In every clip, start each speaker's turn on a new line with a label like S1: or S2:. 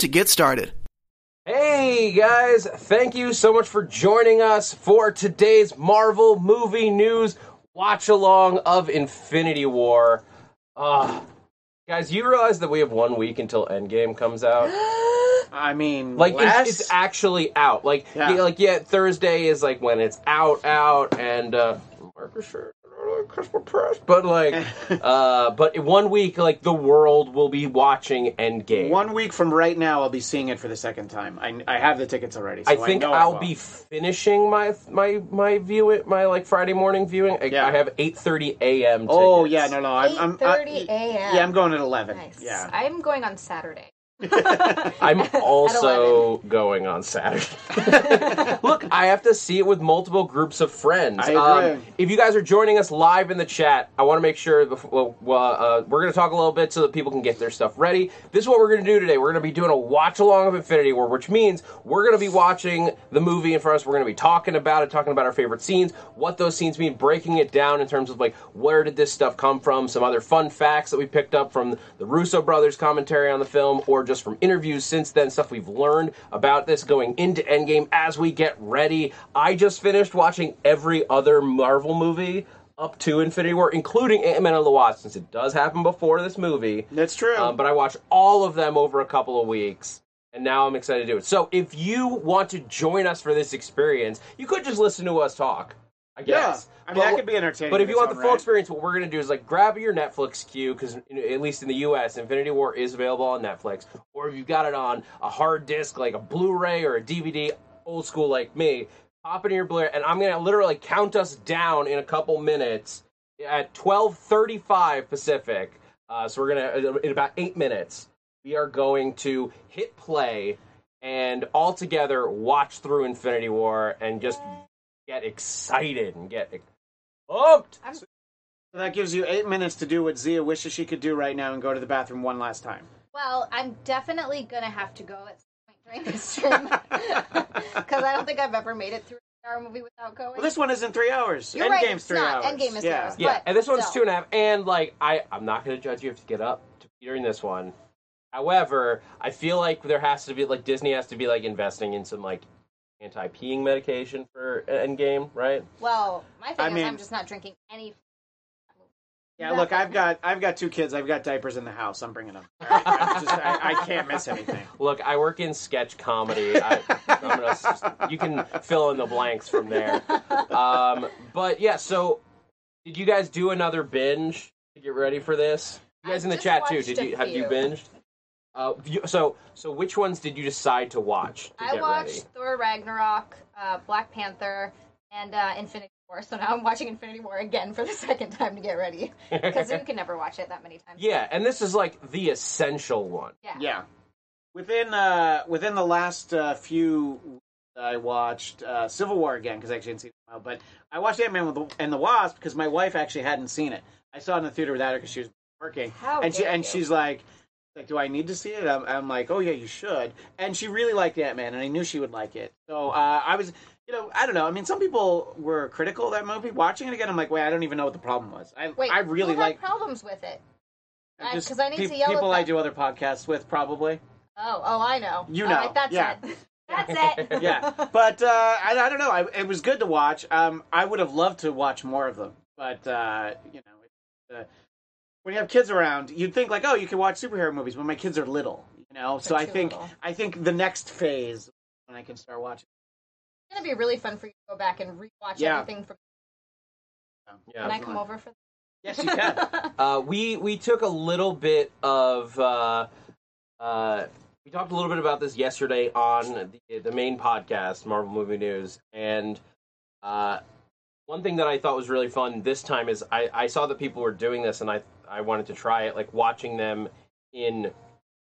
S1: to get started.
S2: Hey guys, thank you so much for joining us for today's Marvel movie news watch along of Infinity War. Ah, guys, you realize that we have one week until Endgame comes out.
S3: I mean,
S2: Like
S3: last,
S2: it's, it's actually out. Like yeah.
S3: Yeah.
S2: like yeah, Thursday is like when it's out out and uh I'm sure, uh, Christmas press, but like uh but in one week like the world will be watching Endgame.
S3: one week from right now, I'll be seeing it for the second time. I, I have the tickets already. So
S2: I think
S3: know
S2: I'll
S3: will.
S2: be finishing my my my view my like Friday morning viewing. I,
S3: Yeah.
S2: I have 8:30 a.m.
S3: Oh
S2: tickets.
S3: yeah, no, no, I'm. I'm I-
S4: 8:30 a.m..
S3: Yeah, I'm going at eleven.
S4: Nice.
S3: Yeah.
S4: I'm going on Saturday.
S2: I'm also going on Saturday. Look, I have to see it with multiple groups of friends. Um,
S3: I agree.
S2: if you guys are joining us live in the chat, I want to make sure before, well, well, uh, we're going to talk a little bit so that people can get their stuff ready. This is what we're going to do today. We're going to be doing a watch along of Infinity War, which means we're going to be watching the movie in front of us. We're going to be talking about it, talking about our favorite scenes, what those scenes mean, breaking it down in terms of like where did this stuff come from, some other fun facts that we picked up from the Russo brothers' commentary on the film, or just from interviews since then, stuff we've learned about this going into Endgame as we get ready. I just finished watching every other Marvel movie up to Infinity War, including Ant Man and the Wasp, since it does happen before this movie.
S3: That's true.
S2: Um, but I watched all of them over a couple of weeks, and now I'm excited to do it. So if you want to join us for this experience, you could just listen to us talk. I guess.
S3: I mean, that could be entertaining
S2: But if
S3: in
S2: you
S3: its
S2: want the
S3: own
S2: full
S3: right.
S2: experience, what we're going to do is like grab your Netflix queue because at least in the U.S., Infinity War is available on Netflix, or if you've got it on a hard disk like a Blu-ray or a DVD, old school like me, pop it in your Blu-ray, and I'm going to literally count us down in a couple minutes at 12:35 Pacific. Uh, so we're gonna in about eight minutes. We are going to hit play and all together watch through Infinity War and just get excited and get pumped.
S3: So that gives you eight minutes to do what Zia wishes she could do right now and go to the bathroom one last time.
S4: Well, I'm definitely gonna have to go at some point during this stream because I don't think I've ever made it through an hour movie without going.
S3: Well, this one isn't three hours.
S4: You're
S3: Endgame's
S4: right, it's
S3: three
S4: not.
S3: hours.
S4: Endgame is three
S3: yeah.
S4: hours.
S2: Yeah,
S4: But
S2: and this one's
S4: still.
S2: two and a half. And like I, I'm not gonna judge you if you get up to- during this one. However, I feel like there has to be like Disney has to be like investing in some like anti-peeing medication for E-, Endgame, right?
S4: well, my thing
S3: I
S4: is
S3: mean-
S4: I'm just not drinking any.
S3: Yeah, look, I've got I've got two kids. I've got diapers in the house. I'm bringing them. I, I'm just- I- I can't miss anything.
S2: Look, I work in sketch comedy. I, I'm gonna, s- you can fill in the blanks from there. Um, but yeah, so did you guys do another binge to get ready for this? You guys
S4: I
S2: in the
S4: just
S2: chat too.
S4: watched
S2: Did
S4: a
S2: you have you
S4: few.
S2: binged? Uh, you, so so which ones did you decide to watch? To
S4: I
S2: get
S4: watched
S2: ready?
S4: Thor Ragnarok, uh, Black Panther, and uh, Infinity War. So now I'm watching Infinity War again for the second time to get ready because you can never watch it that many times.
S2: Yeah, and this is like the essential one.
S4: Yeah.
S3: Yeah. Within uh, within the last uh, few, weeks, I watched uh, Civil War again because I actually didn't see it in a while. But I watched Ant Man and the Wasp because my wife actually hadn't seen it. I saw it in the theater without her because she was working,
S4: How
S3: and she
S4: dare
S3: and
S4: you.
S3: she's like, like, do I need to see it? I'm, I'm like, oh yeah, you should. And she really liked Ant Man, and I knew she would like it. So uh, I was, you know, I don't know. I mean, some people were critical of that movie. Watching it again, I'm like, wait, I don't even know what the problem was. I
S4: Wait,
S3: I really
S4: who
S3: like
S4: had problems with it. I-
S3: just
S4: 'cause I need to yell at
S3: people I
S4: them.
S3: do other podcasts with probably.
S4: Oh, oh, I know.
S3: You
S4: All
S3: know,
S4: right, that's
S3: yeah.
S4: it. That's it.
S3: yeah, but uh, I, I don't know. I, it was good to watch. Um, I would have loved to watch more of them, but uh, you know, uh, when you have kids around, you'd think like, oh, you can watch superhero movies, but my kids are little, you know. So
S4: They're
S3: I
S4: too
S3: think
S4: little.
S3: I think the next phase when I can start watching.
S4: It's gonna be really fun for you to go back and rewatch
S3: Yeah.
S4: everything from
S2: Yeah.
S4: when I come over for
S3: Yes, you can.
S2: Uh, we we took a little bit of uh, uh, we talked a little bit about this yesterday on the, the main podcast, Marvel Movie News, and uh, one thing that I thought was really fun this time is I, I saw that people were doing this, and I I wanted to try it, like watching them in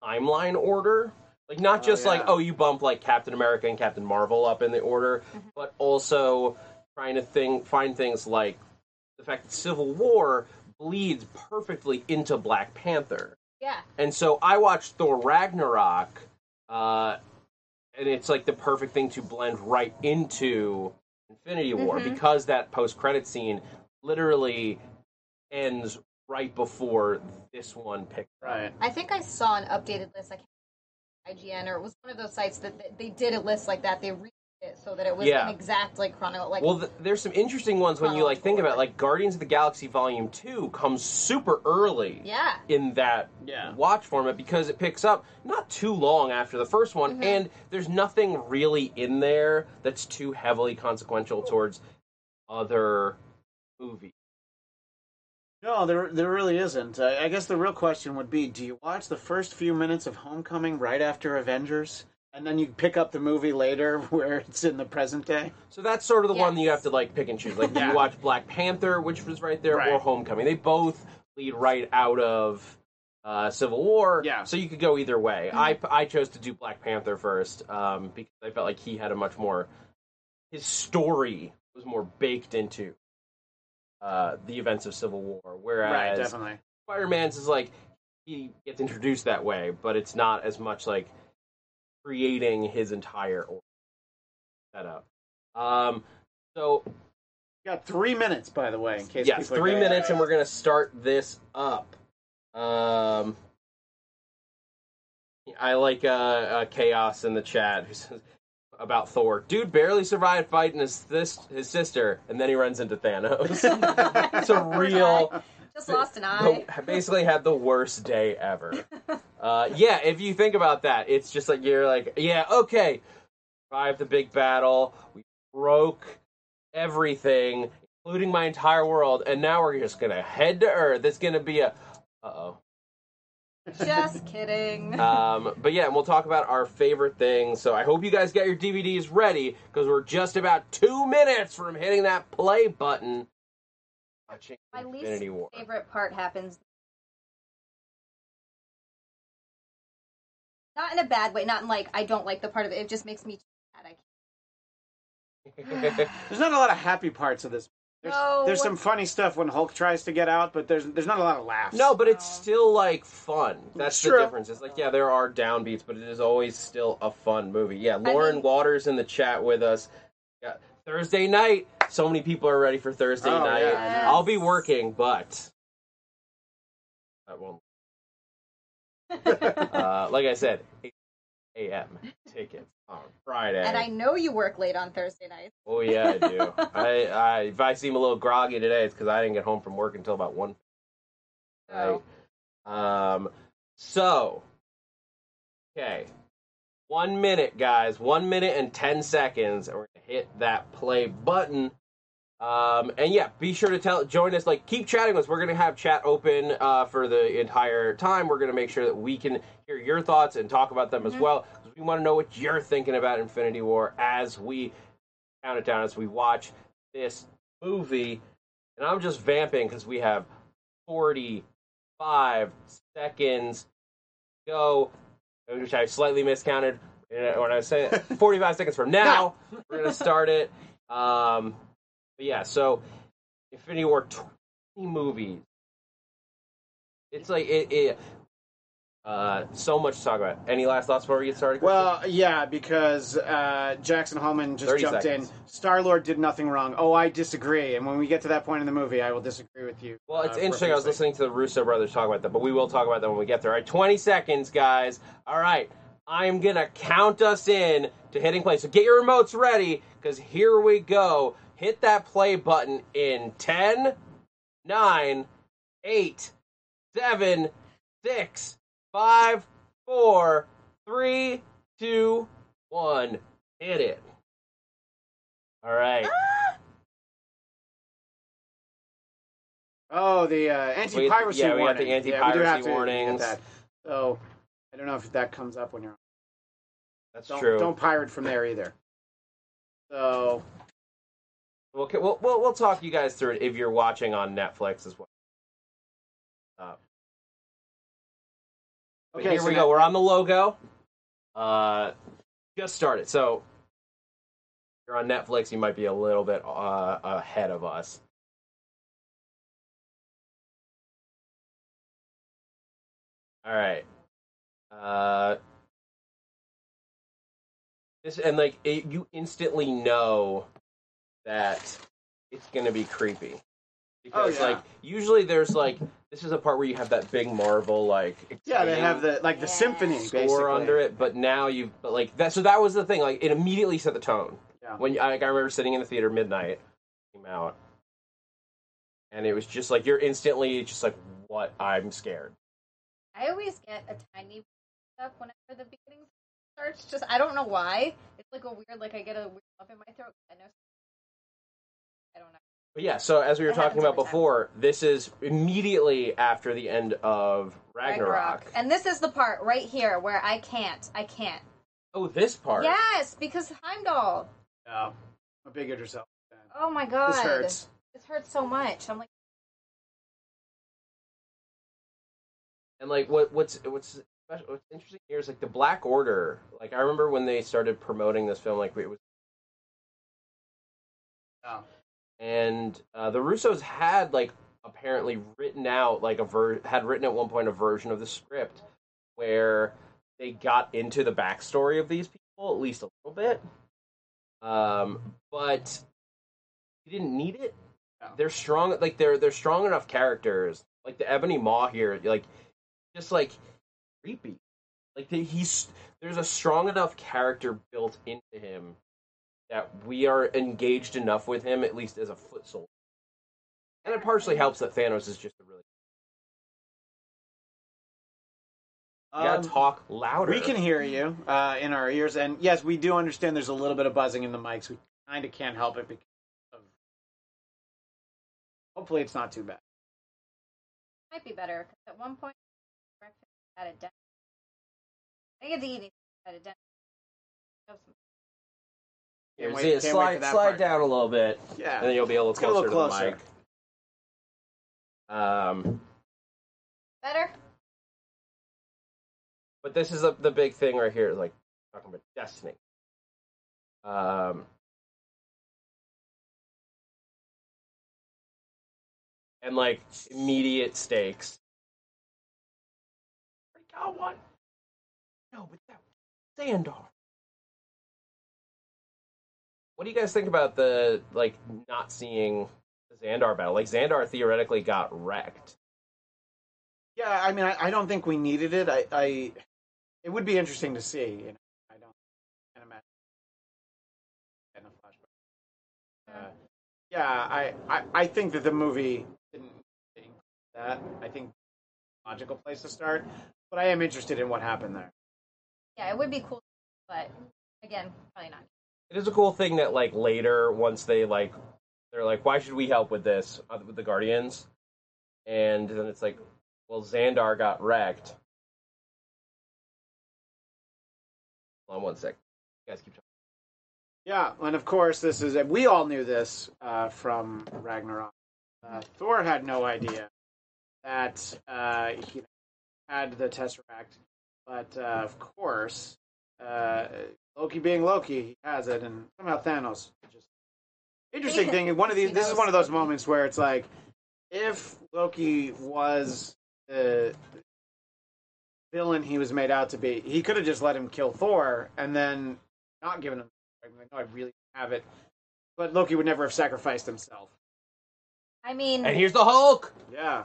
S2: timeline order. Like not just like
S3: yeah.
S2: oh you bump like Captain America and Captain Marvel up in the order, but also trying to think find things like the fact that Civil War bleeds perfectly into Black Panther.
S4: Yeah.
S2: And so I watched Thor Ragnarok, uh, and it's like the perfect thing to blend right into Infinity War because that post credit scene literally ends right before this one picks. up.
S3: Right.
S4: I think I saw an updated list, like IGN, or it was one of those sites that that they did a list like that. They read it so that it was
S2: Yeah.
S4: an exact like chronological. Like,
S2: Well, th- there's some interesting ones when you like think about it. like Guardians of the Galaxy Volume Two comes super early.
S4: yeah,
S2: in that
S3: Yeah.
S2: watch format because it picks up not too long after the first one, and there's nothing really in there that's too heavily consequential towards other movies.
S3: No, there there really isn't. Uh, I, I guess the real question would be: Do you watch the first few minutes of Homecoming right after Avengers, and then you pick up the movie later where it's in the present day?
S2: So that's sort of the one that you
S4: Yes.
S2: have to like pick and choose. Like do
S3: Yeah.
S2: you watch Black Panther, which was right there, or
S3: Right.
S2: Homecoming. They both lead right out of uh, Civil War.
S3: Yeah.
S2: So you could go either way. I I chose to do Black Panther first um, because I felt like he had a much more his story was more baked into uh, the events of Civil War,
S3: right,
S2: whereas
S3: definitely.
S2: Spider Man's is like he gets introduced that way, but it's not as much like creating his entire or- setup. Um, so
S3: You got three minutes, by the way, in case.
S2: yes,
S3: people are
S2: three
S3: getting-
S2: minutes, and we're gonna start this up. Um, I like uh, uh, chaos in the chat who says about Thor. Dude barely survived fighting his this his sister, and then he runs into Thanos. it's a real
S4: just lost an eye.
S2: the- basically had the worst day ever. Uh, yeah, if you think about that, it's just like you're like, yeah, okay, survived the big battle. We broke everything, including my entire world, and now we're just gonna head to Earth. It's gonna be a, uh
S4: just kidding.
S2: oh. Um, but yeah, and we'll talk about our favorite things. So I hope you guys got your DVDs ready because we're just about two minutes from hitting that play button. Watching
S4: My least
S2: Infinity War.
S4: favorite part happens. Not in a bad way. Not in like I don't like the part of it. It just makes me sad. I can't.
S3: There's not a lot of happy parts of this. There's,
S4: No.
S3: there's some funny stuff when Hulk tries to get out, but there's there's not a lot of laughs.
S2: No, but it's still like fun. That's
S3: Sure.
S2: the difference. It's like yeah, there are downbeats, but it is always still a fun movie. Yeah, Lauren
S4: mean-
S2: Waters in the chat with us. Yeah, Thursday night. So many people are ready for Thursday
S3: Oh,
S2: night.
S3: yeah,
S4: I know.
S2: I'll be working, but I won't. uh, like I said, 8 a.m. tickets on Friday.
S4: And I know you work late on Thursday nights.
S2: Oh yeah, I do. I, I if I seem a little groggy today, it's because I didn't get home from work until about one.
S4: Oh.
S2: Right. Um. So. Okay. One minute, guys. One minute and ten seconds, and we're gonna hit that play button. Um, and yeah, be sure to tell, join us. Like, keep chatting with us. We're gonna have chat open uh, for the entire time. We're gonna make sure that we can hear your thoughts and talk about them as well. 'cause we want to know what you're thinking about Infinity War as we count it down as we watch this movie. And I'm just vamping because we have 45 seconds to go, which I slightly miscounted uh, when I was saying it. 45 seconds from now. We're going to start it. Um, but yeah, so Infinity War 20 movies. It's like it. it uh, so much to talk about. Any last thoughts before we get started? Christian?
S3: Well, yeah, because uh, Jackson Hallman just
S2: 30
S3: jumped
S2: seconds.
S3: in. Star Lord did nothing wrong. Oh, I disagree. And when we get to that point in the movie, I will disagree with you.
S2: Well, it's
S3: uh,
S2: interesting. I was
S3: profusely.
S2: listening to the Russo brothers talk about that, but we will talk about that when we get there. All right, 20 seconds, guys. All right, I'm going to count us in to hitting play. So get your remotes ready because here we go. Hit that play button in 10, 9, 8, 7, 6, 5, 4, 3, 2, 1. Hit it. All right.
S3: Oh, the uh, anti-piracy
S2: yeah, we got
S3: warning.
S2: the
S3: we do
S2: anti-piracy
S3: have to get
S2: warnings.
S3: that. So I don't know if that comes up when you're.
S2: That's
S3: Don't,
S2: true.
S3: Don't pirate from there either. So
S2: Okay, we'll, we'll we'll talk you guys through it if you're watching on Netflix as well. Uh, but
S3: okay,
S2: here
S3: so
S2: we
S3: now-
S2: go. We're on the logo. Uh, just started, so you're on Netflix. You might be a little bit uh, ahead of us. All right. Uh, this and like it, you instantly know that it's gonna be creepy because
S3: Oh, yeah.
S2: like usually there's like this is a part where you have that big Marvel like
S3: Yeah, they
S2: exciting
S3: have the like the
S4: Yeah.
S3: symphony
S2: score
S3: basically.
S2: under it, but now you but like that. So that was the thing. Like it immediately set the tone.
S3: Yeah.
S2: When you, like, I remember sitting in the theater midnight, came out, and it was just like you're instantly just like what I'm scared.
S4: I always get a tiny stuff whenever the beginning starts. Just I don't know why. It's like a weird, like I get a weird lump in my throat. I know. I don't know.
S2: But yeah, so as we were
S4: It
S2: talking
S4: happens
S2: about
S4: every time.
S2: before, this is immediately after the end of Ragnarok.
S4: And this is the part right here where I can't. I can't.
S2: Oh, this part.
S4: Yes, because Heimdall.
S3: Yeah. A big yourself.
S4: Oh my god.
S3: This hurts.
S4: This hurts so much. I'm like,
S2: And like what what's what's special, what's interesting here is like the Black Order. Like I remember when they started promoting this film, like it was
S3: Yeah.
S2: and uh, the Russos had like apparently written out like a ver- had written at one point a version of the script where they got into the backstory of these people at least a little bit, um, but you didn't need it.
S3: No.
S2: They're strong, like they're they're strong enough characters. Like the Ebony Maw here, like just like creepy. Like the, he's there's a strong enough character built into him that we are engaged enough with him, at least as a foot soldier. And it partially helps that Thanos is just a really. You gotta
S3: Um,
S2: talk louder.
S3: We can hear you uh, in our ears, and yes, we do understand. There's a little bit of buzzing in the mics. We kind of can't help it because of. Hopefully, it's not too bad.
S4: might be better because at one point breakfast at a den. I get to eat it at a den.
S2: Here's
S3: Can't wait-
S2: it.
S3: can't wait for
S2: Slide,
S3: that
S2: slide
S3: part.
S2: down a little bit, and then
S3: Yeah,
S2: you'll be a little
S3: Let's get a
S2: closer,
S3: little
S2: to
S3: closer.
S2: the mic. Um,
S4: Better.
S2: but this is the, the big thing right here, like talking about destiny. Um, and like immediate stakes. I got one. No, but that Sandor. What do you guys think about the like not seeing the Xandar battle? Like Xandar theoretically got wrecked.
S3: yeah. I mean, I, I don't think we needed it. I, I, it would be interesting to see. You know, I don't can imagine. And a flashback. Uh, yeah, I, I, I think that the movie didn't include that. I think logical place to start, but I am interested in what happened there.
S4: Yeah, it would be cool, but again, probably not.
S2: it is a cool thing that like later once they like they're like why should we help with this uh, with the guardians and then it's like well xandar got wrecked hold on one sec you guys keep talking
S3: Yeah, and of course, this is we all knew this uh, from Ragnarok. Uh, Thor had no idea that uh, he had the Tesseract, but uh, of course, uh, Loki being Loki, he has it, and somehow Thanos. Just interesting thing. One of these.
S4: He
S3: This is
S4: knows
S3: one of those
S4: Loki.
S3: moments where it's like, if Loki was the villain he was made out to be, he could have just let him kill Thor and then not given him. I'm like, no, I really have it. But Loki would never have sacrificed himself.
S4: I mean,
S2: and here's the hulk
S3: Yeah.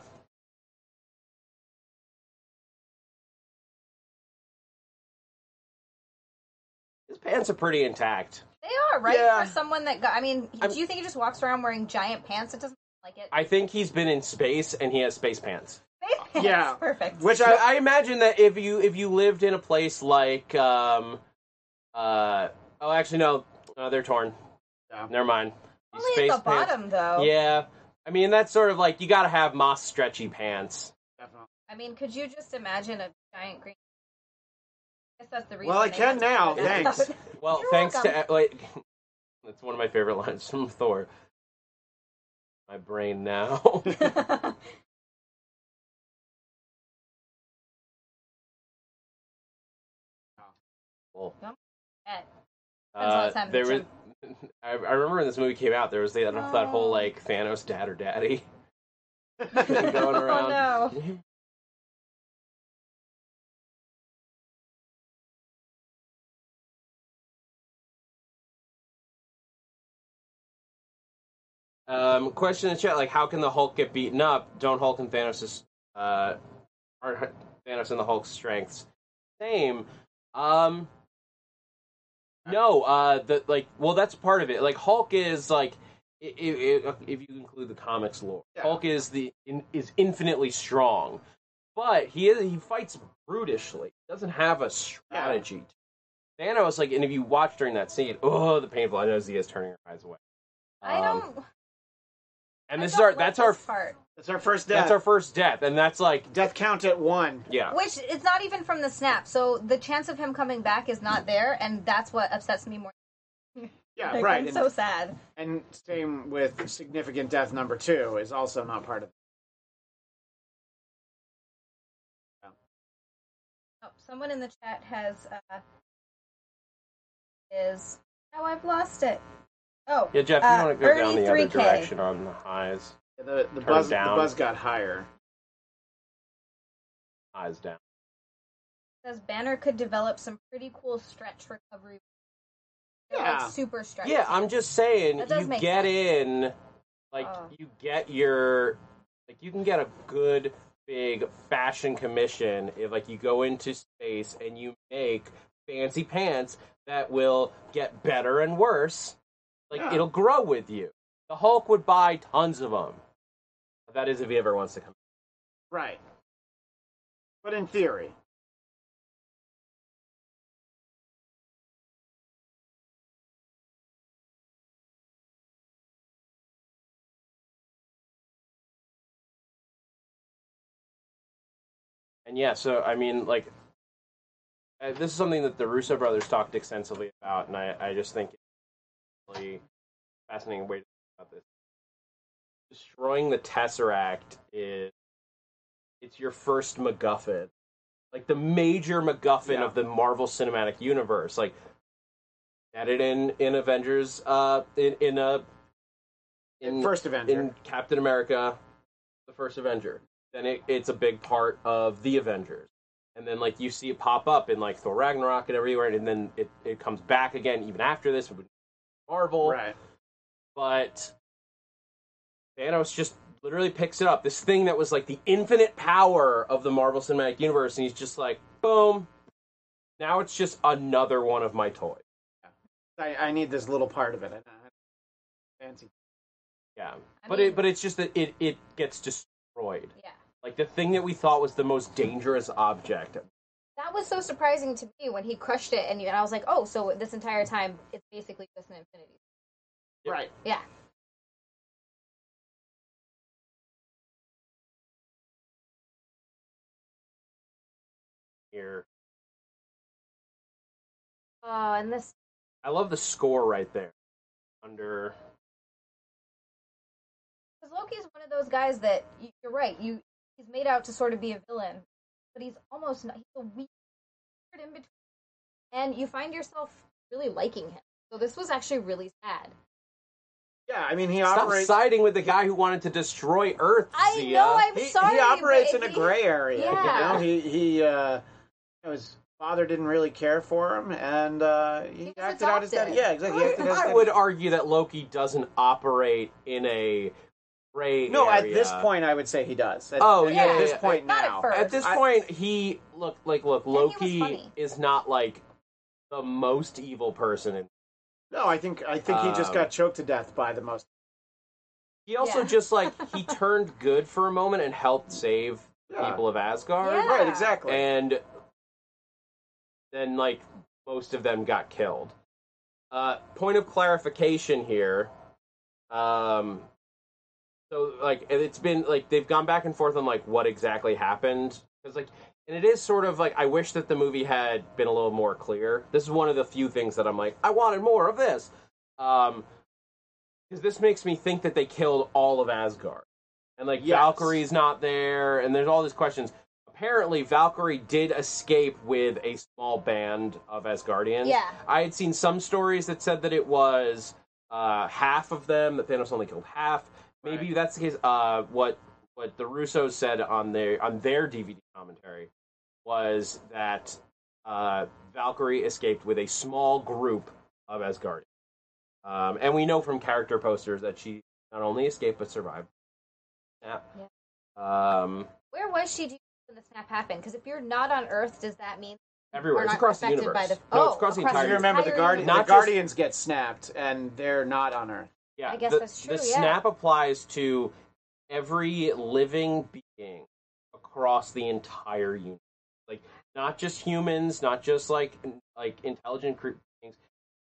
S2: his pants are pretty intact
S4: They are right
S3: Yeah.
S4: for someone that got. I mean,
S2: I'm-
S4: do you think he just walks around wearing giant pants? It doesn't look like it.
S2: i think he's been in space and he has space pants
S4: Space pants,
S3: Yeah.
S4: perfect.
S3: Which
S2: But
S3: I,
S2: I imagine that if you if you lived in a place like um uh oh actually no uh, they're torn
S3: Yeah.
S2: never mind These
S4: Only
S2: space
S4: at the
S2: pants-
S4: bottom, though.
S2: Yeah. I mean, that's sort of like you got to have moss stretchy pants.
S3: definitely.
S4: I mean, could you just imagine a giant green? I guess that's the reason.
S3: Well, I
S4: they
S3: can
S4: had to
S3: now,
S4: put it out.
S3: thanks.
S2: Well,
S4: You're
S2: thanks
S4: welcome.
S2: to like that's one of my favorite lines from Thor. My brain now. Cool.
S4: At-
S2: Uh,
S4: Depends on
S2: there
S4: what's
S2: was. I, I remember when this movie came out. There was the, that, that whole
S4: Oh.
S2: like Thanos dad or daddy thing going around. Um,
S4: Oh no.
S2: Um, question in the chat: Like, how can the Hulk get beaten up? Don't Hulk and Thanos uh, aren't Hu- Thanos and the Hulk's strengths same? Um, no. Uh, the like, well, that's part of it. Like, Hulk is like, i i i if you include the comics lore,
S3: Yeah.
S2: Hulk is the in, is infinitely strong, but he is he fights brutishly. He doesn't have a strategy. Thanos, like, and if you watch during that scene, oh, the painful. I know Zia's turning her eyes away.
S4: I
S2: Um,
S4: don't.
S2: and
S4: I
S2: this is
S4: don't
S2: our
S4: like
S2: that's
S4: this
S2: our
S4: part,
S3: That's our first death.
S2: that's our first death, and that's like
S3: death count at one.
S2: yeah,
S4: which it's not even from the snap. So the chance of him coming back is not there, and that's what upsets me more.
S3: Yeah,
S4: Like,
S3: right.
S4: I'm
S3: And,
S4: so sad.
S3: and same with significant death number two is also not part of.
S4: Oh, someone in the chat has uh, is oh I've lost it. Oh
S2: yeah. Jeff, you
S4: uh,
S2: want to go
S4: Ernie
S2: down the other
S4: 3K.
S2: direction on the highs,
S3: The the
S2: Turn
S3: buzz
S2: down.
S3: the buzz got higher.
S2: highs down.
S4: says Banner could develop some pretty cool stretch recovery. They're, like,
S3: Yeah.
S4: super stretch.
S2: Yeah, I'm just saying,
S4: That does
S2: you
S4: make
S2: get
S4: sense.
S2: in, like
S4: Oh.
S2: you get your, like you can get a good big fashion commission if like you go into space and you make fancy pants that will get better and worse. Like
S3: Yeah.
S2: it'll grow with you. The Hulk would buy tons of them. That is if he ever wants to come.
S3: Right. But in theory,
S2: And yeah, so I mean, like, uh, this is something that the Russo brothers talked extensively about, and I, I just think it's a really fascinating way to think about this. Destroying the Tesseract is it's your first MacGuffin, like the major MacGuffin
S3: Yeah.
S2: of the Marvel Cinematic Universe. Like, at it in in Avengers, uh, in in a in
S3: first Avenger.
S2: in Captain America, the first Avenger. Then it, it's a big part of the Avengers. And then like you see it pop up in like Thor Ragnarok and everywhere, and then it, it comes back again even after this with Marvel.
S3: right.
S2: But Thanos just literally picks it up. This thing that was like the infinite power of the Marvel Cinematic Universe, and he's just like, boom. Now it's just another one of my toys.
S3: I, I need this little part of it. I I- fancy.
S2: Yeah.
S4: I
S2: but
S4: mean-
S2: it but it's just that it, it gets destroyed.
S4: yeah.
S2: Like the thing that we thought was the most dangerous object.
S4: That was so surprising to me when he crushed it, and, you, and I was like, oh, so this entire time it's basically just an infinity.
S2: Yep.
S3: Right.
S4: Yeah.
S2: here.
S4: Oh, and this
S2: I love the score right there. Under
S4: because Loki's one of those guys that y- you're right. You he's made out to sort of be a villain, but he's almost not. He's a weird in between, and you find yourself really liking him. So this was actually really sad.
S3: Yeah, I mean he
S2: stop
S3: operates.
S2: siding with the guy who wanted to destroy Earth.
S4: I
S2: Zia.
S4: know. I'm
S3: uh, he,
S4: sorry.
S3: he operates
S4: but
S3: in a
S4: he-
S3: gray area.
S4: Yeah.
S3: You know, he he uh, you know, his father didn't really care for him, and uh, he,
S4: was
S3: acted out his dad.
S4: adopted.
S3: Yeah, exactly. He acted out his
S2: I
S3: dad.
S2: would argue that Loki doesn't operate in a gray
S3: No, at
S2: area.
S3: this point, I would say he does. At,
S2: Oh, yeah,
S3: at
S2: yeah,
S3: this
S2: yeah.
S3: point
S4: Not at
S3: now.
S4: first.
S2: At this
S3: I-
S2: point, he look like look
S4: was
S2: Loki
S4: funny.
S2: is not like the most evil person. In,
S3: No, I think I think he just
S2: Um,
S3: got choked to death by the most.
S2: he also
S4: Yeah.
S2: just like he turned good for a moment and helped save the
S3: Yeah.
S2: people of Asgard.
S4: Yeah.
S3: Right, exactly.
S2: and then like most of them got killed. Uh, point of clarification here. Um, so like and it's been like they've gone back and forth on like what exactly happened because like and it is sort of like I wish that the movie had been a little more clear. This is one of the few things that I'm like I wanted more of this. Um, because this makes me think that they killed all of Asgard, and like
S3: Yes.
S2: Valkyrie's not there, and there's all these questions apparently Valkyrie did escape with a small band of Asgardians.
S4: Yeah.
S2: I had seen some stories that said that it was uh, half of them that Thanos only killed half. Maybe that's the case. Uh, what what the Russos said on their on their DVD commentary was that uh, Valkyrie escaped with a small group of Asgardians, um, and we know from character posters that she not only escaped but survived. Yeah. Um,
S4: Where was she do you think, when the snap happened? Because if you're not on Earth, does that mean
S2: everywhere. It's
S4: We're not
S2: across the
S4: affected
S2: universe.
S4: by the-
S2: no,
S4: oh,
S2: it's across the
S4: across the
S2: entire.
S3: Because you
S2: universe.
S3: remember the,
S4: Entire
S3: Guardi-
S2: universe.
S3: the
S2: Not just-
S3: Guardians get snapped, and they're not on Earth.
S2: Yeah,
S4: I guess
S2: the,
S4: that's
S2: The
S4: true, yeah.
S2: snap applies to every living being across the entire universe, like not just humans, not just like like intelligent cre- things,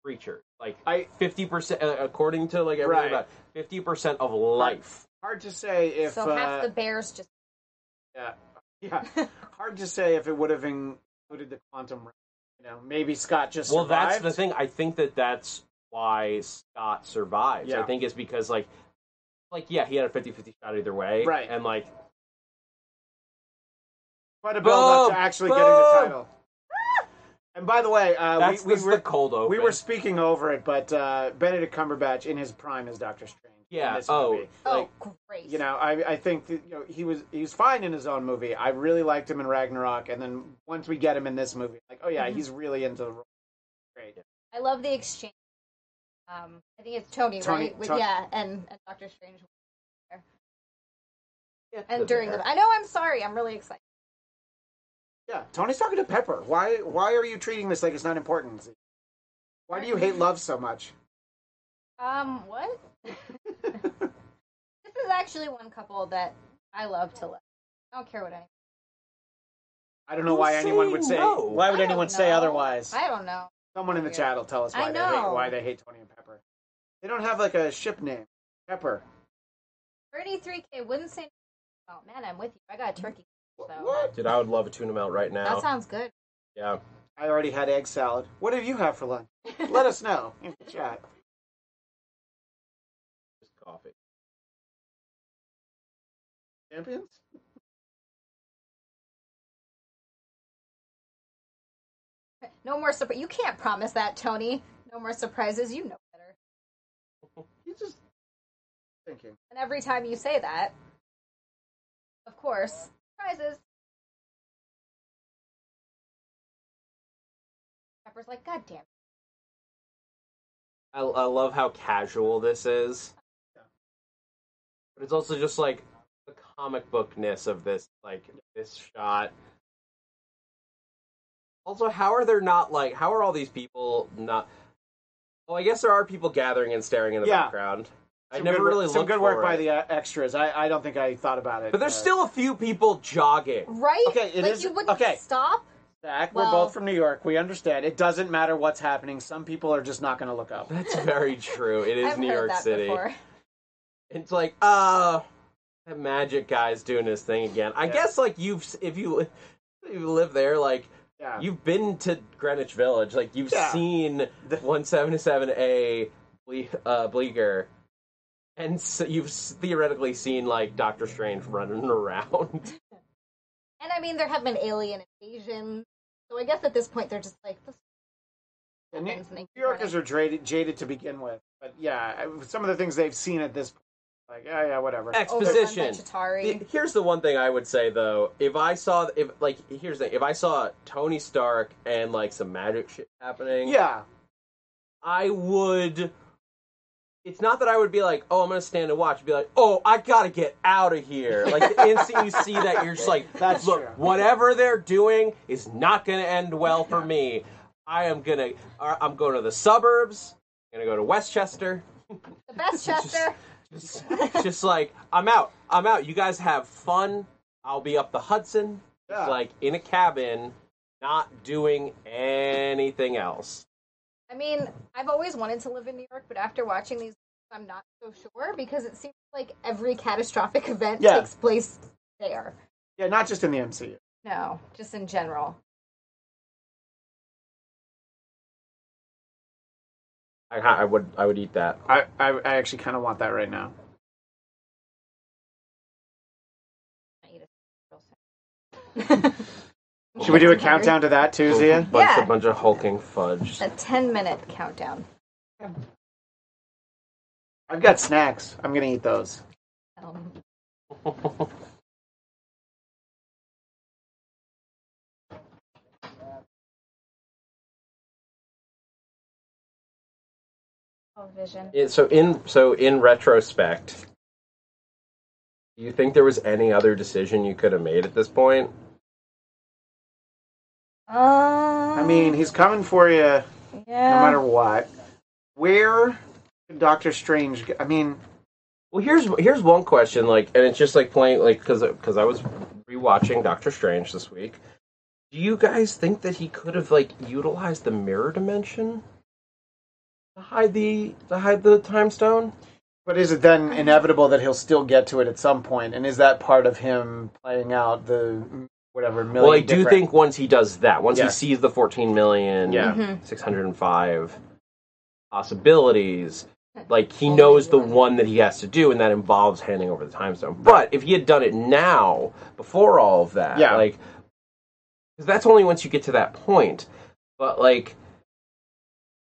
S2: creatures. Like
S3: I-
S2: fifty percent, uh, according to like everything
S3: Right.
S2: about fifty percent of life.
S3: Hard to say if
S4: so
S3: uh,
S4: half the bears just
S3: Yeah, yeah. Hard to say if it would have included the quantum. realm. You know, maybe Scott just
S2: Well, that's the
S3: survived.
S2: thing. I think that that's why Scott survives. I
S3: Yeah.
S2: think it's because like like yeah, he had a 50-50 shot either way,
S3: Right. Uh,
S2: And like
S3: Quite a build up
S2: Boom!
S3: to actually getting the
S2: Boom!
S3: title. And by the way, uh, we,
S2: that's
S3: we
S2: that's
S3: were
S2: the cold open.
S3: we were speaking over it, but uh, Benedict Cumberbatch in his prime as Doctor Strange. in
S2: Yeah,
S3: this
S2: oh.
S3: movie.
S4: oh
S3: Like,
S4: great.
S3: you know, I I think that, you know he was he was fine in his own movie. I really liked him in Ragnarok, and then once we get him in this movie, like oh yeah,
S4: Mm-hmm.
S3: he's really into the role. Great.
S4: I love the exchange. Um, I think it's Tony,
S3: Tony-
S4: right? With,
S3: Tony-
S4: yeah, and, and Doctor Strange.
S2: Yeah,
S4: And
S2: the
S4: during
S2: bear.
S4: the, I know I'm sorry. I'm really excited.
S3: Yeah, Tony's talking to Pepper. Why why are you treating this like it's not important? Why do you
S4: Mm-hmm.
S3: hate love so much?
S4: Um, what? this is actually one couple that I love to love. I don't care what anyone.
S3: I don't know
S2: Who's
S3: why anyone would say
S2: saying no?
S3: why would
S4: I don't
S3: anyone say
S4: know.
S3: otherwise?
S4: I don't know.
S3: Someone in the
S4: Yeah.
S3: chat will tell us why
S4: I
S3: they hate
S4: know.
S3: why they hate Tony and Pepper. They don't have like a ship name. Pepper.
S4: 33k wouldn't say. Oh man, I'm with you. I got a turkey. So
S3: What?
S2: Dude, I would love a tuna melt right now.
S4: that sounds good.
S2: yeah.
S3: I already had egg salad. What did you have for lunch? Let us know in the chat.
S2: Just coffee.
S3: Champions?
S4: No more surprise. You can't promise that, Tony. No more surprises. You know better.
S3: You just thinking.
S4: And every time you say that, of course, surprises. Pepper's like, God damn. it."
S2: I, I love how casual this is. But it's also just like the comic bookness of this, like this shot. Also, how are there not like how are all these people not Oh, I guess there are people gathering and staring in the
S3: Yeah.
S2: background. I
S3: Some
S2: never
S3: good,
S2: really
S3: some
S2: looked
S3: good work
S2: for
S3: by
S2: it.
S3: the uh, extras. I, I don't think I thought about it.
S2: But there's
S3: uh,
S2: still a few people jogging.
S4: Right?
S3: Okay, it
S4: like
S3: is-
S4: you wouldn't
S3: okay.
S4: stop.
S3: Zach, we're
S4: Well-
S3: both from New York. We understand. It doesn't matter what's happening. Some people are just not going to look up.
S2: That's very true. It is
S4: I've
S2: New
S4: heard
S2: York
S4: that
S2: City.
S4: before.
S2: It's like, uh, that magic guy's doing his thing again. I
S3: Yeah.
S2: guess, like, you've, if you, if you live there, like,
S3: Yeah.
S2: you've been to Greenwich Village, like, you've
S3: Yeah.
S2: seen 177A ble- uh, Bleecker, and so you've s- theoretically seen, like, Doctor Strange running around.
S4: And I mean, there have been alien invasions. So I guess at this point, they're just like, this
S3: The New,
S4: happens and they
S3: New
S4: keep
S3: Yorkers
S4: running.
S3: are jaded, jaded to begin with, but yeah, I- some of the things they've seen at this point, like yeah, yeah, whatever.
S4: overrun by
S2: Exposition.
S4: Chitauri.
S2: The- Here's the one thing I would say though, if I saw if like here's the if I saw Tony Stark and like some magic shit happening,
S3: Yeah,
S2: I would. It's not that I would be like, oh, I'm gonna stand and watch. Be like, oh, I gotta get out of here. Like the instant you see that, you're just like,
S3: That's
S2: look,
S3: true.
S2: whatever they're doing is not gonna end well for me. I am gonna. uh, I'm going to the suburbs. I'm gonna go to Westchester.
S4: The best Chester.
S2: Just, just like I'm out. I'm out. You guys have fun. I'll be up the Hudson, just
S3: Yeah.
S2: like in a cabin, not doing anything else.
S4: I mean, I've always wanted to live in New York, but after watching these, I'm not so sure because it seems like every catastrophic event
S3: Yeah.
S4: takes place there.
S3: yeah, not just in the MCU.
S4: No, just in general.
S2: I, I would. I would eat that.
S3: I I, I actually kind of want that right now.
S4: I eat a real sandwich.
S3: Should we do a countdown to that too, Zia?
S2: Bunch,
S4: Yeah.
S2: A bunch of hulking fudge.
S4: A 10 minute countdown.
S3: I've got snacks. I'm gonna eat those.
S4: Um, television.
S2: Yeah, so in so in retrospect, do you think there was any other decision you could have made at this point?
S4: Um,
S3: I mean, he's coming for you no
S4: yeah.
S3: matter what. Where could Doctor Strange? Go? I mean,
S2: Well, here's here's one question, like, and it's just like playing, like, because because I was rewatching Doctor Strange this week. Do you guys think that he could have like utilized the mirror dimension to hide the to hide the time stone?
S3: but is it then inevitable that he'll still get to it at some point? And is that part of him playing out the whatever million?
S2: Well, I do
S3: different-
S2: think once he does that, once
S3: Yeah.
S2: he sees the fourteen million,
S3: Yeah.
S2: six hundred and five possibilities, like he knows the one that he has to do, and that involves handing over the time stone. But if he had done it now, before all of that,
S3: Yeah.
S2: like, because that's only once you get to that point. But like,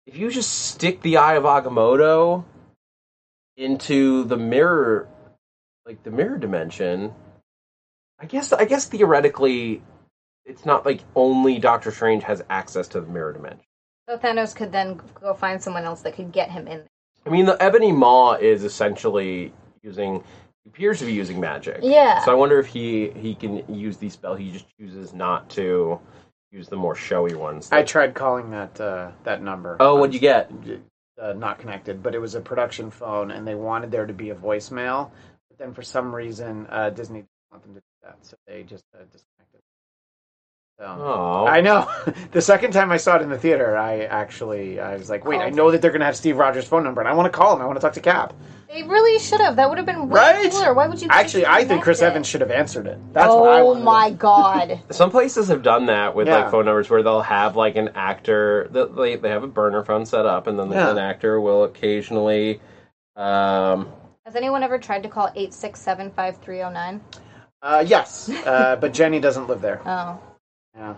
S2: if you just stick the Eye of Agamotto into the mirror, like the mirror dimension, I guess I guess theoretically, it's not like only Doctor Strange has access to the mirror dimension.
S4: So Thanos could then go find someone else that could get him in
S2: I mean, the Ebony Maw is essentially using he appears to be using magic.
S4: Yeah.
S2: So I wonder if he he can use the spell. He just chooses not to use the more showy ones.
S3: I tried calling that uh, that number.
S2: oh, what'd you get?
S3: uh, not connected, but it was a production phone, and they wanted there to be a voicemail. But then for some reason, uh, Disney didn't want them to do that, so they just uh, disconnected. So
S2: Oh,
S3: I know. the second time I saw it in the theater, I actually I was like, wait, I know that they're going to have Steve Rogers' phone number, and I want to call him. I want to talk to Cap.
S4: They really should have. That would have been way
S3: Right?
S4: cooler. Why would you?
S3: Actually, I think Chris
S4: disconnect
S3: Evans
S4: it?
S3: should have answered it. That's
S4: oh
S3: what I wanted.
S4: my god!
S2: some places have done that with
S3: Yeah.
S2: like phone numbers where they'll have like an actor. that- They they have a burner phone set up, and then
S3: Yeah.
S2: an actor will occasionally. Um,
S4: Has anyone ever tried to call eight six seven five three zero nine?
S3: Uh, yes, uh, but Jenny doesn't live there.
S4: Oh,
S3: Yeah.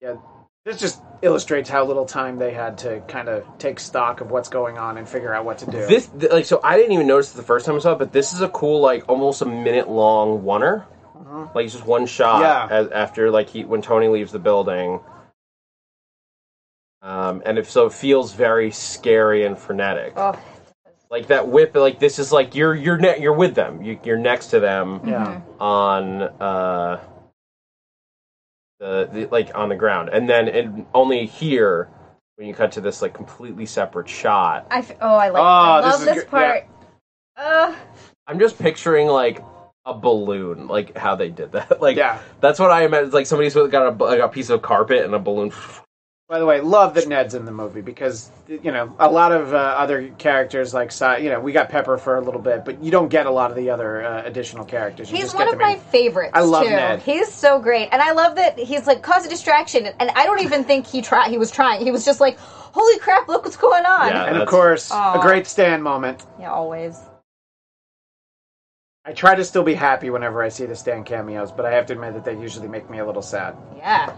S3: Yeah. This just illustrates how little time they had to kind of take stock of what's going on and figure out what to do.
S2: This th- like so I didn't even notice it the first time I saw it, but this is a cool like almost a minute long oneer. Like it's just one shot
S3: Yeah.
S2: as, after like he when Tony leaves the building. Um, and if so, it feels very scary and frenetic.
S4: oh,
S2: Like that whip, like this is like you're you're ne- you're with them, you, you're next to them
S3: yeah.
S2: on uh the, the like on the ground, and then it, only here when you cut to this like completely separate shot.
S4: I f- oh I like.
S3: Oh,
S4: I
S3: this
S4: love
S3: is
S4: this,
S3: good-
S4: part. Uh,
S2: I'm just picturing like a balloon, like how they did that. Like
S3: Yeah.
S2: that's what I imagine. Like somebody's got a like a piece of carpet and a balloon.
S3: By the way, love that Ned's in the movie because you know a lot of uh, other characters like Si- you know we got Pepper for a little bit, but you don't get a lot of the other uh, additional characters. You
S4: he's
S3: just
S4: one
S3: get
S4: of
S3: the main-
S4: my favorites.
S3: I love
S4: too.
S3: Ned.
S4: He's so great, and I love that he's like cause a distraction. And I don't even think he try. He was trying. He was just like, "Holy crap! Look what's going on!"
S2: Yeah.
S3: and of
S2: That's-
S3: course
S4: Aw.
S3: a great Stan moment.
S4: Yeah, always.
S3: I try to still be happy whenever I see the Stan cameos, but I have to admit that they usually make me a little sad.
S4: Yeah.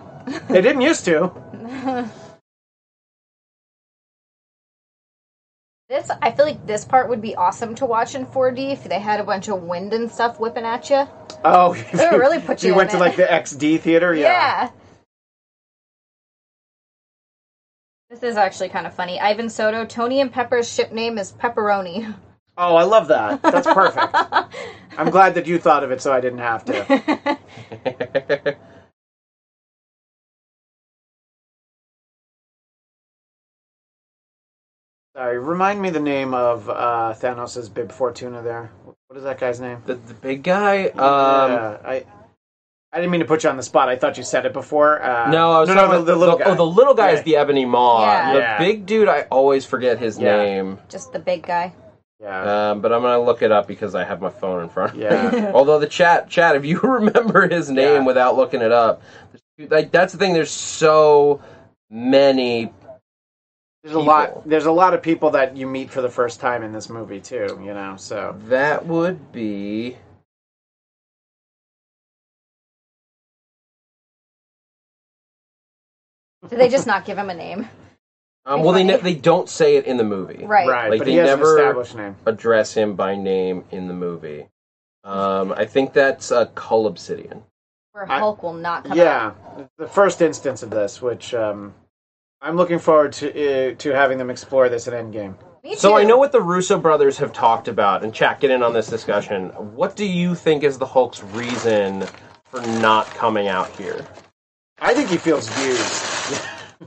S3: they didn't used to.
S4: This I feel like this part would be awesome to watch in 4D if they had a bunch of wind and stuff whipping at you.
S3: Oh,
S4: They really put you
S3: went
S4: in
S3: to
S4: it.
S3: like the XD theater, yeah.
S4: This is actually kind of funny. Ivan Soto, Tony and Pepper's ship name is Pepperoni.
S3: Oh, I love that. That's perfect. I'm glad that you thought of it, so I didn't have to. Sorry. Remind me the name of uh, Thanos' bib Fortuna. There. What is that guy's name?
S2: the, the big guy. Um,
S3: Yeah, I. I didn't mean to put you on the spot. I thought you said it before. Uh,
S2: No, I was
S3: no,
S2: talking
S3: no, the,
S2: about-
S3: the little guy.
S2: Oh, the little guy
S3: Yeah.
S2: is the Ebony Maw.
S4: Yeah.
S2: The
S3: Yeah.
S2: big dude, I always forget his
S3: Yeah.
S2: name,
S4: Just the big guy.
S3: yeah,
S2: um, but I'm gonna look it up because I have my phone in front. of me.
S3: yeah.
S2: Although the chat, chat, if you remember his name
S3: Yeah.
S2: without looking it up, like that's the thing. There's so many
S3: There's a lot. There's a lot of people that you meet for the first time in this movie too. You know, so
S2: That would be.
S4: Did they just not give him a name?
S2: Um, well, they ne- they don't say it in the movie.
S4: Right.
S3: right,
S2: Like,
S3: but
S2: they
S3: he has
S2: never-
S3: an established name.
S2: Address him by name in the movie. Um, I think that's a uh, Cull Obsidian.
S4: Where
S3: I-
S4: Hulk will not come out.
S3: Yeah, the first instance of this, which um, I'm looking forward to uh, to having them explore this in Endgame.
S4: Me too.
S2: So I know what the Russo brothers have talked about, and chat, get in on this discussion. What do you think is the Hulk's reason for not coming out here?
S3: I think he feels used.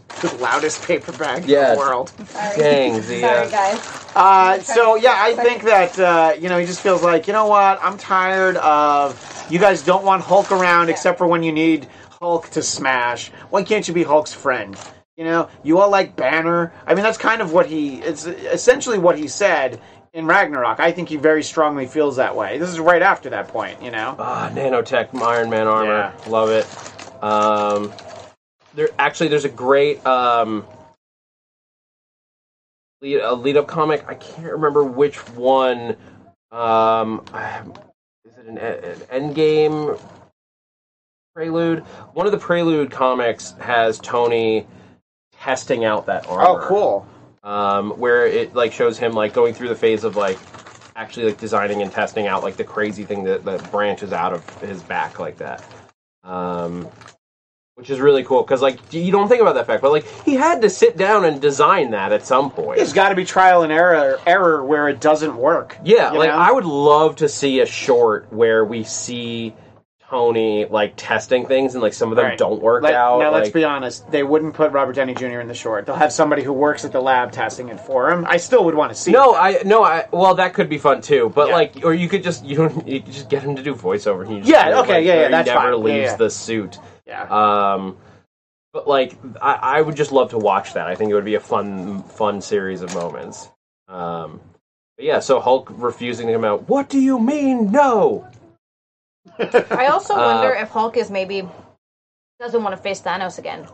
S3: the loudest paper bag
S2: Yeah.
S3: in the world.
S4: Sorry.
S2: Dang, the,
S4: Sorry,
S2: uh,
S4: guys.
S3: Uh, so yeah, I think that uh, you know he just feels like you know what I'm tired of. You guys don't want Hulk around except for when you need Hulk to smash. Why can't you be Hulk's friend? You know, you all like Banner. I mean, that's kind of what he. It's essentially what he said in Ragnarok. I think he very strongly feels that way. This is right after that point. You know.
S2: Ah, nanotech Iron Man armor,
S3: Yeah.
S2: love it. Um, there actually, there's a great um, lead, a lead up comic. I can't remember which one. Um, I- is it an, an Endgame prelude? One of the prelude comics has Tony testing out that
S3: Oh,
S2: armor
S3: cool.
S2: um, where it like shows him like going through the phase of like actually like designing and testing out like the crazy thing that, that branches out of his back like that um, which is really cool because like you don't think about that fact but like he had to sit down and design that at some point
S3: There's got to be trial and error, error where it doesn't work.
S2: yeah
S3: you
S2: like
S3: know?
S2: i would love to see a short where we see tony like testing things and like some of them
S3: Right.
S2: don't work
S3: Let-
S2: out
S3: Now let's
S2: like-
S3: be honest. They wouldn't put Robert Downey Jr. in the short. They'll have somebody who works at the lab testing it for him. I still would want to see.
S2: No,
S3: it.
S2: I no, I well that could be fun too, but
S3: Yeah.
S2: like, or you could just you, don't- you could just get him to do voiceover. And you just do
S3: Yeah,
S2: it,
S3: okay,
S2: like,
S3: yeah, yeah,
S2: where
S3: that's
S2: he never
S3: fine. Yeah,
S2: leaves
S3: yeah.
S2: the suit.
S3: yeah.
S2: Um, but like, I, I would just love to watch that. I think it would be a fun fun series of moments. Um, but yeah, so Hulk refusing to come out. What do you mean no?
S4: I also
S2: Uh,
S4: wonder if Hulk is maybe doesn't want to face Thanos again.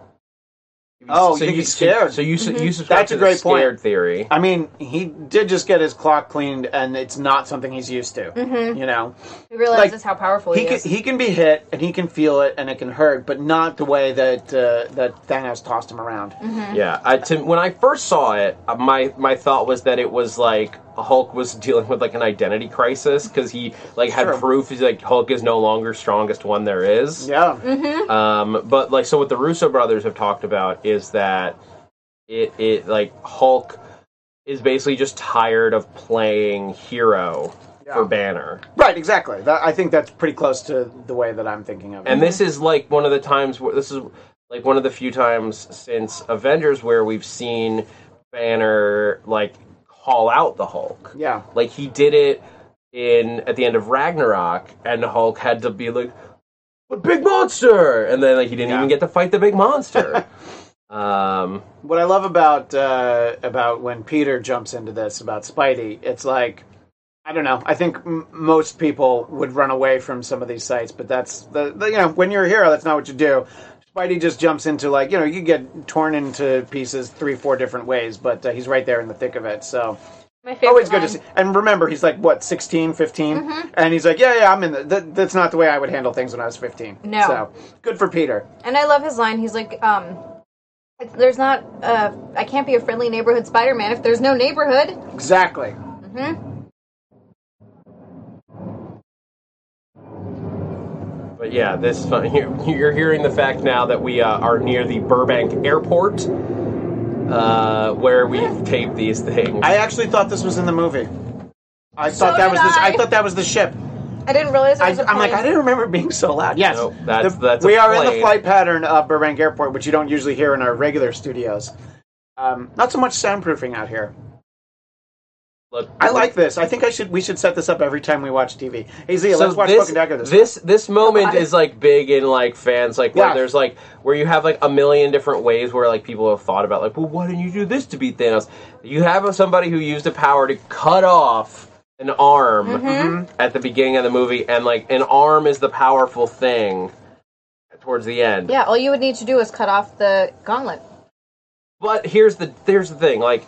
S3: Oh, you think he's scared?
S2: So you su- you subscribe
S3: That's
S2: to
S3: a great
S2: the scared
S3: point.
S2: theory.
S3: I mean, he did just get his clock cleaned, and it's not something he's used to. You know,
S4: Mm-hmm. He realizes how powerful he,
S3: he can,
S4: is.
S3: he can be hit, and he can feel it, and it can hurt, but not the way that uh, that Thanos tossed him around.
S4: Mm-hmm.
S2: Yeah, I, to, when I first saw it, uh, my my thought was that it was like Hulk was dealing with like an identity crisis because he like had
S3: Sure.
S2: proof he's like Hulk is no longer strongest one there is.
S3: Yeah,
S4: Mm-hmm.
S2: Um, but like so, what the Russo brothers have talked about is that it it like Hulk is basically just tired of playing hero for
S3: Yeah.
S2: Banner.
S3: right. Exactly. That, I think that's pretty close to the way that I'm thinking of it.
S2: And this is like one of the times where this is like one of the few times since Avengers where we've seen Banner like call out the Hulk.
S3: yeah,
S2: Like he did it in at the end of Ragnarok and the Hulk had to be like a big monster and then like he didn't
S3: Yeah.
S2: even get to fight the big monster. um
S3: what I love about uh, about when Peter jumps into this about Spidey, it's like I don't know. I think m- most people would run away from some of these sites, but that's the, the you know when you're a hero, that's not what you do. Spidey just jumps into like you know you get torn into pieces three four different ways, but uh, he's right there in the thick of it. So
S4: My favorite
S3: always good to
S4: line.
S3: see. And remember, he's like what 16, 15? and he's like yeah yeah I'm in. The, that, that's not the way I would handle things when I was fifteen.
S4: No.
S3: so good for Peter.
S4: And I love his line. He's like, um, there's not, uh, I can't be a friendly neighborhood Spider Man if there's no neighborhood.
S3: Exactly.
S2: But yeah, this you're, you're hearing the fact now that we uh, are near the Burbank Airport, uh, where we tape these things.
S3: I actually thought this was in the movie. I thought that
S4: did
S3: was the,
S4: I.
S3: I thought that was the ship.
S4: I didn't realize it
S3: I,
S4: was a
S3: I'm like,
S4: plane.
S3: I didn't remember it being so loud. Yes,
S2: Nope, that's- that's a
S3: we are in
S2: plane.
S3: the flight pattern of Burbank Airport, which you don't usually hear in our regular studios. Um, not so much soundproofing out here.
S2: Look,
S3: I like this. I think I should. We should set this up every time we watch TV. Hey Z, let's watch Cloak and Dagger this.
S2: this this moment
S4: I-
S2: is like big in like fans like where
S3: Yeah.
S2: there's like where you have like a million different ways where like people have thought about like well why didn't you do this to beat Thanos? You have somebody who used the power to cut off an arm
S3: Mm-hmm.
S2: at the beginning of the movie, and like an arm is the powerful thing towards the end.
S4: yeah, all you would need to do is cut off the gauntlet.
S2: But here's the here's the thing, like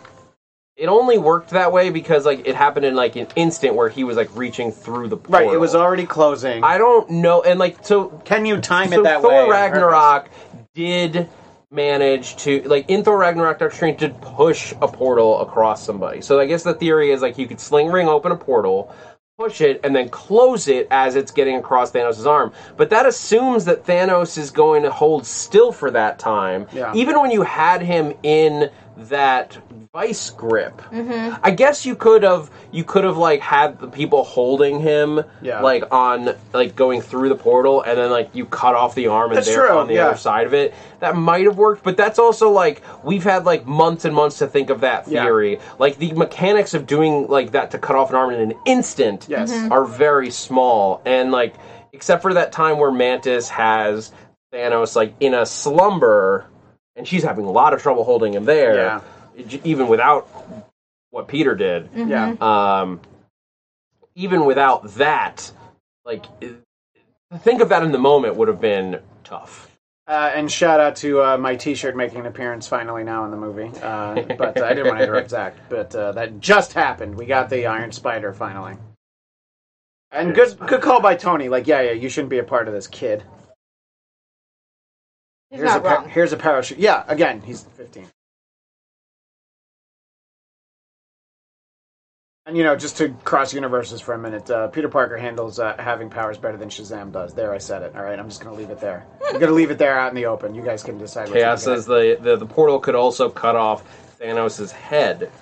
S2: it only worked that way because like it happened in like an instant where he was like reaching through the portal.
S3: Right, it was already closing.
S2: I don't know, and like so
S3: Can you time
S2: so
S3: it that
S2: Thor
S3: way? on
S2: Ragnarok did manage to like in Thor Ragnarok Doctor Strange did push a portal across somebody. So I guess the theory is like you could sling ring open a portal, push it, and then close it as it's getting across Thanos' arm. But that assumes that Thanos is going to hold still for that time.
S3: Yeah.
S2: Even when you had him in that vice grip. I guess you could have you could have like had the people holding him
S3: Yeah.
S2: like on like going through the portal and then like you cut off the arm and
S3: That's
S2: they're
S3: true,
S2: on the
S3: yeah.
S2: other side of it. That might have worked, but that's also like we've had like months and months to think of that
S3: Yeah.
S2: theory. Like the mechanics of doing like that to cut off an arm in an instant
S3: Yes. Mhm.
S2: are very small and like except for that time where Mantis has Thanos like in a slumber and she's having a lot of trouble holding him there
S3: Yeah.
S2: j- even without what Peter did,
S3: purpose.
S4: Mm-hmm.
S3: Yeah.
S2: um, even without that, like i- to think of that in the moment would have been tough.
S3: Uh, and shout out to uh, my T-shirt making an appearance finally now in the movie. Uh, but I didn't want to interrupt Zach. But uh, that just happened. We got the Iron Spider finally. And good, good call by Tony. Like, yeah, yeah, you shouldn't be a part of this, kid.
S4: He's
S3: Here's a
S4: not
S3: pa-
S4: wrong.
S3: here's a parachute. Yeah, again, he's 15. And you know, just to cross universes for a minute, uh, Peter Parker handles uh, having powers better than Shazam does. There, I said it. All right, I'm just gonna leave it there. I'm gonna leave it there out in the open. You guys can decide. what you
S2: Chaos
S3: think of it.
S2: says the, the the portal could also cut off Thanos' head.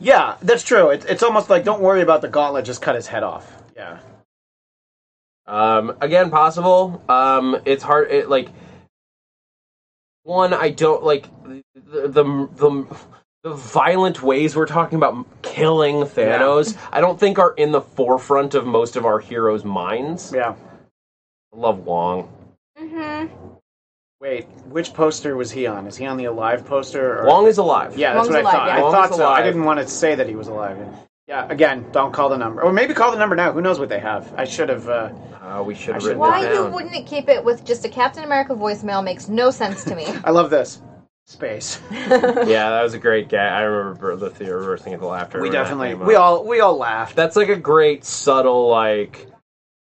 S3: Yeah, that's true. It's it's almost like don't worry about the gauntlet. Just cut his head off. Yeah.
S2: Um, again, possible. Um, it's hard. It, like one, I don't like the the. the the violent ways we're talking about killing Thanos, I don't think are in the forefront of most of our heroes' minds.
S3: Yeah.
S2: love Wong.
S3: Wait, which poster was he on? Is he on the alive poster? Or...
S2: Wong is alive.
S3: Yeah, that's
S4: Wong's
S3: what
S4: alive,
S3: I thought.
S4: yeah.
S3: I
S2: Wong's
S3: thought so.
S2: alive.
S3: I didn't want to say that he was alive. Yeah, again, don't call the number. Or maybe call the number now. Who knows what they have? I should have. Uh...
S2: Uh, we should
S3: I
S2: have
S3: should-
S2: written
S4: Why
S2: it
S4: you
S2: down.
S4: wouldn't keep it with just a Captain America voicemail makes no sense to me.
S3: I love this. Space.
S2: yeah, that was a great guy. I remember the theory reversing at the laughter.
S3: we
S2: when that
S3: definitely.
S2: came up.
S3: We all. We all laughed.
S2: uh, That's like a great subtle like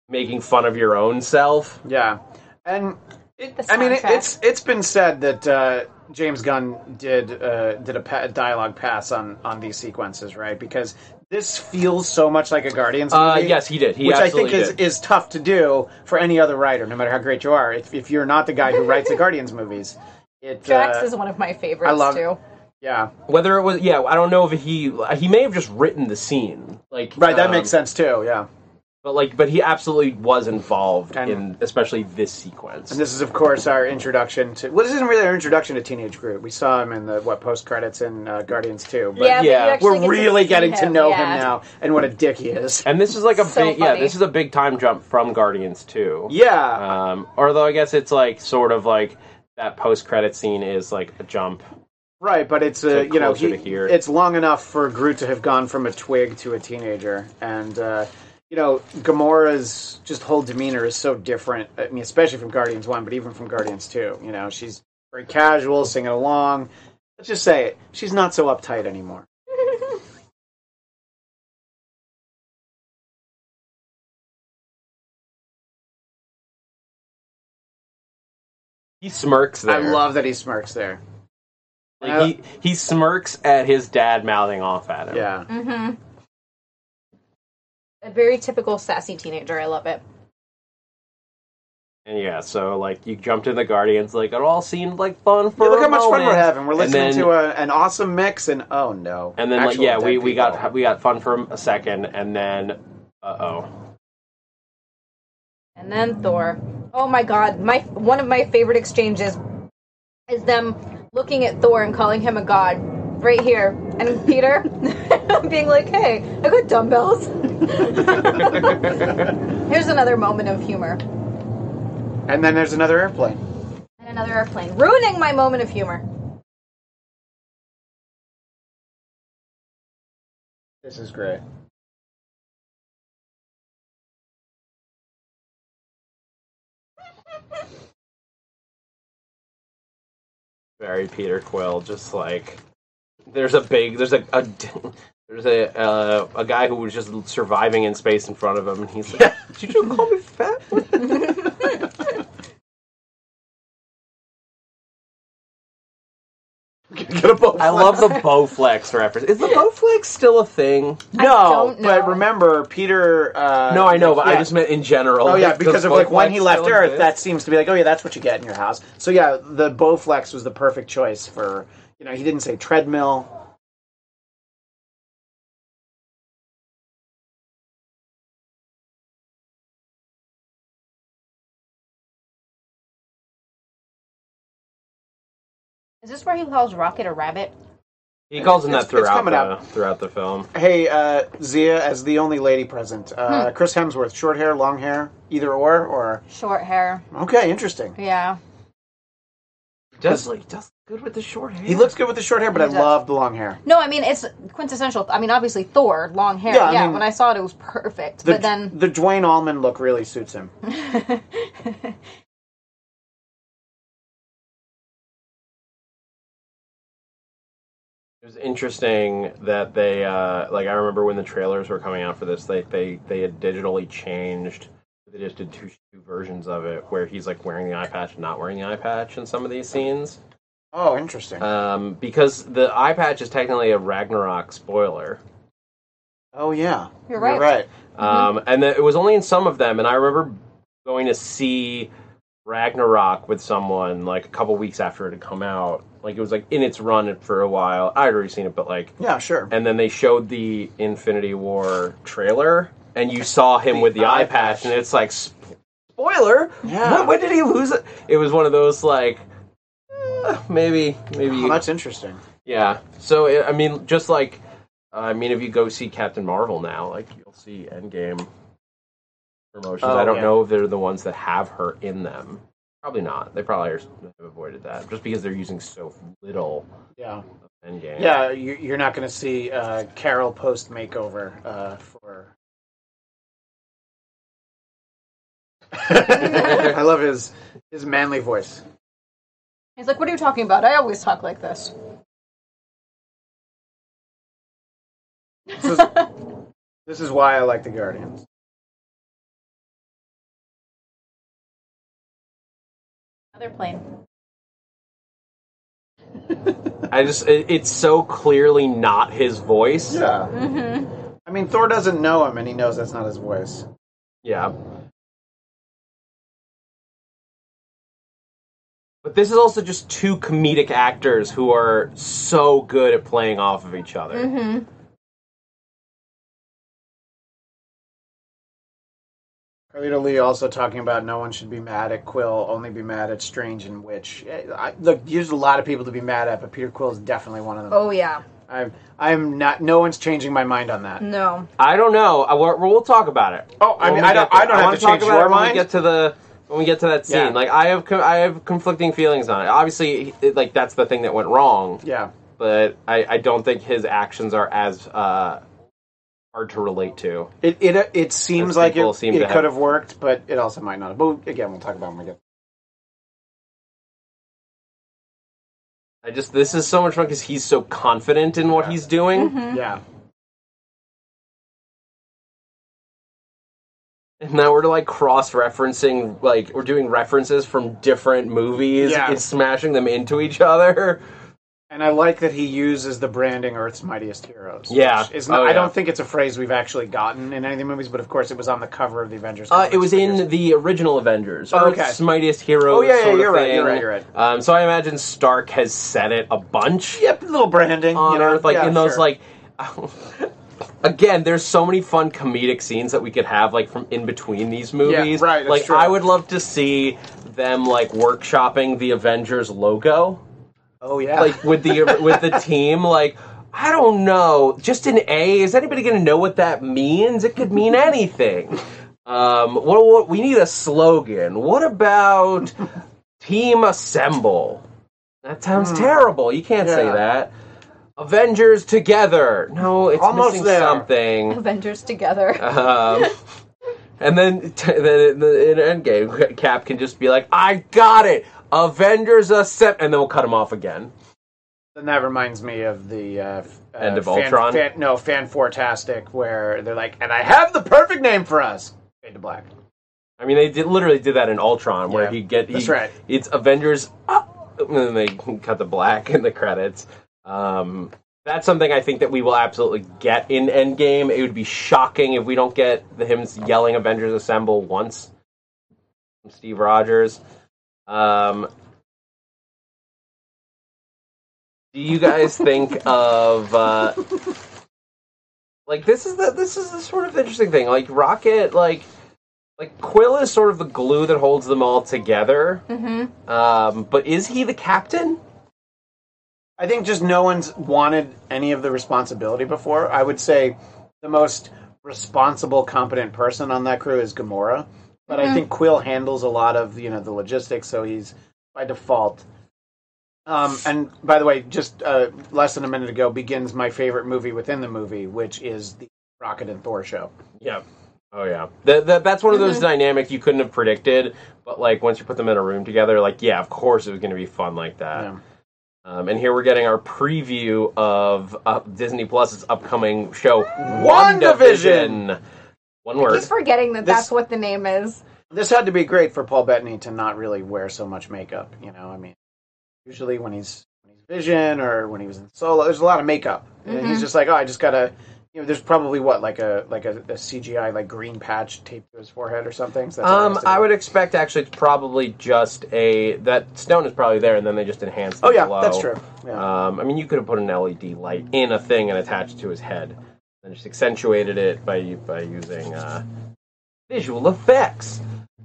S2: making fun of your own self.
S3: Yeah, and it,
S4: The
S3: I mean, it,
S4: soundtrack.
S3: it's it's been said that uh, James Gunn did uh, did a pa- dialogue pass on on these sequences, right? Because this feels so much like a Guardians
S2: Uh,
S3: movie.
S2: yes, he did. He
S3: which I
S2: absolutely
S3: think is,
S2: did.
S3: is tough to do for any other writer, no matter how great you are. If, if you're not the guy who writes the Guardians movies, it
S4: Drax
S3: uh,
S4: is one of my favorites
S3: I love-
S4: too.
S3: yeah,
S2: Whether it was yeah, I don't know if he he may have just written the scene. Like
S3: right. That
S2: um,
S3: makes sense too. Yeah,
S2: But like, but he absolutely was involved
S3: And-
S2: in especially this sequence.
S3: and this is of course our introduction to. Well, this isn't really our introduction to Teenage Groot. We saw him in the what post credits in uh, Guardians two, but
S4: yeah, but you
S2: yeah,
S4: actually
S3: we're
S4: get
S3: really
S4: see
S3: getting to
S4: him.
S3: know
S4: Yeah.
S3: him now and what a dick he is.
S2: and this is like a
S4: So
S2: big yeah,
S4: funny.
S2: this is a big time jump from Guardians too.
S3: Yeah.
S2: Um, although I guess it's like sort of like that post credit scene is like a jump.
S3: right, but it's uh,
S2: So
S3: you know
S2: closer
S3: he-
S2: to here.
S3: it's long enough for Groot to have gone from a twig to a teenager, and uh, you know Gamora's just whole demeanor is so different. I mean, especially from Guardians One, but even from Guardians Two. You know, she's very casual, singing along. Let's just say it. She's not so uptight anymore.
S2: He smirks there.
S3: I love that he smirks there.
S2: like he he smirks at his dad mouthing off at him.
S3: Yeah.
S4: A very typical sassy teenager. I love it.
S2: And yeah, so like you jumped in the Guardians, like it all seemed like fun for
S3: Yeah, look
S2: a
S3: how much fun
S2: moment.
S3: we're having. We're
S2: And
S3: listening
S2: then-
S3: to a, an awesome mix, and oh no.
S2: And then like
S3: Actual
S2: yeah,
S3: dead
S2: we, we
S3: people.
S2: got we got fun for a second and then uh oh.
S4: And then Thor. Oh my god, my one of my favorite exchanges is them looking at Thor and calling him a god right here. And Peter being like, "Hey, I got dumbbells." Here's another moment of humor.
S3: And then there's another airplane.
S4: And another airplane ruining my moment of humor.
S3: This is great.
S2: very Peter Quill. Just like there's a big there's a, a there's a uh, a guy who was just surviving in space in front of him, and he's like, "Did you call me fat?"
S3: Get a bow.
S2: I love the Bowflex reference. Is the Bowflex still a thing?
S3: No,
S4: don't know.
S3: but remember, Peter. Uh,
S2: No, I know, but I
S3: yeah.
S2: just meant in general.
S3: Oh yeah,
S2: Does
S3: because of like when
S2: Bowflex
S3: he left
S2: still
S3: Earth,
S2: exist?
S3: that seems to be like, oh yeah, that's what you get in your house. So yeah, the Bowflex was the perfect choice for you know he didn't say treadmill.
S4: Is this where he calls Rocket a rabbit?
S2: he calls him that
S3: It's- it's
S2: throughout
S3: coming
S2: the,
S3: up.
S2: throughout the film.
S3: Hey, uh, Zia, as the only lady present, uh,
S4: Hmm.
S3: Chris Hemsworth, short hair, long hair, either or, or
S4: Short hair.
S3: okay, interesting.
S4: Yeah.
S2: Does like does good with the short hair.
S3: He looks good with the short hair, but I
S4: does.
S3: love the long hair.
S4: No, I mean it's quintessential. I mean, obviously Thor, long hair.
S3: Yeah,
S4: Yeah.
S3: I mean-
S4: when I saw it, it was perfect.
S3: The,
S4: but then
S3: the Dwayne Allman look really suits him.
S2: It was interesting that they uh, like I remember when the trailers were coming out for this, they they they had digitally changed. They just did two, two versions of it where he's like wearing the eye patch and not wearing the eye patch in some of these scenes.
S3: Oh, interesting.
S2: Um, because the eye patch is technically a Ragnarok spoiler.
S3: oh yeah,
S4: You're right.
S3: You're right.
S2: Um, and the, it was only in some of them. And I remember going to see Ragnarok with someone like a couple weeks after it had come out. Like it was like in its run for a while. I'd already seen it, but like,
S3: Yeah, sure.
S2: and then they showed the Infinity War trailer, and you saw him with the eye patch, and it's like, sp- spoiler.
S3: Yeah.
S2: What- When did he lose it? It was one of those like. eh, Maybe, maybe
S3: Oh, that's interesting.
S2: yeah. So I I mean, just like I mean, if you go see Captain Marvel now, like you'll see Endgame promotions.
S3: Oh,
S2: I don't
S3: yeah.
S2: know if they're the ones that have her in them. Probably not. They probably are, have avoided that just because they're using so little
S3: Yeah.
S2: Endgame.
S3: Yeah, you- you're not going to see uh, Carol post makeover uh, for. I love his his manly voice.
S4: He's like, "What are you talking about? I always talk like this."
S3: This is, this is why I like the Guardians.
S4: Another plane.
S2: I just it, it's so clearly not his voice.
S3: Yeah. I mean, Thor doesn't know him, and he knows that's not his voice.
S2: Yeah. But this is also just two comedic actors who are so good at playing off of each other.
S3: Carlito Lee also talking about no one should be mad at Quill, only be mad at Strange and Witch. Eh, I, look, there's a lot of people to be mad at, but Peter Quill is definitely one of them.
S4: Oh yeah.
S3: I'm, I'm not. No one's changing my mind on that.
S4: No.
S2: I don't know. I, we're, we'll talk about it.
S3: Oh, I
S2: When
S3: mean,
S2: we
S3: I don't-
S2: get there.
S3: I don't have
S2: wanna
S3: to
S2: talk
S3: change
S2: about
S3: your
S2: it when
S3: mind.
S2: We get to the when we get to that scene.
S3: Yeah.
S2: Like I have, co- I have conflicting feelings on it. Obviously, it, like that's the thing that went wrong.
S3: Yeah.
S2: But I, I don't think his actions are as uh, hard to relate to.
S3: It it it seems
S2: Those
S3: like
S2: people
S3: it,
S2: seem
S3: it
S2: to
S3: could
S2: have-
S3: have worked, but it also might not. have. But again, we'll talk about them again.
S2: I just this is so much fun because he's so confident in what he's doing,
S3: Yeah.
S2: and now we're like cross referencing, like we're doing references from different movies
S3: Yeah.
S2: and smashing them into each other.
S3: And I like that he uses the branding Earth's Mightiest Heroes.
S2: Yeah.
S3: which Is not,
S2: Oh,
S3: I
S2: yeah.
S3: don't think it's a phrase we've actually gotten in any of the movies, but of course it was on the cover of the Avengers.
S2: Uh, it was
S3: figures.
S2: in the original Avengers.
S3: Oh, okay.
S2: Earth's Mightiest Heroes.
S3: Oh, yeah, yeah,
S2: sort of
S3: you're right,
S2: thing.
S3: you're right, you're right.
S2: Um, so I imagine Stark has said it a bunch
S3: Yep, little branding.
S2: on
S3: you know?
S2: Earth, like
S3: Yeah,
S2: in those
S3: sure.
S2: like. Again, there's so many fun comedic scenes that we could have, like from in between these movies.
S3: right, that's
S2: like
S3: true.
S2: I would love to see them like workshopping the Avengers logo,
S3: Oh yeah.
S2: like with the with the team. Like I don't know, just an A. Is anybody going to know what that means? It could mean anything. Um, what, what we need a slogan. What about Team Assemble? That sounds terrible. You can't say
S3: Hmm. Yeah.
S2: that. Avengers together. No, it's
S3: Almost
S2: missing
S3: there.
S2: something.
S4: Avengers together.
S2: Um, and then, t- then in the in Endgame, Cap can just be like, "I got it. Avengers Assemb-" and then we'll cut him off again.
S3: And that reminds me of the uh, f- uh,
S2: End of
S3: fan-
S2: Ultron?
S3: Fan, no, fan fantastic, where they're like, and I have the perfect name for us. Fade to black.
S2: I mean, they did, literally did that in Ultron, where
S3: Yeah,
S2: he get he,
S3: that's right.
S2: It's Avengers, ah, and then they cut the black in the credits. Um, that's something I think that we will absolutely get in Endgame. It would be shocking if we don't get the him yelling "Avengers Assemble" once from Steve Rogers. Um, do you guys think of uh, like this is the this is the sort of interesting thing like Rocket like like Quill is sort of the glue that holds them all together. Mm-hmm. Um, but is he the captain?
S3: I think just no one's wanted any of the responsibility before. I would say the most responsible, competent person on that crew is Gamora, but I think Quill handles a lot of you know the logistics, so he's by default. Um, and by the way, just uh, less than a minute ago begins my favorite movie within the movie, which is the Rocket and Thor show.
S2: Yeah. Oh yeah. That, that that's one of those dynamics you couldn't have predicted. But like once you put them in a room together, like yeah, of course it was going to be fun like that.
S3: Yeah.
S2: Um, and here we're getting our preview of uh, Disney Plus's upcoming show, WandaVision. One word.
S4: Keep forgetting that
S3: This-
S4: that's what the name is.
S3: This had to be great for Paul Bettany to not really wear so much makeup. You know, I mean, usually when he's when he's Vision or when he was in Solo, there's a lot of makeup. And he's just like, oh, I just gotta. You know, there's probably what like a like a, a CGI like green patch taped to his forehead or something. So that's all he
S2: Um,
S3: has to
S2: I
S3: do.
S2: would expect actually it's probably just a that stone is probably there, and then they just enhance. The
S3: Oh yeah,
S2: glow.
S3: that's true. Yeah.
S2: Um, I mean, you could have put an LED light in a thing and attached it to his head, and just accentuated it by by using uh, visual effects.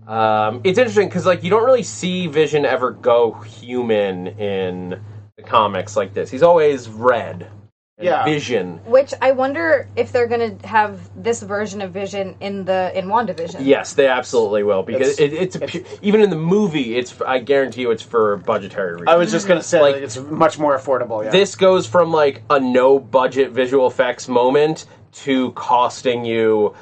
S2: Um, it's interesting because like you don't really see Vision ever go human in the comics like this. He's always red. and
S3: Yeah.
S2: Vision.
S4: Which I wonder if they're gonna have this version of Vision in the in WandaVision.
S2: Yes, they absolutely will because it,
S3: It's-
S2: it's, a pu- even in the movie. It's I guarantee you, it's for budgetary reasons.
S3: I was just gonna say
S2: Like-
S3: that it's much more affordable. Yeah.
S2: this goes from like a no budget visual effects moment to costing you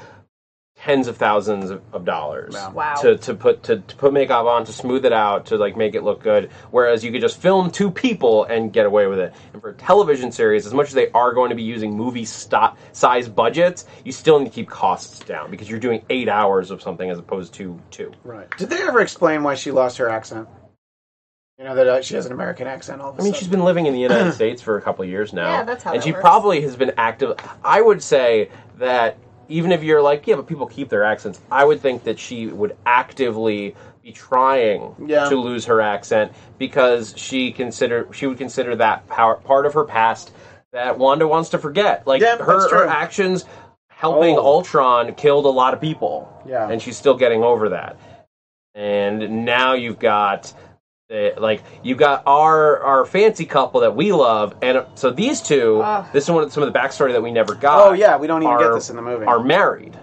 S2: tens of thousands of, of dollars
S4: Wow.
S2: to, to put to, to put makeup on to smooth it out to like make it look good whereas you could just film two people and get away with it and for television series as much as they are going to be using movie stop size budgets you still need to keep costs down because you're doing eight hours of something as opposed to two
S3: right. Did they ever explain why she lost her accent? You know that uh, she has an American accent. All of a
S2: I mean,
S3: sudden.
S2: she's been living in the United States for a couple of years now.
S4: Yeah, that's how
S2: And
S4: that
S2: she
S4: works.
S2: probably has been active. I would say that even if you're like, yeah, but people keep their accents, I would think that she would actively be trying
S3: Yeah.
S2: to lose her accent because she consider she would consider that power, part of her past that Wanda wants to forget. Like
S3: Yeah,
S2: her,
S3: that's true.
S2: her actions helping
S3: Oh.
S2: Ultron killed a lot of people.
S3: Yeah.
S2: And she's still getting over that. And now you've got uh, like you got our our fancy couple that we love, and uh, so these two. this is one of some of the backstory that we never got.
S3: Oh, yeah, we don't even get this in the movie.
S2: Are married,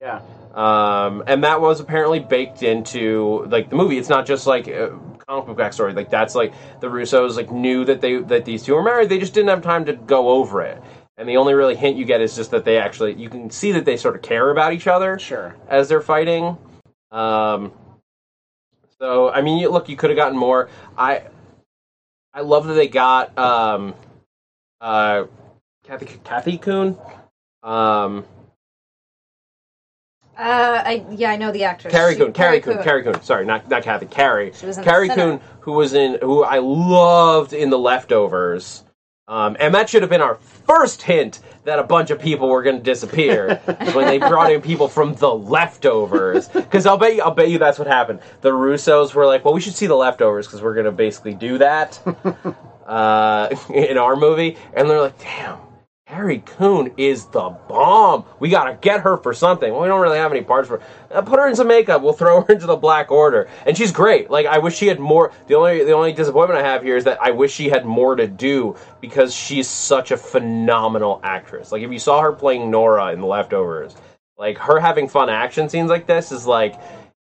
S3: yeah.
S2: um, and that was apparently baked into like the movie. It's not just like uh, comic book backstory. Like that's like the Russos like knew that they that these two were married. They just didn't have time to go over it. And the only really hint you get is just that they actually you can see that they sort of care about each other
S3: Sure.
S2: as they're fighting. Um, so I mean, you, look, you could have gotten more. I I love that they got um, uh, Kathy Kathy Coon, um,
S4: Uh, I yeah, I know the actress.
S2: Carrie
S4: She-
S2: Coon, Carrie Coon, Carrie Coon. Sorry, not not Kathy. Carrie.
S4: She was in
S2: Carrie
S4: The
S2: Coon,
S4: Sinner.
S2: who was in who I loved in The Leftovers. Um, and that should have been our first hint that a bunch of people were going to disappear when they brought in people from The Leftovers. Because I'll bet you, I'll bet you that's what happened. The Russos were like, "Well, we should see The Leftovers because we're going to basically do that uh, in our movie." And they're like, "Damn." Harry Coon is the bomb. We gotta get her for something. Well, we don't really have any parts for. Uh, put her in some makeup. We'll throw her into the Black Order, and she's great. Like I wish she had more. The only the only disappointment I have here is that I wish she had more to do because she's such a phenomenal actress. Like if you saw her playing Nora in The Leftovers, like her having fun action scenes like this is like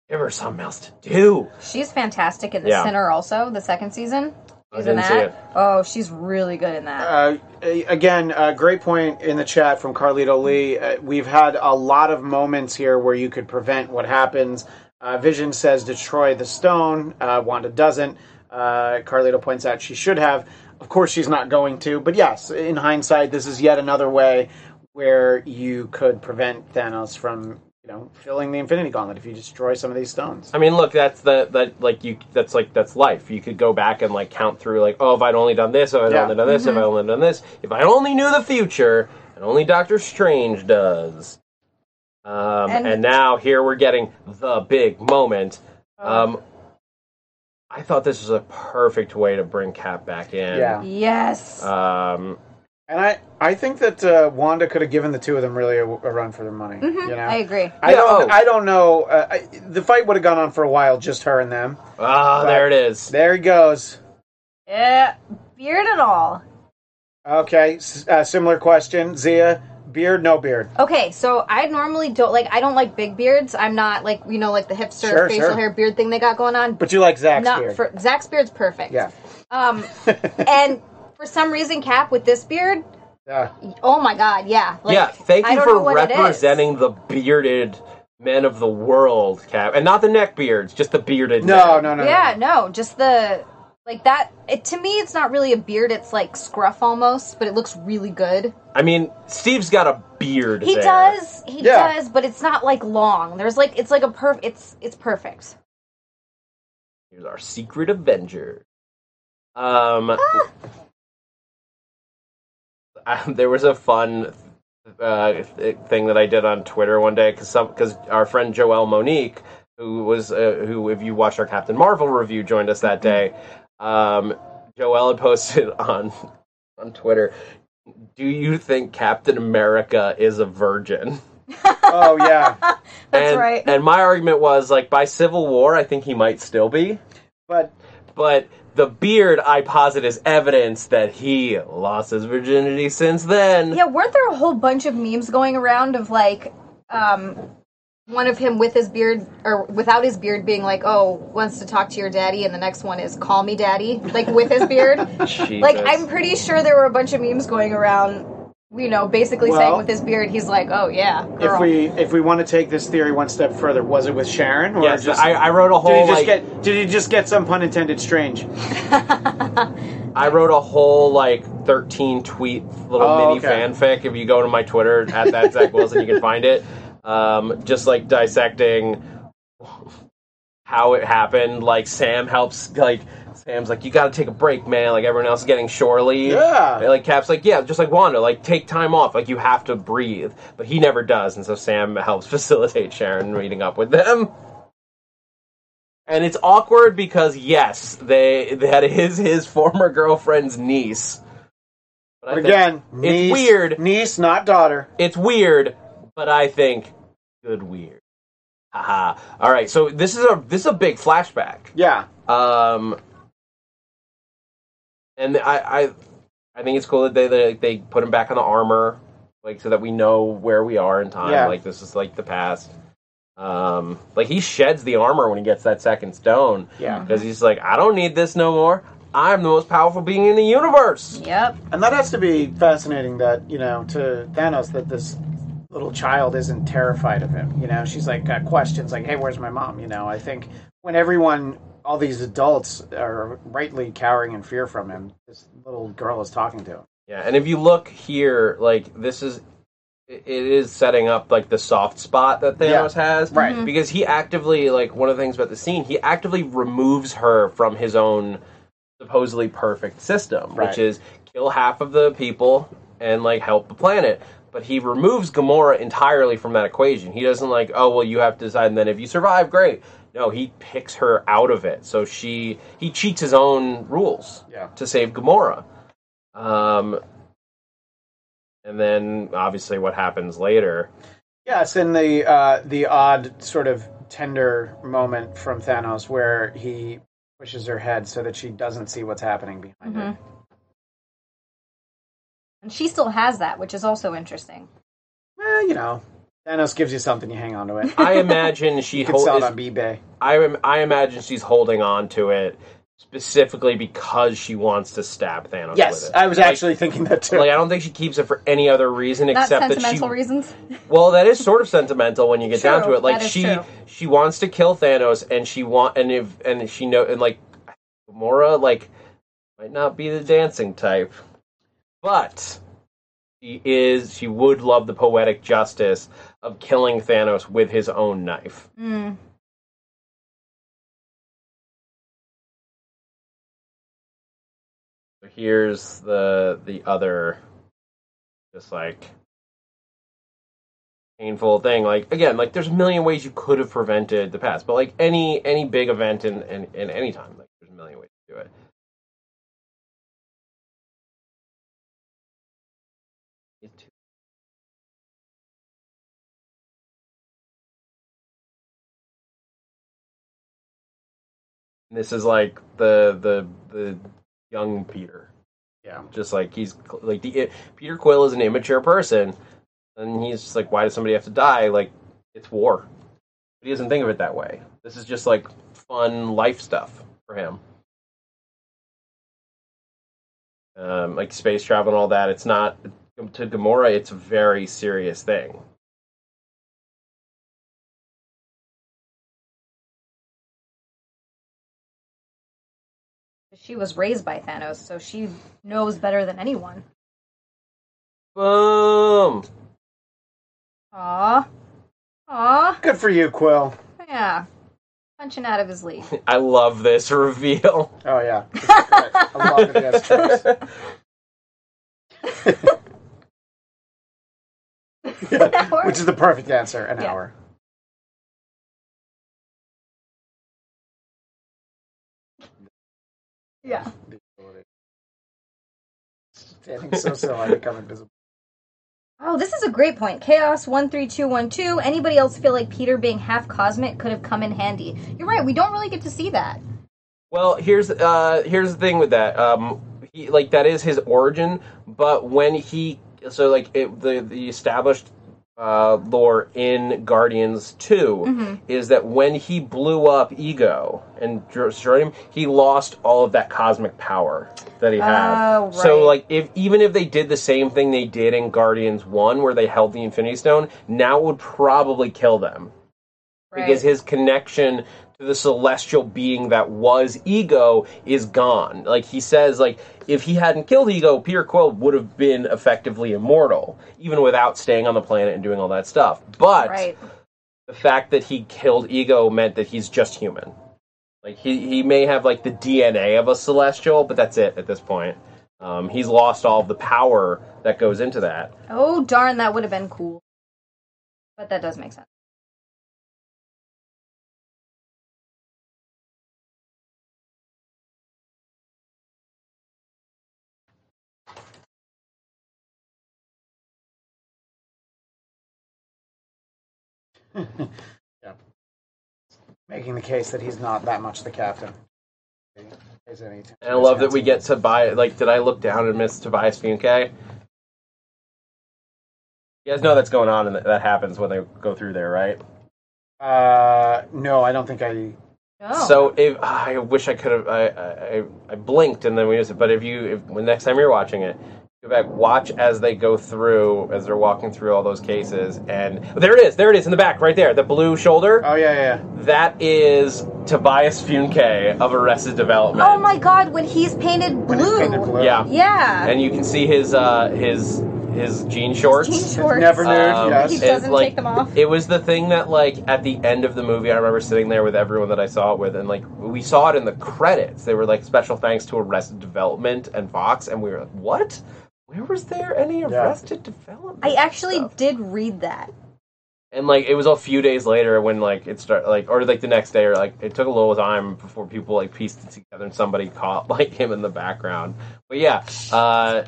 S2: give her something else to do.
S4: She's fantastic in The
S2: Yeah.
S4: Sinner also, the second season. She's in
S2: didn't
S4: that.
S2: see it.
S4: Oh, she's really good in that.
S3: Uh, again, uh, great point in the chat from Carlito Lee. Uh, we've had a lot of moments here where you could prevent what happens. Uh, Vision says destroy the stone. Uh, Wanda doesn't. uh, Carlito points out she should have. Of course, she's not going to, but yes, in hindsight, this is yet another way where you could prevent Thanos from you know filling the Infinity Gauntlet if you destroy some of these stones.
S2: I mean, look, that's the that like you that's like that's life. You could go back and like count through like, oh, if I'd only done this, if I'd
S3: Yeah.
S2: only done this,
S4: Mm-hmm.
S2: if I only done this, if I only knew the future, and only Doctor Strange does. Um, and,
S4: And-
S2: now here we're getting the big moment.
S4: Uh.
S2: Um, I thought this was a perfect way to bring Cap back in.
S3: Yeah.
S4: Yes.
S2: Um,
S3: And I I think that uh, Wanda could have given the two of them really a, a run for their money. You know.
S4: Mm-hmm. I agree.
S3: I
S2: Yeah,
S3: don't.
S2: oh.
S3: I don't know. Uh, I, the fight would have gone on for a while, just her and them.
S2: ah, there it is.
S3: There he goes.
S4: Yeah. Beard and all.
S3: Okay. S- uh, similar question, Zia. Beard, no beard.
S4: Okay, so I normally don't like I don't like big beards. I'm not like you know like the hipster
S3: Sure,
S4: facial
S3: sure.
S4: hair beard thing they got going on.
S3: But you like Zach's
S4: not
S3: beard.
S4: for Zach's beard's perfect.
S3: yeah.
S4: Um, and for some reason, Cap with this beard,
S3: Uh,
S4: oh my god, yeah. Like,
S2: yeah, thank
S4: I
S2: you
S4: don't know
S2: for
S4: what it is.
S2: representing the bearded men of the world, Cap, and not the neck beards, just the bearded.
S3: no,
S2: men.
S3: no, no.
S4: Yeah, no, just the like that. It, to me, it's not really a beard. It's like scruff almost, but it looks really good.
S2: I mean, Steve's got a beard.
S4: He
S2: there.
S4: does, he
S3: Yeah.
S4: does, but it's not like long. There's like it's like a perf. It's it's perfect.
S2: Here's our secret Avenger. Um,
S4: Ah.
S2: I- there was a fun uh, th- thing that I did on Twitter one day because because our friend Joelle Monique, who was uh, who, if you watched our Captain Marvel review, joined us that day. Um, Joelle had posted on on Twitter. Do you think Captain America is a virgin?
S3: no. Oh yeah.
S4: That's
S2: and,
S4: right.
S2: And my argument was like by Civil War, I think he might still be.
S3: But
S2: But the beard, I posit, is evidence that he lost his virginity since then.
S4: Yeah, weren't there a whole bunch of memes going around of like, um, one of him with his beard or without his beard being like, "Oh, wants to talk to your daddy," and the next one is "Call me daddy," like with his beard.
S2: Jesus.
S4: like, I'm pretty sure there were a bunch of memes going around, you know, basically saying
S3: Well-
S4: with his beard, he's like, "Oh yeah, girl."
S3: if we if we want to take this theory one step further, was it with Sharon or
S2: Yes,
S3: just?
S2: I, I wrote a
S3: did he
S2: whole
S3: just
S2: like
S3: get? Did he just get some pun intended? Strange.
S2: I wrote a whole like 13 tweet little
S3: Oh,
S2: mini
S3: okay.
S2: fanfic. If you go to my Twitter at that Zach Wilson, you can find it. Um, just like dissecting how it happened. Like Sam helps. Like Sam's like, you got to take a break, man. Like everyone else is getting shore leave.
S3: Yeah.
S2: And, Like Cap's like, yeah, just like Wanda. Like take time off. Like you have to breathe. But he never does, and so Sam helps facilitate Sharon meeting up with them. And it's awkward because yes, they that is his former girlfriend's niece. But I
S3: But
S2: think-
S3: again, niece,
S2: it's weird.
S3: Niece, not daughter.
S2: It's weird, but I think good weird. Haha. All right, so this is a this is a big flashback.
S3: Yeah.
S2: Um, and I, I, I think it's cool that they, they they put him back on the armor, like so that we know where we are in time.
S3: Yeah.
S2: Like this is like the past. Um, like he sheds the armor when he gets that second stone.
S3: Yeah.
S2: because he's like, I don't need this no more. I'm the most powerful being in the universe.
S4: yep,
S3: And that has to be fascinating that, you know, to Thanos that this little child isn't terrified of him. You know, she's like got questions like, hey, where's my mom? You know, I think when everyone, all these adults are rightly cowering in fear from him, this little girl is talking to him.
S2: Yeah, and if you look here, like this is it it is setting up like the soft spot that Thanos has,
S3: Right. Mhm.
S2: Because he actively like one of the things about the scene, he actively removes her from his own supposedly perfect system,
S3: Right.
S2: which is kill half of the people and like help the planet. But he removes Gamora entirely from that equation. He doesn't like, oh well, you have to decide. And then if you survive, great. No, he picks her out of it. So she he cheats his own rules
S3: Yeah.
S2: to save Gamora. Um, and then obviously what happens later.
S3: Yes, in the uh, the odd sort of tender moment from Thanos where he pushes her head so that she doesn't see what's happening behind her.
S4: and she still has that, which is also interesting.
S3: Well, Eh, you know, Thanos gives you something, you hang on to it.
S2: I imagine she
S3: You can sell
S2: hol-
S3: it
S2: is,
S3: on eBay.
S2: I am- I imagine she's holding on to it specifically because she wants to stab Thanos
S3: Yes,
S2: with it.
S3: I was
S2: Like-
S3: actually thinking that too.
S2: like I don't think she keeps it for any other reason
S4: Not
S2: except that she
S4: sentimental reasons.
S2: Well, that is sort of sentimental when you get
S4: True,
S2: down to it. Like
S4: that is
S2: she
S4: true.
S2: she wants to kill Thanos and she want and if and she know and like Gamora like might not be the dancing type, but she is. She would love the poetic justice of killing Thanos with his own knife.
S4: Mm.
S2: So here's the the other, just like painful thing. Like again, like there's a million ways you could have prevented the past, but like any any big event in in, in any time, like there's a million ways to do it. It- This is like the the the young Peter.
S3: Yeah.
S2: Just like he's like the Peter Quill is an immature person, and he's just like, why does somebody have to die? Like, it's war. But he doesn't think of it that way. This is just like fun life stuff for him. Um, like space travel and all that. It's not to Gamora. It's a very serious thing.
S4: She was raised by Thanos, so she knows better than anyone.
S2: Boom.
S4: Aw. Aw.
S3: Good for you, Quill.
S4: Yeah. Punching out of his league.
S2: I love this reveal.
S3: Oh yeah. I love it. That's true. Which is the perfect answer. An
S4: Yeah.
S3: hour.
S4: yeah.
S3: Standing so so, I become invisible.
S4: Oh, this is a great point. Chaos one three two one two. Anybody else feel like Peter being half cosmic could have come in handy? You're right. We don't really get to see that.
S2: Well, here's uh here's the thing with that. Um he like that is his origin, but when he so like it, the the established uh lore in Guardians 2
S4: Mm-hmm.
S2: is that when he blew up Ego and dro- destroyed him, he lost all of that cosmic power that he had.
S4: Oh,
S2: So
S4: right.
S2: like if even if they did the same thing they did in Guardians 1 where they held the Infinity Stone, now it would probably kill them
S4: Right.
S2: because his connection to the celestial being that was ego is gone like he says like if he hadn't killed ego peter quill would have been effectively immortal even without staying on the planet and doing all that stuff but
S4: right.
S2: the fact that he killed ego meant that he's just human like he, he may have like the dna of a celestial but that's it at this point um, he's lost all of the power that goes into that
S4: Oh darn, that would have been cool. But that does make sense.
S3: Making the case that he's not that much the captain. There's any-
S2: and i love that we get to buy like did i look down and miss tobias funke You guys know that's going on and that- that happens when they go through there, right?
S3: Uh, no, I don't think I.
S4: No.
S2: So if I wish I could have, I, I I blinked and then we missed it. But if you, if when next time you're watching it, go back, watch as they go through, as they're walking through all those cases, and there it is, there it is in the back, right there, the blue shoulder.
S3: Oh yeah, yeah. yeah.
S2: That is Tobias Funke of Arrested Development.
S4: oh my god, when he's painted
S3: When it's
S4: blue.
S3: painted blue.
S2: Yeah,
S4: Yeah.
S2: and you can see his uh his his jean shorts.
S4: Jean shorts.
S3: Never knew.
S2: Um,
S3: yes.
S4: He
S2: it,
S4: doesn't
S2: like,
S4: take them off.
S2: It was the thing that, like, at the end of the movie, I remember sitting there with everyone that I saw it with, and like, we saw it in the credits. They were like, "Special thanks to Arrested Development and Fox," and we were like, "What? Where was there any
S3: Yeah.
S2: Arrested Development?"
S4: I actually
S2: stuff?
S4: did read that.
S2: and like, it was a few days later when like it started, like, or like the next day, or like it took a little time before people like pieced it together, and somebody caught like him in the background. But yeah, uh,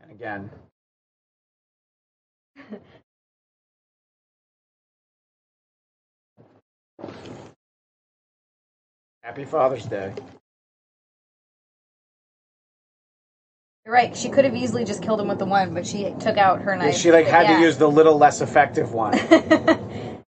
S3: And again, happy Father's Day.
S4: You're right. She could have easily just killed him with the one, but she took out her knife.
S3: She like had
S4: Yeah.
S3: to use the little less effective one. It's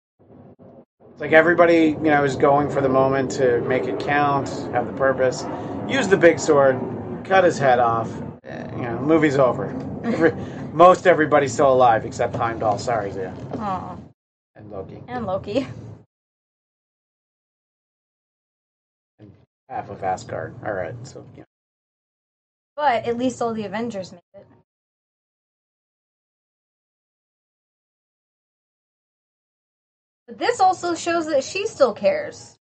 S3: like everybody, you know, is going for the moment to make it count, have the purpose, use the big sword, cut his head off. Uh, you know, movie's over. Every, most everybody's still alive except Heimdall. Sorry, Zia
S4: Aw.
S3: and Loki
S4: And Loki.
S3: and half of Asgard. All right, so you know,
S4: But at least all the Avengers made it. But this also shows that she still cares.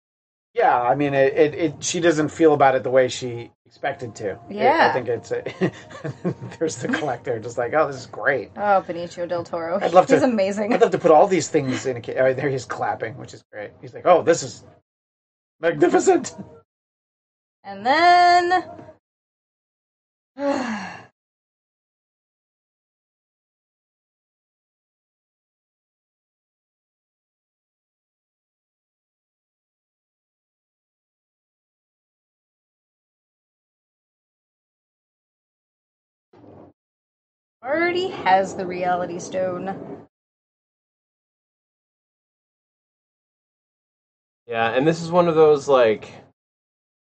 S3: yeah, I mean, it, it, it. She doesn't feel about it the way she expected to. I- I,
S4: Yeah.
S3: think it's a, there's the collector, just like, oh, this is great.
S4: Oh, Benicio del Toro.
S3: I'd love to-
S4: He's amazing.
S3: I'd love to put all these things in a case. Oh, there he's clapping, which is great. He's like, oh, this is magnificent.
S4: And then. Already has the reality stone.
S2: Yeah, and this is one of those like,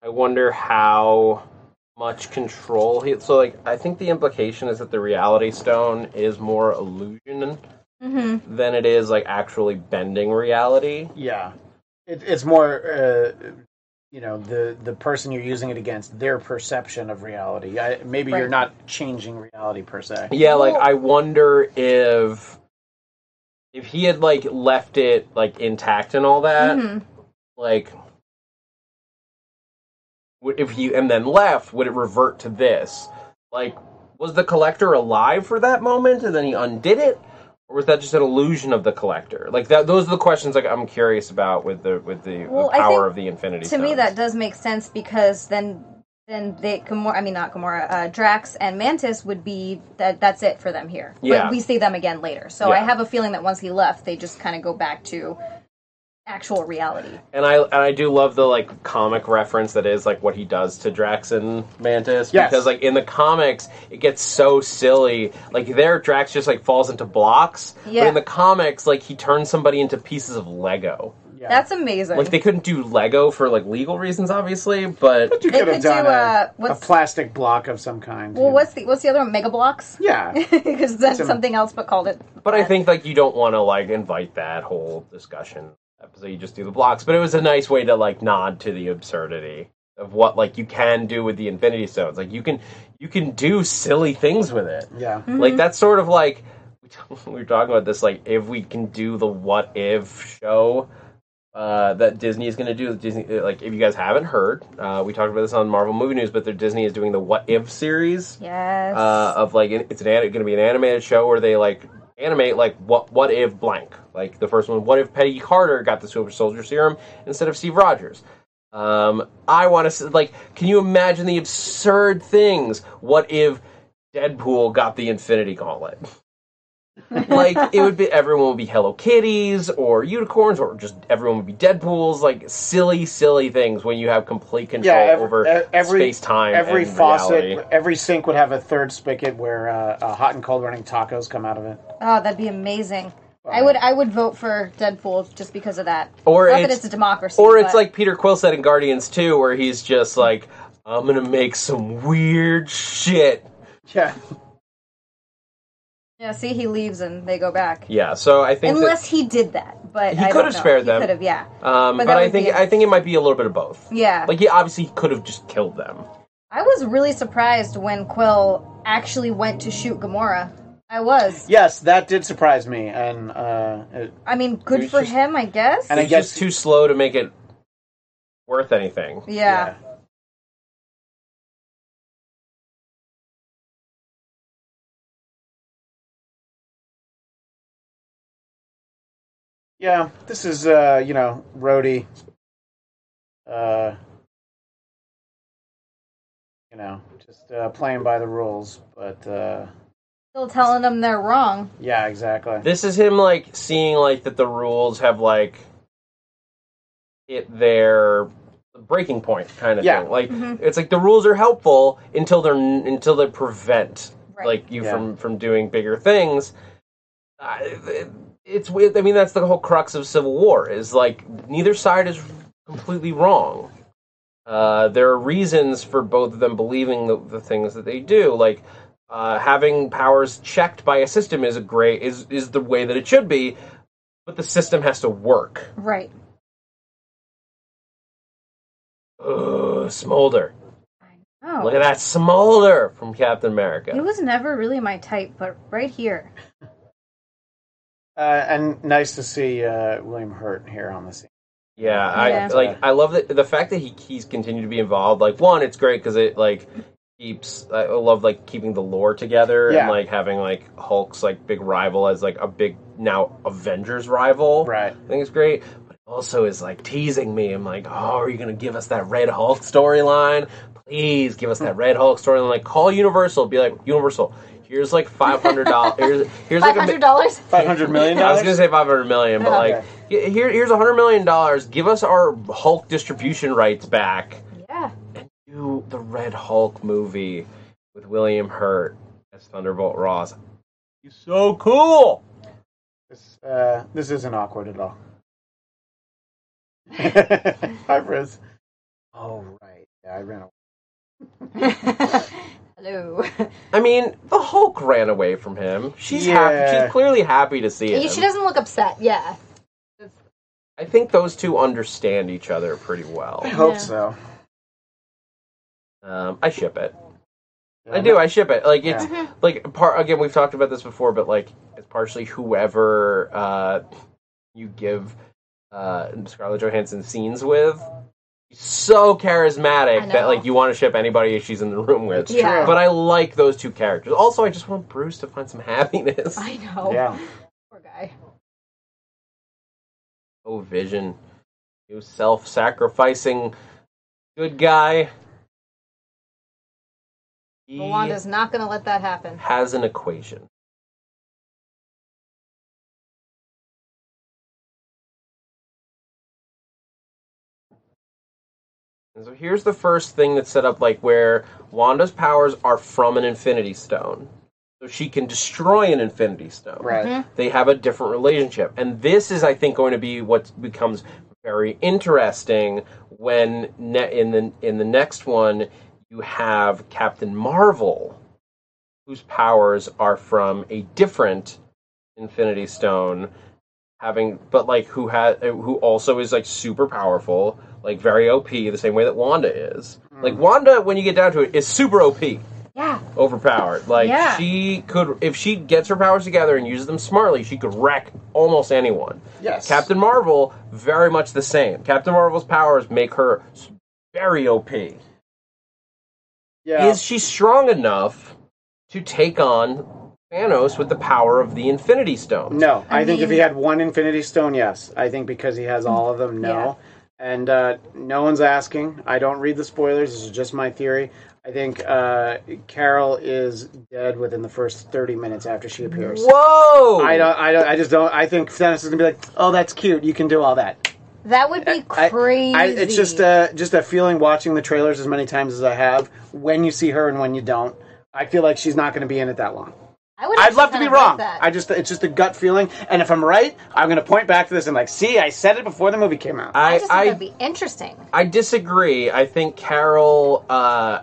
S2: I wonder how much control he. So like, I think the implication is that the Reality Stone is more illusion
S4: hmm
S2: than it is like actually bending reality.
S3: Yeah, it, it's more, uh, you know, the the person you're using it against, their perception of reality. I, maybe you're
S4: Right.
S3: not changing reality per se.
S2: Yeah, like
S4: Well-
S2: I wonder if if he had like left it like intact and all that,
S4: hmm
S2: like would- if he and then left, would it revert to this? Like, was the collector alive for that moment and then he undid it, or was that just an illusion of the collector? Like that, those are the questions like I'm curious about with the with the,
S4: Well,
S2: the
S4: I
S2: power
S4: think
S2: of the Infinity.
S4: to me
S2: Stones.
S4: that does make sense because then then they Gamora, I mean not Gamora, uh, Drax and Mantis would be that that's it for them here.
S2: Yeah.
S4: But we see them again later. So I
S2: Yeah.
S4: have a feeling that once he left, they just kind of go back to actual reality.
S2: and I and I do love the like comic reference that is like what he does to Drax and Mantis
S3: Yes.
S2: because like in the comics it gets so silly like there Drax just like falls into blocks
S4: Yeah.
S2: but in the comics like he turns somebody into pieces of Lego
S3: Yeah.
S4: That's amazing.
S2: like they couldn't do Lego for like legal reasons obviously but
S3: you
S4: They
S3: could have
S4: could
S3: done
S4: do,
S3: a,
S4: uh,
S3: a
S4: what's-
S3: plastic block of some kind.
S4: well,
S3: you
S4: what's the what's the other one? Mega blocks?
S3: know. yeah.
S4: Because that's
S3: Some-
S4: something else, but called it.
S2: but I think like you don't want to like invite that whole discussion so you just do the blocks but it was a nice way to like nod to the absurdity of what like you can do with the Infinity Stones like you can you can do silly things with it
S3: Yeah,
S2: Like that's sort of like we were talking about this. Like if we can do the what if show uh, that Disney is going to do, Disney like if you guys haven't heard, uh, we talked about this on Marvel Movie News, but their Disney is doing the what if series
S4: Yes.
S2: uh, of like it's an going to be an animated show where they like animate like what what if blank like the first one what if Peggy Carter got the super soldier serum instead of Steve Rogers um I want to like can you imagine the absurd things what if Deadpool got the infinity gauntlet like it would be everyone would be Hello Kitties or unicorns or just everyone would be Deadpool's like silly silly things when you have complete control
S3: yeah. ev-
S2: over
S3: e- every
S2: space time
S3: every
S2: and
S3: faucet,
S2: reality.
S3: every sink would have a third spigot where uh, uh, hot and cold running tacos come out of it.
S4: oh, that'd be amazing. I would I would vote for Deadpool just because of that.
S2: Or
S4: Not that
S2: it's-
S4: it's a democracy.
S2: Or it's
S4: but-
S2: like Peter Quill said in Guardians 2, where he's just like, I'm gonna make some weird shit.
S3: Yeah,
S4: yeah. See, he leaves and they go back.
S2: Yeah, so I think that-
S4: Unless he did that, but
S2: He
S4: I
S2: could
S4: don't
S2: have
S4: know.
S2: spared
S4: he
S2: them.
S4: Could have, yeah,
S2: um, but,
S4: but that
S2: I
S4: would
S2: think
S4: be a-
S2: I think it might be a little bit of both.
S4: yeah.
S2: Like he obviously could have just killed them.
S4: I was really surprised when Quill actually went to shoot Gamora. I was.
S3: yes, that did surprise me, and uh, it,
S4: I mean,
S2: It
S4: good
S2: was
S4: for
S2: just-
S4: him, I guess.
S3: And I
S2: He's
S3: guess-
S2: just too slow to make it worth anything.
S4: yeah.
S3: Yeah, this is uh, you know, Rhodey. Uh, you know, just uh, playing by the rules, but uh,
S4: still telling them they're wrong.
S3: yeah, exactly.
S2: This is him like seeing like that the rules have like hit their the breaking point kind of
S3: Yeah.
S2: thing. Like
S4: Mm-hmm.
S2: it's like the rules are helpful until they're n- until they prevent
S4: Right.
S2: like you
S3: Yeah.
S2: from from doing bigger things. I, it- it's weird. I mean, that's the whole crux of civil war is like neither side is completely wrong. Uh, there are reasons for both of them believing the, the things that they do. Like uh, having powers checked by a system is a great is is the way that it should be, but the system has to work.
S4: Right.
S2: Ugh, smolder.
S4: Oh,
S2: Look at that smolder from Captain America.
S4: he was never really my type, but right here,
S3: Uh, and nice to see uh, William Hurt here on the scene.
S2: Yeah, I
S4: Yeah.
S2: like. I love that the fact that he he's continued to be involved. Like one, it's great because it like keeps. I love like keeping the lore together and
S3: Yeah.
S2: like having like Hulk's like big rival as like a big now Avengers rival.
S3: Right.
S2: I think it's great. But it also is like teasing me. I'm like, oh, are you gonna give us that Red Hulk storyline? Please give us that Red Hulk storyline. Like call Universal. Be like Universal. Here's like five hundred dollars. Here's here's
S4: five
S2: like a mi-
S4: hundred dollars.
S3: Five hundred million
S2: I was gonna
S3: dollars.
S2: say five hundred million, but like
S3: Okay.
S2: he- here, here's a hundred million dollars. Give us our Hulk distribution rights back.
S4: Yeah.
S2: Do the Red Hulk movie with William Hurt as Thunderbolt Ross. He's so cool.
S3: This, uh, this isn't awkward at all. Hi, Briz. Oh right, yeah, I ran away.
S4: Hello.
S2: I mean, the Hulk ran away from him. She's happy.
S3: Yeah.
S2: She's clearly happy to see
S4: She
S2: him.
S4: doesn't look upset. Yeah.
S2: I think those two understand each other pretty well.
S3: I hope
S4: Yeah.
S3: so.
S2: Um, I ship it. I do. I ship it. Like it's like part again. We've talked about this before, but like it's partially whoever uh, you give uh, Scarlett Johansson scenes with. She's so
S4: I
S2: charismatic that
S4: know.
S2: like you want to ship anybody she's in the room with.
S4: It's Yeah. true.
S2: But I like those two characters. Also, I just want Bruce to find some happiness.
S4: I know.
S3: Yeah.
S4: Poor guy.
S2: Oh, Vision, you self-sacrificing good guy. He
S4: Wanda's not going to let that happen.
S2: has an equation. And so here's the first thing that's set up like where Wanda's powers are from an infinity stone. So she can destroy an infinity stone.
S3: Right.
S4: Mm-hmm.
S2: They have a different relationship. And this is I think going to be what becomes very interesting when ne- in the in the next one you have Captain Marvel whose powers are from a different Infinity Stone, having but like who has who also is like super powerful, like very OP, the same way that Wanda is. Like Wanda, when you get down to it, is super OP,
S4: Yeah.
S2: overpowered. Like
S4: Yeah.
S2: she could, if she gets her powers together and uses them smartly, she could wreck almost anyone.
S3: Yes.
S2: Captain Marvel, very much the same. Captain Marvel's powers make her s- very OP
S3: Yeah.
S2: is she strong enough to take on Thanos with the power of the Infinity Stone?
S3: No, I,
S4: I
S3: think if he
S4: mean-
S3: had one Infinity Stone, yes. I think because he has all of them, no. And uh, no one's asking. I don't read the spoilers. This is just my theory. I think uh, Carol is dead within the first thirty minutes after she appears.
S2: Whoa!
S3: I don't. I don't. I just don't. I think Thanos is gonna be like, "Oh, that's cute. You can do all that."
S4: That would be
S3: I-
S4: crazy.
S3: I, it's just uh, just a feeling watching the trailers as many times as I have. When you see her and when you don't, I feel like she's not going to be in it that long.
S4: I would
S3: I'd
S4: actually
S3: love to
S4: kinda
S3: be
S4: like
S3: wrong.
S4: That.
S3: I just it's just a gut feeling, and if I'm right, I'm going to point back to this and like, see, I said it before the movie came out.
S4: I
S2: I,
S4: just think
S2: I,
S4: that'd be interesting.
S2: I disagree. I think Carol. Uh,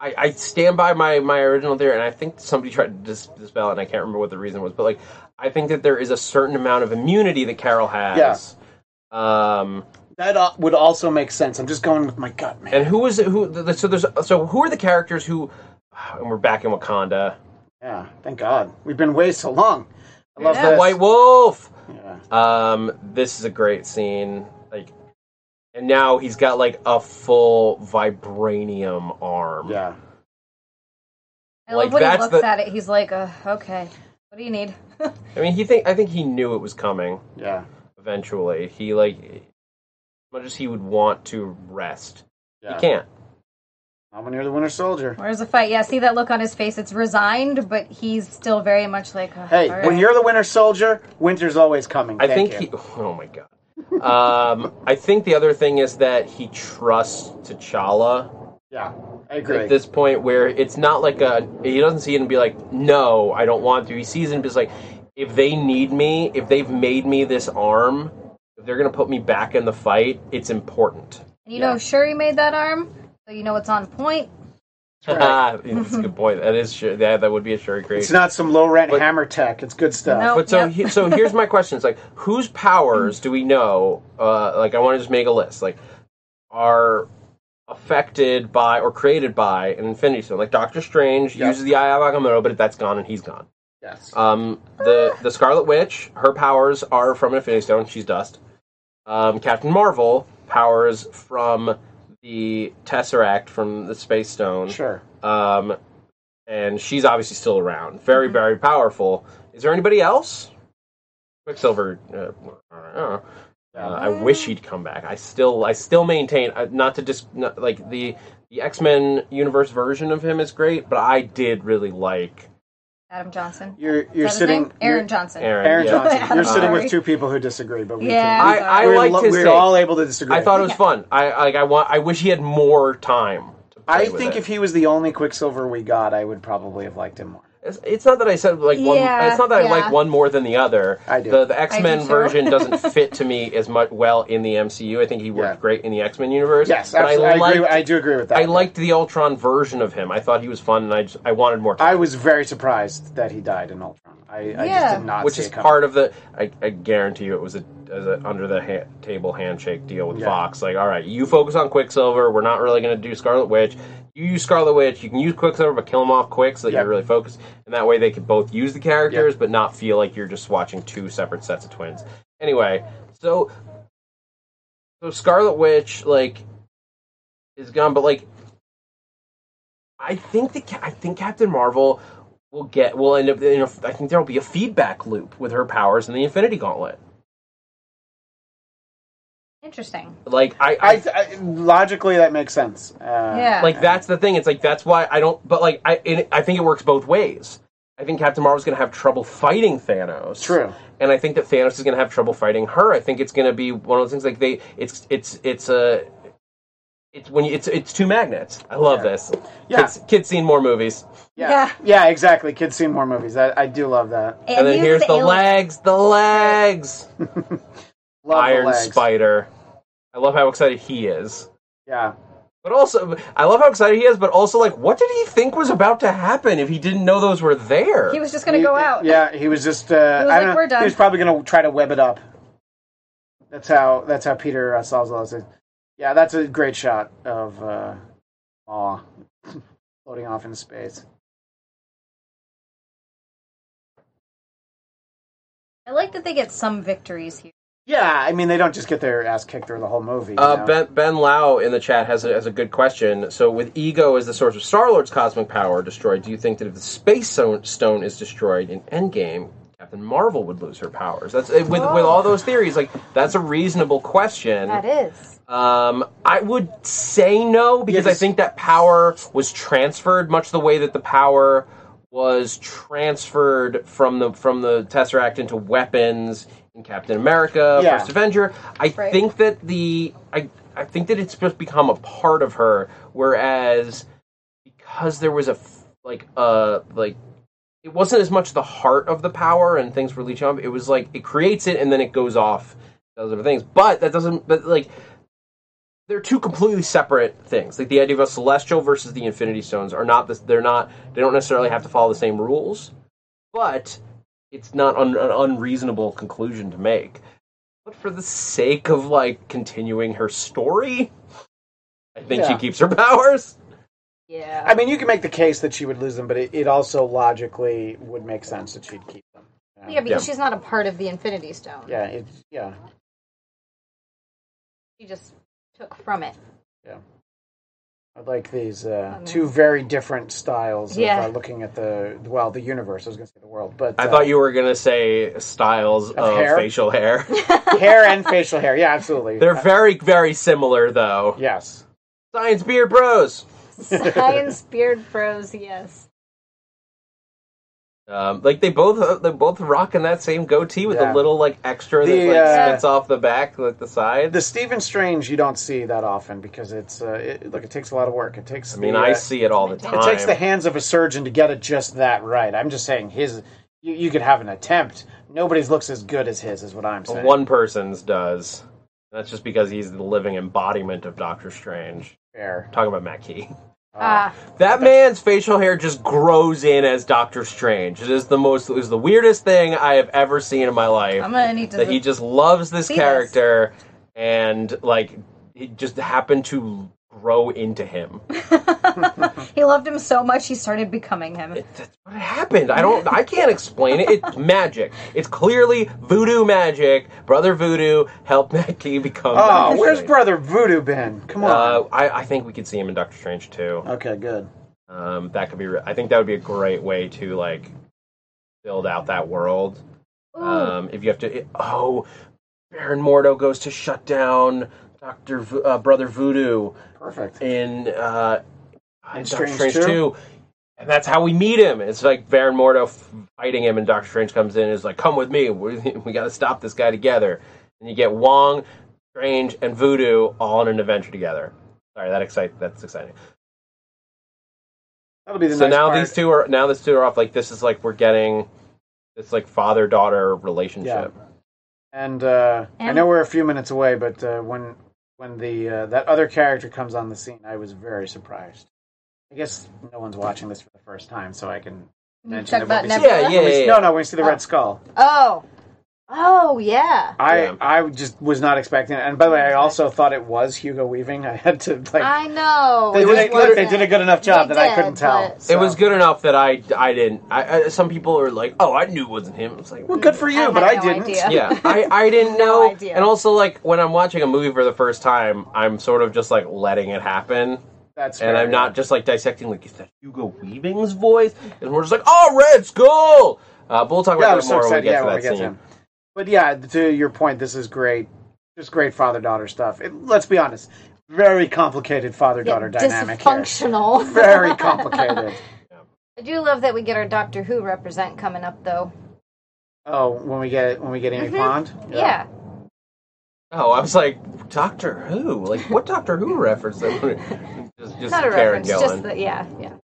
S2: I, I stand by my, my original theory, and I think somebody tried to dis- dispel it, and I can't remember what the reason was. But like, I think that there is a certain amount of immunity that Carol has. Um,
S3: That uh, would also make sense. I'm just going with my gut, man.
S2: and who is it? Who? The, the- so there's. So who are the characters who? And we're back in Wakanda.
S3: Yeah, thank God we've been way so long. I love
S4: Yeah.
S3: this.
S2: White Wolf.
S3: Yeah.
S2: Um, this is a great scene. Like, and now he's got like a full vibranium arm.
S3: yeah.
S4: I love
S2: Like,
S4: when he
S2: that's
S4: looks
S2: the-
S4: at it. He's like, uh, okay, what do you need?
S2: I mean, he think I think he knew it was coming
S3: Yeah.
S2: eventually. He like, as much as he would want to rest,
S3: Yeah.
S2: he can't.
S3: I'm near the Winter Soldier.
S4: Where's the fight? Yeah, see that look on his face. It's resigned, but he's still very much like, uh,
S3: Hey,
S4: all
S3: when
S4: right.
S3: you're the Winter Soldier, winter's always coming.
S2: I
S3: Thank
S2: think
S3: you.
S2: he. Oh my god. Um, I think the other thing is that he trusts T'Challa
S3: Yeah, I agree.
S2: at this point, where it's not like a he doesn't see it and be like, no, I don't want to. He sees it and is like, if they need me, if they've made me this arm, if they're gonna put me back in the fight, it's important.
S4: And you
S3: Yeah.
S4: know Shuri made that arm, so you know it's on point.
S3: That's right.
S2: That's a good point. That is sure that that would be a sure creation.
S3: It's not some low rent
S2: But-
S3: hammer tech. It's good stuff.
S4: No.
S2: But so,
S4: Yep.
S2: he, so here's my question: It's like, whose powers do we know? Uh, like, I want to just make a list. Like, are affected by or created by an Infinity Stone? Like, Doctor Strange
S3: Yep.
S2: uses the Eye of Agamotto, but that's gone and he's gone.
S3: Yes.
S2: Um, the the Scarlet Witch, her powers are from an Infinity Stone. She's dust. Um, Captain Marvel powers from the Tesseract from the Space Stone
S3: sure.
S2: um, and she's obviously still around. Very,
S3: Mm-hmm.
S2: very powerful. Is there anybody else? Quicksilver. Uh, I don't know. Uh, I wish he'd come back. I still, I still maintain uh, not to just not, like the the X Men universe version of him is great, but I did really like
S4: Adam Johnson.
S3: You're
S4: Is that
S3: you're
S4: his
S3: sitting
S4: name? Aaron
S3: you're-
S4: Johnson.
S2: Aaron.
S3: Aaron
S2: yeah. Uh,
S3: Johnson. You're
S4: I'm
S3: sitting
S4: sorry.
S3: with two people who disagree, but we
S4: Yeah.
S3: can.
S2: I, I
S4: We're
S3: we're
S2: liked
S3: lo-
S2: his
S3: we're
S2: take.
S3: all able to disagree.
S2: I thought it was fun. I, I, I want. I wish he had more time. To play
S3: I
S2: with
S3: think
S2: it.
S3: if he was the only Quicksilver we got, I would probably have liked him more.
S2: It's, it's not that I said like one.
S4: Yeah,
S2: it's not that I
S4: yeah.
S2: like one more than the other.
S3: I do.
S2: The, the X Men
S4: too.
S2: version doesn't fit to me as much well in the MCU. I think he worked
S3: Yeah.
S2: great in the X Men universe.
S3: Yes,
S2: but
S3: absolutely. I,
S2: liked,
S3: agree. I do agree with that.
S2: I liked the Ultron version of him. I thought he was fun, and I just, I wanted more.
S3: I was very surprised that he died in Ultron. I, I just
S4: Yeah.
S3: did not.
S2: which
S3: see
S2: is
S3: it coming.
S2: part of the. I, I guarantee you, it was a, as a under the ha- table handshake deal with
S3: Yeah.
S2: Fox. Like, all right, you focus on Quicksilver. We're not really going to do Scarlet Witch. You use Scarlet Witch. You can use Quicksilver, but kill him off quick so that
S3: Yeah.
S2: you're really focused. And that way, they could both use the characters, but not feel like you're just watching two separate sets of twins. Anyway, so so Scarlet Witch like is gone, but like I think the Ca- I think Captain Marvel will get will end up in a, I think there'll be a feedback loop with her powers in the Infinity Gauntlet.
S4: Interesting.
S2: Like I, I,
S3: I, th- I logically that makes sense. Uh,
S4: Yeah.
S2: like that's the thing. It's like that's why I don't. But like I and I think it works both ways. I think Captain Marvel's going to have trouble fighting Thanos.
S3: True.
S2: and I think that Thanos is going to have trouble fighting her. I think it's going to be one of those things like they it's it's it's a it's when you, it's it's two magnets. I love
S3: Yeah.
S2: this.
S3: Yeah.
S2: Kids, kids seen more movies.
S3: Yeah.
S4: Yeah.
S3: yeah, exactly. Kids see more movies. I, I do love that.
S4: And,
S2: And, then
S4: he's
S2: here's the,
S4: alien-
S2: legs, the legs.
S3: Love the
S2: Iron
S3: legs.
S2: Spider. I love how excited he is.
S3: Yeah,
S2: But also, I love how excited he is. But also, like, what did he think was about to happen if he didn't know those were there?
S4: He was just gonna
S3: He-
S4: go out.
S3: Yeah, he was just. Uh,
S4: He was
S3: I
S4: like,
S3: don't know,
S4: "We're done."
S3: He was probably going to try to web it up. That's how. That's how Peter uh, solves all this. Yeah, that's a great shot of uh, Maw floating off into space.
S4: I like that they get some victories here.
S3: Yeah, I mean they don't just get their ass kicked through the whole movie. you
S2: Uh,
S3: know?
S2: ben, ben Lau in the chat has a, has a good question. So, with Ego as the source of Star Lord's cosmic power destroyed, do you think that if the Space Stone, stone is destroyed in Endgame, Captain Marvel would lose her powers? That's eh, with with all those theories. Like, that's a reasonable question.
S4: That is.
S2: Um, I would say no because I
S3: Yes.
S2: think that power was transferred, much the way that the power was transferred from the from the Tesseract into weapons in Captain America,
S3: Yeah.
S2: uh, First Avenger. I
S4: Right.
S2: think that the I I think that it's just become a part of her, whereas because there was a f- like uh like it wasn't as much the heart of the power and things were leeching off. It was like it creates it and then it goes off does other things. But that doesn't. But like they're two completely separate things. Like the idea of a celestial versus the Infinity Stones are not. This, they're not. They don't necessarily have to follow the same rules. But it's not un, an unreasonable conclusion to make. But for the sake of like continuing her story, I think she
S3: Yeah.
S2: keeps her powers.
S4: Yeah.
S3: I mean, you can make the case that she would lose them, but it, it also logically would make sense that she'd keep them. you know?
S4: yeah, because
S2: Yeah.
S4: she's not a part of the Infinity Stone.
S3: Yeah, it's yeah,
S4: She just took from it.
S3: yeah. I like these uh,
S4: Okay.
S3: two very different styles
S4: Yeah.
S3: of uh, looking at the well, the universe. I was going to say the world, but
S2: I
S3: uh,
S2: thought you were gonna say styles of,
S3: hair?
S2: facial hair.
S3: hair and facial hair. Yeah, absolutely.
S2: They're
S3: Uh,
S2: very, very similar though.
S3: yes.
S2: Science beard bros.
S4: Science Beard Bros, yes.
S2: Um, like they both uh, they're both rocking that same goatee with a
S3: Yeah.
S2: little like extra that
S3: The,
S2: like
S3: uh,
S2: spits off the back, like the side.
S3: The Stephen Strange you don't see that often because it's uh, it, look it takes a lot of work. It takes
S2: I mean,
S3: the,
S2: I
S3: uh,
S2: see it all the time.
S3: it takes the hands of a surgeon to get it just that right. I'm just saying his you, you could have an attempt. Nobody's looks as good as his is what I'm saying.
S2: One person's does. That's just because he's the living embodiment of Doctor Strange.
S3: Fair.
S2: Talking about Matt Key.
S4: Ah,
S2: That man's facial hair just grows in as Doctor Strange. It is the most, it is the weirdest thing I have ever seen in my life.
S4: I'm gonna need to.
S2: that he just loves this
S4: See
S2: character, and like it just happened to grow into him.
S4: he loved him so much he started becoming him.
S2: It- that's what happened. I don't. I can't explain it. It's magic. It's clearly voodoo magic. Brother Voodoo helped Matt Key become.
S3: Oh,
S2: Doctor
S3: where's
S2: Strange.
S3: brother Voodoo been? Come on.
S2: Uh, I, I think we could see him in Doctor Strange too.
S3: okay, good.
S2: Um, that could be. Re- I think that would be a great way to like build out that world.
S4: Ooh,
S2: Um, if you have to, it- oh, Baron Mordo goes to shut down Doctor Vo- uh, Brother Voodoo
S3: Perfect.
S2: in uh, in Doctor
S3: Strange
S2: Strange
S3: 2?
S2: Two, and that's how we meet him. It's like Baron Mordo f- fighting him, and Doctor Strange comes in and is like, "Come with me. We, we got to stop this guy together." And you get Wong, Strange, and Voodoo all in an adventure together. Sorry, that excite that's exciting.
S3: That'll be the
S2: so
S3: nice
S2: now
S3: part.
S2: these two are now these two are off. Like this is like we're getting this like father daughter relationship.
S3: And uh, I
S4: And-
S3: know we're a few minutes away, but uh, when when the uh, that other character comes on the scene, I was very surprised. I guess no one's watching this for the first time, so I can mention it
S4: talk
S3: when
S4: about
S3: we
S4: Nebula?
S3: see-
S2: Yeah, yeah,
S3: when we-
S2: yeah, yeah.
S3: No, no, when we see the Red Skull,
S4: Oh, oh yeah.
S3: I
S2: Yeah.
S3: I just was not expecting it. And by the way, I also thought it was Hugo Weaving. I had to like
S4: I know.
S3: they,
S4: It
S3: did
S4: was
S3: a, look, they
S4: wasn't.
S3: did a good enough job
S4: They
S3: that I
S4: did,
S3: couldn't tell.
S4: but-
S2: It was good enough that I I didn't. I, I some people are like, "Oh, I knew it wasn't him." It's like,
S3: Well, good for you,
S4: I
S3: but
S4: had
S3: I
S4: no
S3: didn't.
S4: idea.
S2: yeah, I, I didn't
S4: No
S2: know.
S4: idea.
S2: And also, like when I'm watching a movie for the first time, I'm sort of just like letting it happen,
S3: That's
S2: and
S3: fair.
S2: I'm not just like dissecting like is that Hugo Weaving's voice, and we're just like, "Oh, Red Skull." Uh, but we'll talk
S3: Yeah,
S2: about
S3: I'm
S2: that
S3: so
S2: more when we
S3: excited.
S2: get
S3: Yeah,
S2: to
S3: when
S2: that
S3: we get
S2: scene.
S3: to him. But yeah, to your point, this is great. Just great father daughter stuff. It, let's be honest, very complicated father
S4: Yeah,
S3: daughter dynamic here.
S4: Dysfunctional.
S3: Very complicated.
S4: I do love that we get our Doctor Who represent coming up though.
S3: oh, when we get when we get Amy Pond.
S4: Mm-hmm. Yeah.
S2: Oh, I was like, Doctor Who? Like what Doctor Who reference? That just just
S4: Not a
S2: Karen
S4: reference,
S2: Gillan.
S4: just the yeah, yeah.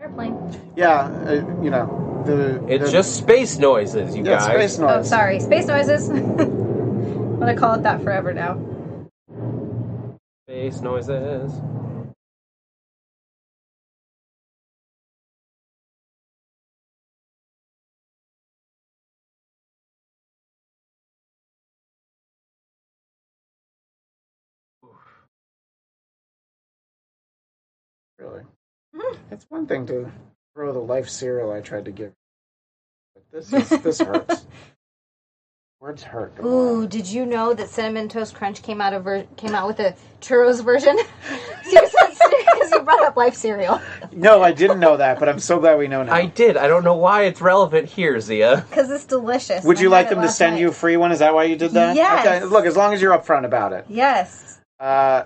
S4: Airplane.
S3: yeah, uh, you know the.
S2: it's
S3: the-
S2: just space noises, you
S3: yeah,
S2: guys.
S3: space
S4: Oh,
S3: noise.
S4: sorry. Space noises. I'm gonna call it that forever now.
S2: Space noises.
S3: really.
S4: Mhm.
S3: It's one thing to throw the life cereal I tried to give, but this is, this hurts. Words hurt. Come on.
S4: Ooh, did you know that Cinnamon Toast Crunch came out of ver- came out with a churros version? Seriously, because you brought up life cereal.
S3: No, I didn't know that, but I'm so glad we know now.
S2: I did. I don't know why it's relevant here, Zia.
S4: Because it's delicious.
S3: Would
S4: and
S3: you
S4: I
S3: like
S4: had it
S3: them to
S4: last
S3: send
S4: night.
S3: you a free one? Is that why you did that?
S4: Yes.
S3: Okay, look, as long as you're upfront about it.
S4: Yes.
S3: Uh,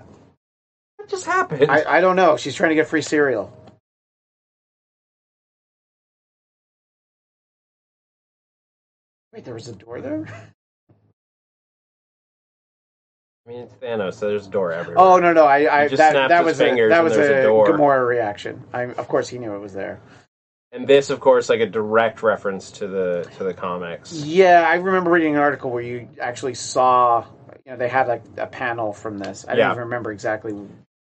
S2: What just happened?
S3: I, I don't know. She's trying to get free cereal. Wait, there was a door there?
S2: I mean, it's Thanos, so there's a door everywhere.
S3: Oh no no! I, I
S2: He just
S3: that,
S2: snapped
S3: that
S2: his
S3: was a,
S2: fingers
S3: that
S2: and
S3: was
S2: there's
S3: a,
S2: a door.
S3: Gamora reaction. I, of course, he knew it was there.
S2: And this, of course, like a direct reference to the to the comics.
S3: Yeah, I remember reading an article where you actually saw. You know, they had like a panel from this. I
S2: Yeah.
S3: don't even remember exactly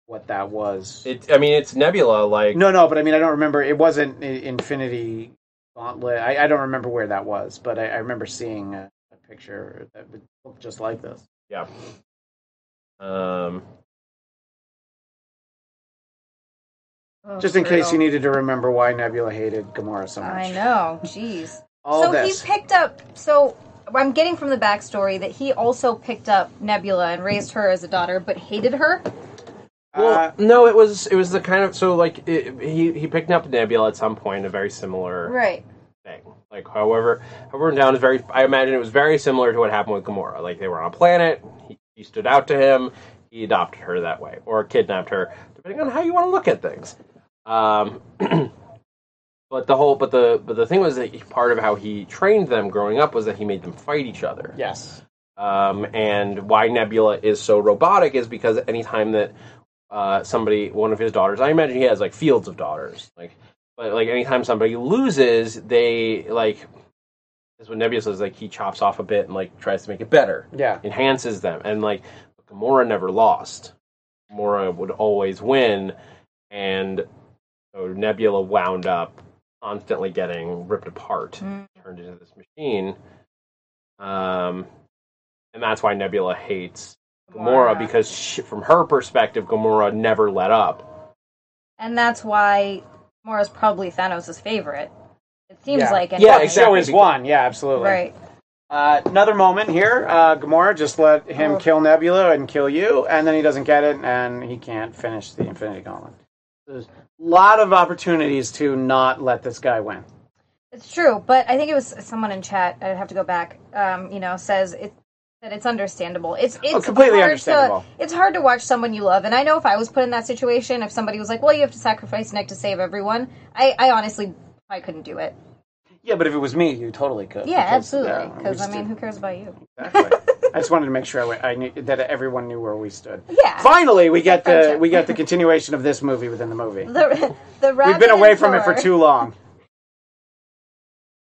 S3: what that was.
S2: It, I mean, it's Nebula. Like,
S3: No, no, but I mean, I don't remember. It wasn't I- Infinity Gauntlet. I, I don't remember where that was, but I, I remember seeing a, a picture that would look just like this.
S2: yeah. Um,
S4: Oh,
S3: just in case you
S4: brutal.
S3: needed to remember why Nebula hated Gamora so much.
S4: I know. Jeez.
S3: All
S4: so
S3: this.
S4: he picked up. So I'm getting from the backstory that he also picked up Nebula and raised her as a daughter, but hated her.
S2: well,
S3: Uh,
S2: no, it was it was the kind of so like it, he he picked up Nebula at some point, a very similar
S4: Right.
S2: thing. Like, however, however down is very. I imagine it was very similar to what happened with Gamora. Like, they were on a planet. He, he stood out to him. He adopted her that way, or kidnapped her, depending on how you want to look at things. Um, But the whole, but the, but the thing was that he- part of how he trained them growing up was that he made them fight each other.
S3: Yes.
S2: Um, and why Nebula is so robotic is because anytime that uh, somebody, one of his daughters, I imagine he has like fields of daughters, like, but like anytime somebody loses, they like, that's what Nebula says, like he chops off a bit and like tries to make it better,
S3: Yeah.
S2: enhances them, and like Gamora never lost. Gamora would always win, and so Nebula wound up constantly getting ripped apart
S4: Mm.
S2: turned into this machine. Um, and that's why Nebula hates Gamora because she, from her perspective, Gamora never let up.
S4: and that's why Mora's probably Thanos' favorite. It seems
S3: Yeah.
S4: like
S2: Yeah,
S4: anyway.
S2: exactly.
S3: Show is one. Yeah, absolutely.
S4: Right.
S3: Uh, another moment here. Uh, Gamora just let him
S4: Oh.
S3: kill Nebula and kill you, and then he doesn't get it, and he can't finish the Infinity Gauntlet. There's a lot of opportunities to not let this guy win.
S4: It's true, but I think it was someone in chat. I'd have to go back. Um, you know, says it that it's understandable. It's it's
S3: Oh, completely
S4: hard
S3: understandable.
S4: To, it's hard to watch someone you love, and I know if I was put in that situation, if somebody was like, "Well, you have to sacrifice Nick to save everyone," I, I honestly I couldn't do it.
S3: Yeah, but if it was me, you totally could.
S4: Yeah,
S3: because, uh,
S4: absolutely.
S3: we
S4: Because I
S3: just
S4: mean,
S3: did-
S4: who cares about you?
S3: Exactly. I just wanted to make sure I, went, I knew that everyone knew where we stood.
S4: Yeah.
S3: Finally, we get the
S4: friendship.
S3: we get the continuation of this movie within the movie.
S4: The the
S3: We've
S4: rabbit
S3: been
S4: and
S3: away from it for
S4: Thor.
S3: too long.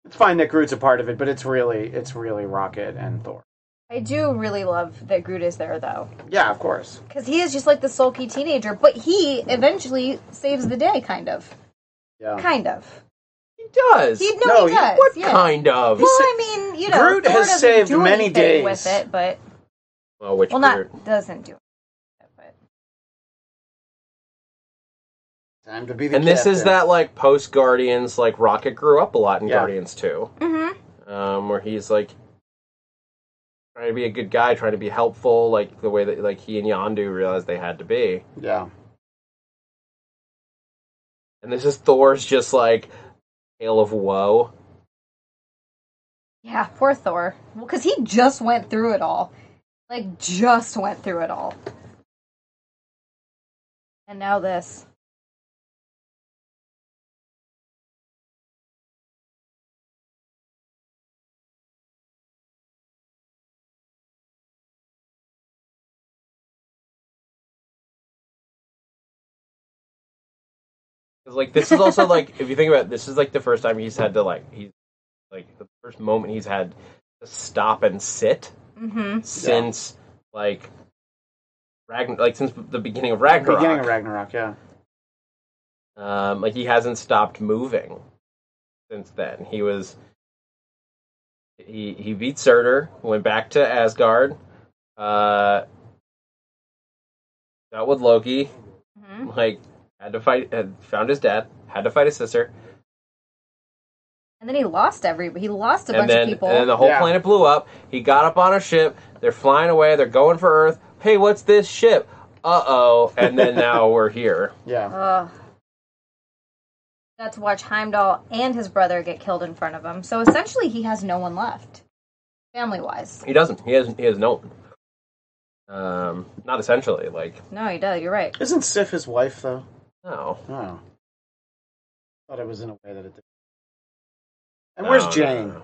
S3: It's fine that Groot's a part of it, but it's really it's really Rocket and Thor.
S4: I do really love that Groot is there though,
S3: Yeah, of course.
S4: because he is just like the sulky teenager, but he eventually saves the day, kind of,
S3: Yeah.
S4: kind of.
S2: He does.
S4: He no,
S3: No,
S4: he
S3: he-
S4: does.
S2: what
S4: yeah.
S2: kind of?
S4: Well, I mean, you know,
S3: Groot
S4: Thor
S3: has
S4: doesn't
S3: saved
S4: do
S3: many
S4: anything
S3: days.
S4: with it, but
S2: Well, which
S4: well,
S2: Groot?
S4: not doesn't do. It, but
S3: Time to be the
S2: And this is that like post Guardians, like Rocket grew up a lot in
S3: Yeah.
S2: Guardians too,
S4: Mhm.
S2: um, where he's like trying to be a good guy, trying to be helpful, like the way that like he and Yondu realized they had to be.
S3: Yeah.
S2: And this is Thor's just like tale of woe.
S4: yeah, poor Thor, because he just went through it all, like just went through it all, and now this.
S2: Because like this is also like if you think about it, this is like the first time he's had to like he's like the first moment he's had to stop and sit
S4: Mm-hmm.
S2: since like Ragnar like since the beginning of Ragnarok.
S3: Beginning of Ragnarok, yeah.
S2: um, like he hasn't stopped moving since then. He was he he beat Surtur, went back to Asgard, uh, dealt with Loki,
S4: hmm
S2: like had to fight, had found his dad, had to fight his sister.
S4: And then he lost everybody. He lost a bunch
S2: and then,
S4: of people.
S2: And then the whole
S3: Yeah.
S2: planet blew up. He got up on a ship. They're flying away. They're going for Earth. Hey, what's this ship? Uh oh. And then now we're here.
S3: Yeah.
S4: Ugh. Got to watch Heimdall and his brother get killed in front of him. So essentially, he has no one left, family wise.
S2: He doesn't. He hasn't. He has no one. Um, not essentially. Like
S4: No, he does. You're right.
S3: Isn't Sif his wife though?
S2: no.
S3: Oh. Thought it was in a way that it did. Oh. And
S2: No,
S3: where's
S2: no,
S3: Jane?
S2: no, no.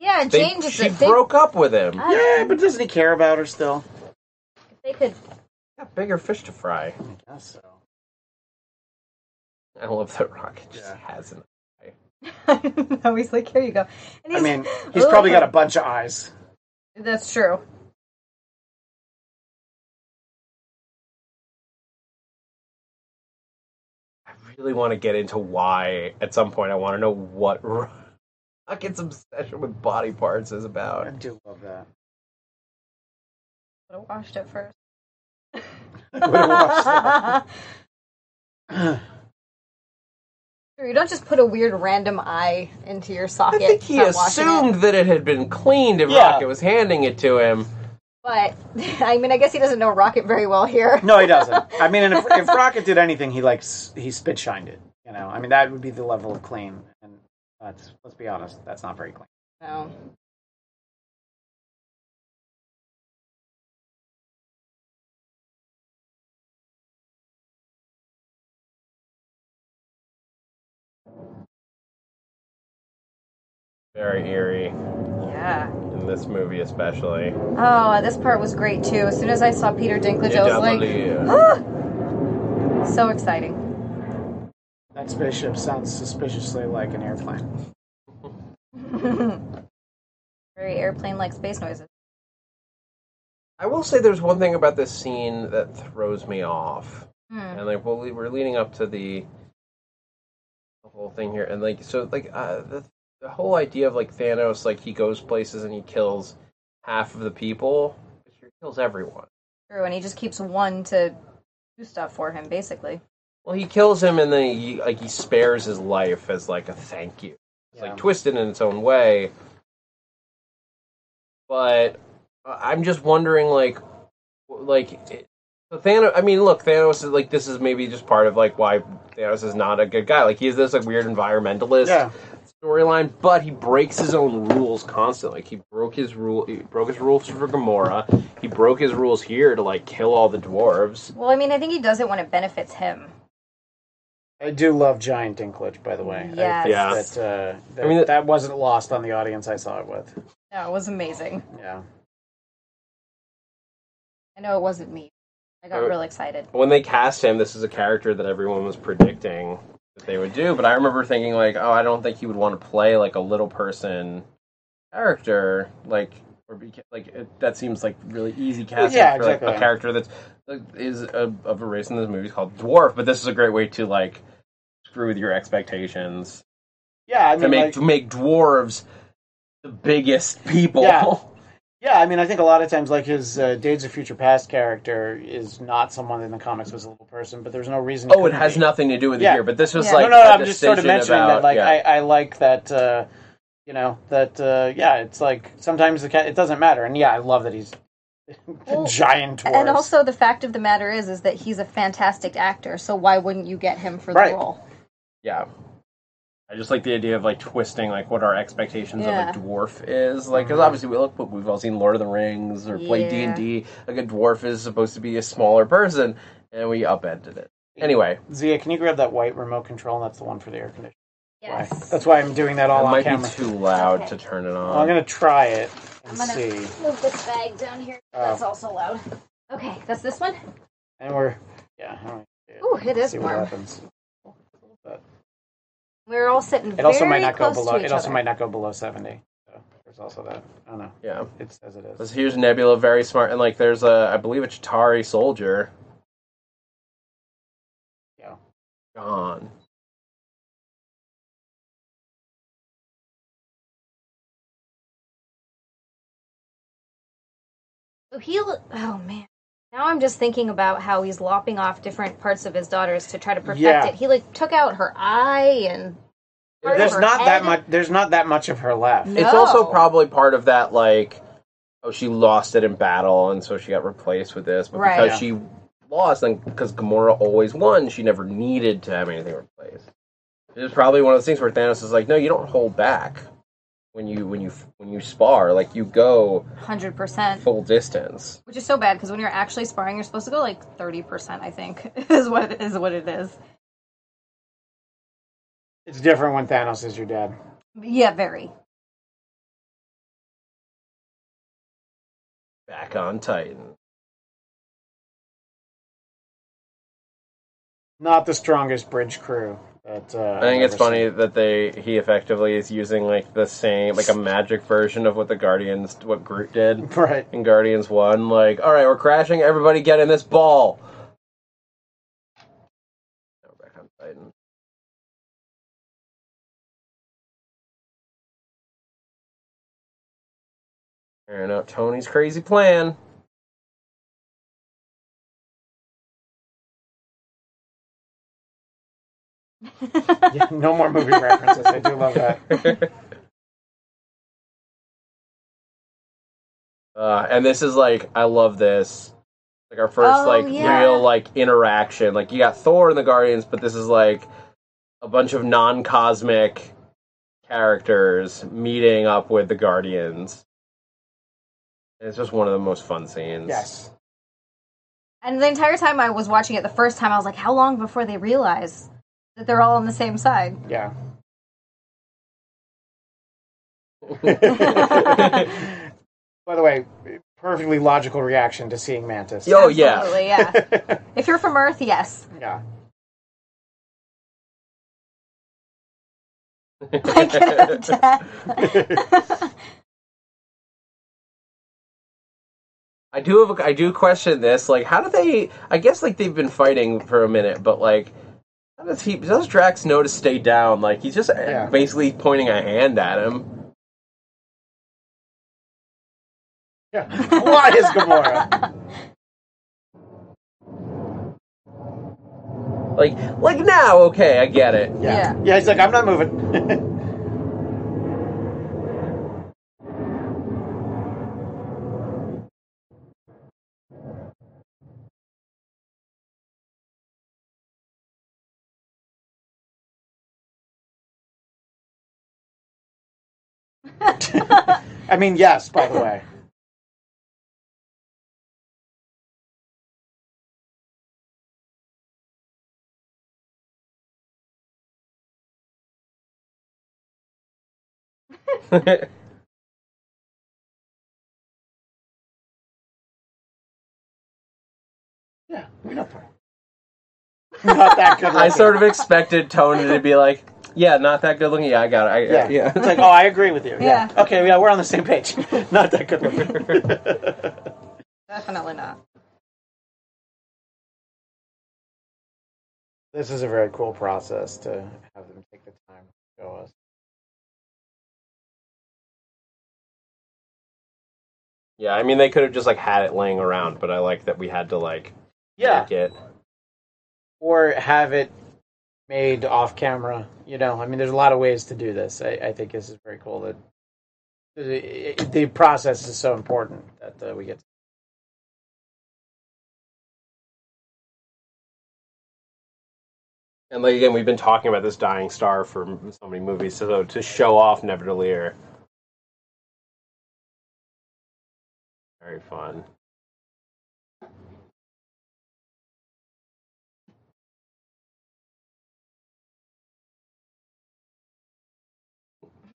S4: Yeah,
S2: They-
S4: Jane just
S2: she
S4: they,
S2: broke up with him.
S4: I don't
S3: Yeah,
S4: know.
S3: but doesn't he care about her still?
S4: If they could.
S2: Got bigger fish to fry.
S3: I guess so.
S2: I love that Rocket just
S3: Yeah.
S2: has an.
S4: I don't know. He's like, here you go. And
S3: I
S4: he's,
S3: mean, he's probably
S4: Ugh.
S3: got a bunch of eyes.
S4: That's true.
S2: I really want to get into why at some point. I want to know what Ro- Rocket's obsession with body parts is
S3: I
S2: about.
S3: do love that.
S4: Would have washed it first.
S3: Would've watched that.
S4: Sure, You don't just put a weird random eye into your
S2: I
S4: socket.
S2: think he
S4: not washing it.
S2: assumed that it had been cleaned and
S3: Yeah.
S2: Rocket was handing it to him.
S4: But I mean, I guess he doesn't know Rocket very well here.
S3: No, he doesn't. I mean, and if, if Rocket did anything, he like s- he spit shined it. You know, I mean, that would be the level of clean. And that's let's be honest, that's not very clean.
S4: No.
S2: very eerie
S4: Yeah.
S2: in this movie, especially.
S4: Oh, this part was great too. As soon as I saw Peter Dinklage, I was like,
S2: Yeah.
S4: ah! so exciting.
S3: That spaceship sounds suspiciously like an airplane.
S4: Very airplane-like space noises.
S2: I will say there's one thing about this scene that throws me off,
S4: Hmm.
S2: and like well, we- we're leading up to the the whole thing here, and like so like uh, the the whole idea of like Thanos, like he goes places and he kills half of the people, but he kills everyone.
S4: True, and he just keeps one to do stuff for him, basically.
S2: Well, he kills him, and then he like he spares his life as like a thank you. It's
S3: Yeah.
S2: like twisted in its own way, but uh, I'm just wondering, like, w- like it, so Thanos. I mean, look, Thanos is like this is maybe just part of like why Thanos is not a good guy. Like he's this like weird environmentalist
S3: Yeah.
S2: storyline, but he breaks his own rules constantly. Like he broke his rule, he broke his rules for Gamora. He broke his rules here to like kill all the dwarves.
S4: Well, I mean, I think he does it when it benefits him.
S3: I do love Giant Dinklage, by the way. I think
S2: Yes.
S3: That, uh, that,
S2: I mean, that-
S3: that wasn't lost on the audience I saw it with.
S4: No, it was amazing.
S3: Yeah.
S4: I know it wasn't me. I got
S3: Uh,
S2: Oh.
S4: real excited.
S2: when they cast him, this is a character that everyone was predicting that they would do. But I remember thinking like, oh, I don't think he would want to play like a little person character, like or be like it, that seems like really easy casting
S3: Yeah,
S2: for like,
S3: exactly.
S2: a character that's like, is a, of a race in this movie is called dwarf. But this is a great way to like screw with your expectations
S3: Yeah, I
S2: to
S3: mean,
S2: make
S3: like-
S2: to make dwarves the biggest people.
S3: Yeah. Yeah, I mean, I think a lot of times, like his uh, Days of Future Past character is not someone in the comics was a little person, but there's no reason.
S2: Oh, it
S3: couldn't
S2: has
S3: be.
S2: nothing to do with it
S3: Yeah.
S2: here, but this was
S4: Yeah.
S2: like
S3: no, no, no.
S2: a
S3: I'm just sort of
S2: decision
S3: mentioning
S2: about-
S3: that. Like,
S2: yeah.
S3: I, I like that. Uh, you know that. Uh, yeah, it's like sometimes the cat, it doesn't matter, and yeah, I love that he's the
S4: Well,
S3: giant dwarf.
S4: And also, the fact of the matter is, is that he's a fantastic actor. So why wouldn't you get him for the
S3: Right.
S4: role?
S2: yeah i just like the idea of like twisting like what our expectations
S4: Yeah. Mm-hmm.
S2: of a dwarf is like because obviously we look we've all seen lord of the rings or played
S4: Yeah.
S2: d&d like a dwarf is supposed to be a smaller person and we upended it anyway
S3: Zia, can you grab that white remote control? And that's the one for the air conditioner.
S4: Yes.
S3: That's why I'm doing that all
S2: it
S3: on
S2: might
S3: camera.
S2: be too loud
S4: Okay.
S2: to turn it
S3: Well, I'm
S2: on
S3: gonna try it
S4: I'm
S3: and
S4: gonna
S3: see.
S4: move this bag down here.
S3: Uh,
S4: That's also loud. Okay, that's this one.
S3: And we're yeah. all right.
S4: Ooh, it is
S3: see what
S4: warm.
S3: happens. But-
S4: We're all sitting
S3: It also
S4: very
S3: might not go
S4: close
S3: below.
S4: to each
S3: It also
S4: other.
S3: might not go below seventy. So there's also that. I don't know.
S2: yeah
S3: It's as it is.
S2: so here's nebula very smart and like there's a i believe a chitari soldier
S3: Yeah.
S2: gone
S4: So he. l- Oh man. Now I'm just thinking about how he's lopping off different parts of his daughters to try to perfect
S3: Yeah.
S4: it. He like took out her eye and. part of
S3: There's
S4: her
S3: not that
S4: head.
S3: much. There's not that much of her left.
S4: No.
S2: It's also probably part of that like oh she lost it in battle and so she got replaced with this, but
S4: Right.
S2: because
S3: Yeah.
S2: she lost and because Gamora always won, she never needed to have anything replaced. It was probably one of those things where Thanos is like, no, you don't hold back when you when you when you spar, like you go
S4: Hundred percent.
S2: full distance.
S4: which is so bad because when you're actually sparring, you're supposed to go like thirty percent. I think is what is what it is.
S3: It's different when Thanos is your dad.
S4: Yeah, very.
S2: Back on Titan.
S3: Not the strongest bridge crew. That uh,
S2: I think it's funny that they he effectively is using like the same like a magic version of what the Guardians what Groot did.
S3: Right.
S2: in Guardians 1, like, all right, we're crashing, everybody get in this ball. Now we're back on Titan. Carrying out Tony's crazy plan.
S3: Yeah, no more movie references. I do love that.
S2: Uh, and this is like, I love this. Like our first
S4: Oh,
S2: like
S4: yeah.
S2: real like interaction. Like you got Thor and the Guardians, but this is like a bunch of non cosmic characters meeting up with the Guardians. And it's just one of the most fun scenes.
S3: Yes.
S4: And the entire time I was watching it, the first time I was like, how long before they realize that they're all on the same side?
S3: Yeah. By the way, perfectly logical reaction to seeing Mantis.
S2: Yo, Oh, yeah.
S4: Absolutely, yeah. if you're from Earth, yes.
S3: yeah.
S4: I get that.
S2: I do have a, I do question this. Like, how do they? I guess like they've been fighting for a minute, but like, how does he? Does Drax know to stay down? Like, he's just uh,
S3: Yeah.
S2: basically pointing a hand at him.
S3: Yeah. Why is Gamora?
S2: Like, like now, okay, I get it.
S3: Yeah.
S4: Yeah.
S3: yeah. he's like, I'm not moving. I mean, yes, by the way. Yeah, we're not part. Not that good.
S2: I sort of expected Tony to be like, yeah, not that good looking. Yeah, I got it. I,
S3: Yeah.
S2: yeah.
S3: It's like, oh, I agree with you.
S4: Yeah.
S3: Okay, yeah, we're on the same page. Not that good looking.
S4: Definitely not.
S3: this is a very cool process to have them take the time to show us.
S2: Yeah, I mean, they could have just like had it laying around, but I like that we had to like
S3: Yeah.
S2: make it.
S3: Or have it made off camera. You know, I mean, there's a lot of ways to do this. I, I think this is very cool that the, the process is so important that uh, we get.
S2: And like again, we've been talking about this dying star for m- so many movies, so to show off Nebuchadnezzar, very fun.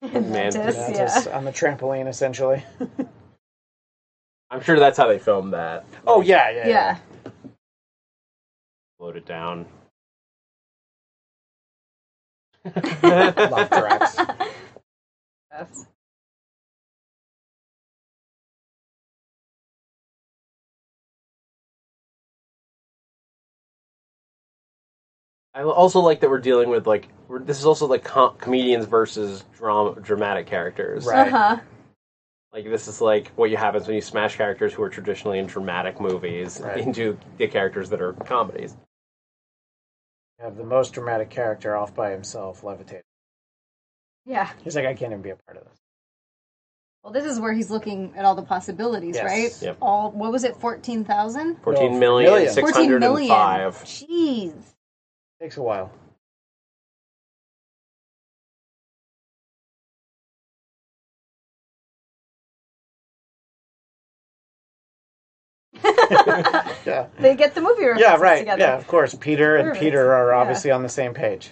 S4: Mantis,
S3: Yeah,
S4: yeah.
S3: just on the trampoline, essentially.
S2: I'm sure that's how they filmed that.
S3: Oh yeah, yeah, yeah.
S4: Yeah.
S2: Load it down.
S3: Love Drax.
S2: I also like that we're dealing with like we're, this is also like com- comedians versus drama dramatic characters.
S3: Right.
S4: Uh-huh.
S2: Like this is like what you happens when you smash characters who are traditionally in dramatic movies
S3: Right.
S2: into the characters that are comedies.
S3: Have the most dramatic character off by himself, levitating.
S4: Yeah.
S3: He's like, I can't even be a part of this.
S4: Well, this is where he's looking at all the possibilities,
S3: Yes.
S4: right?
S2: Yep.
S4: All what was it? Fourteen thousand?
S2: Fourteen
S3: No,
S2: million
S3: million.
S2: six
S4: Fourteen
S2: hundred and
S4: million.
S2: five.
S4: Jeez.
S3: Takes a while. yeah.
S4: They get the movie reference
S3: Yeah, right.
S4: together.
S3: Yeah, of course. Peter and
S4: Perfect.
S3: Peter are
S4: Yeah.
S3: obviously on the same page.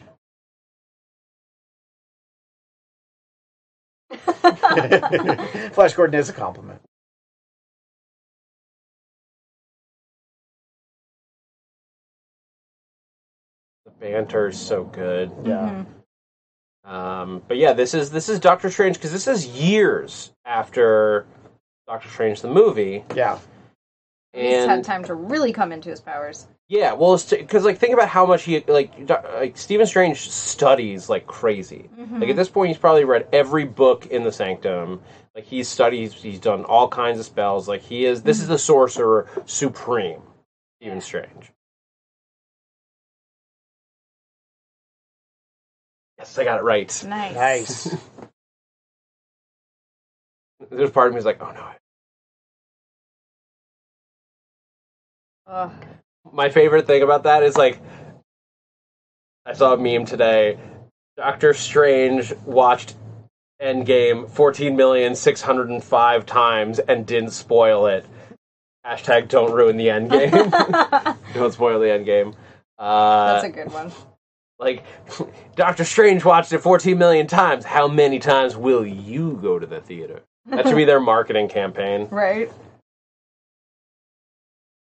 S3: Flash Gordon is a compliment.
S2: The banter is so good.
S3: Yeah.
S4: Mm-hmm.
S2: Um, but yeah, this is this is Doctor Strange because this is years after Doctor Strange the movie,
S3: Yeah.
S4: He's had
S2: and
S4: time to really come into his powers.
S2: yeah, well, because like think about how much he like doc, like Stephen Strange studies like crazy. Like at this point, he's probably read every book in the Sanctum. Like he's studied, he's done all kinds of spells. Like he is this is the sorcerer supreme, Stephen Strange. Yes, I got it right.
S4: Nice.
S3: Nice.
S2: There's part of me is like, oh no,
S4: Ugh.
S2: my favorite thing about that is like I saw a meme today. Doctor Strange watched Endgame 14,605 times and didn't spoil it. Hashtag don't ruin the Endgame. don't spoil the Endgame. Uh,
S4: That's a good one.
S2: Like Doctor Strange watched it 14 million times. How many times will you go to the theater? That should be their marketing campaign.
S4: Right.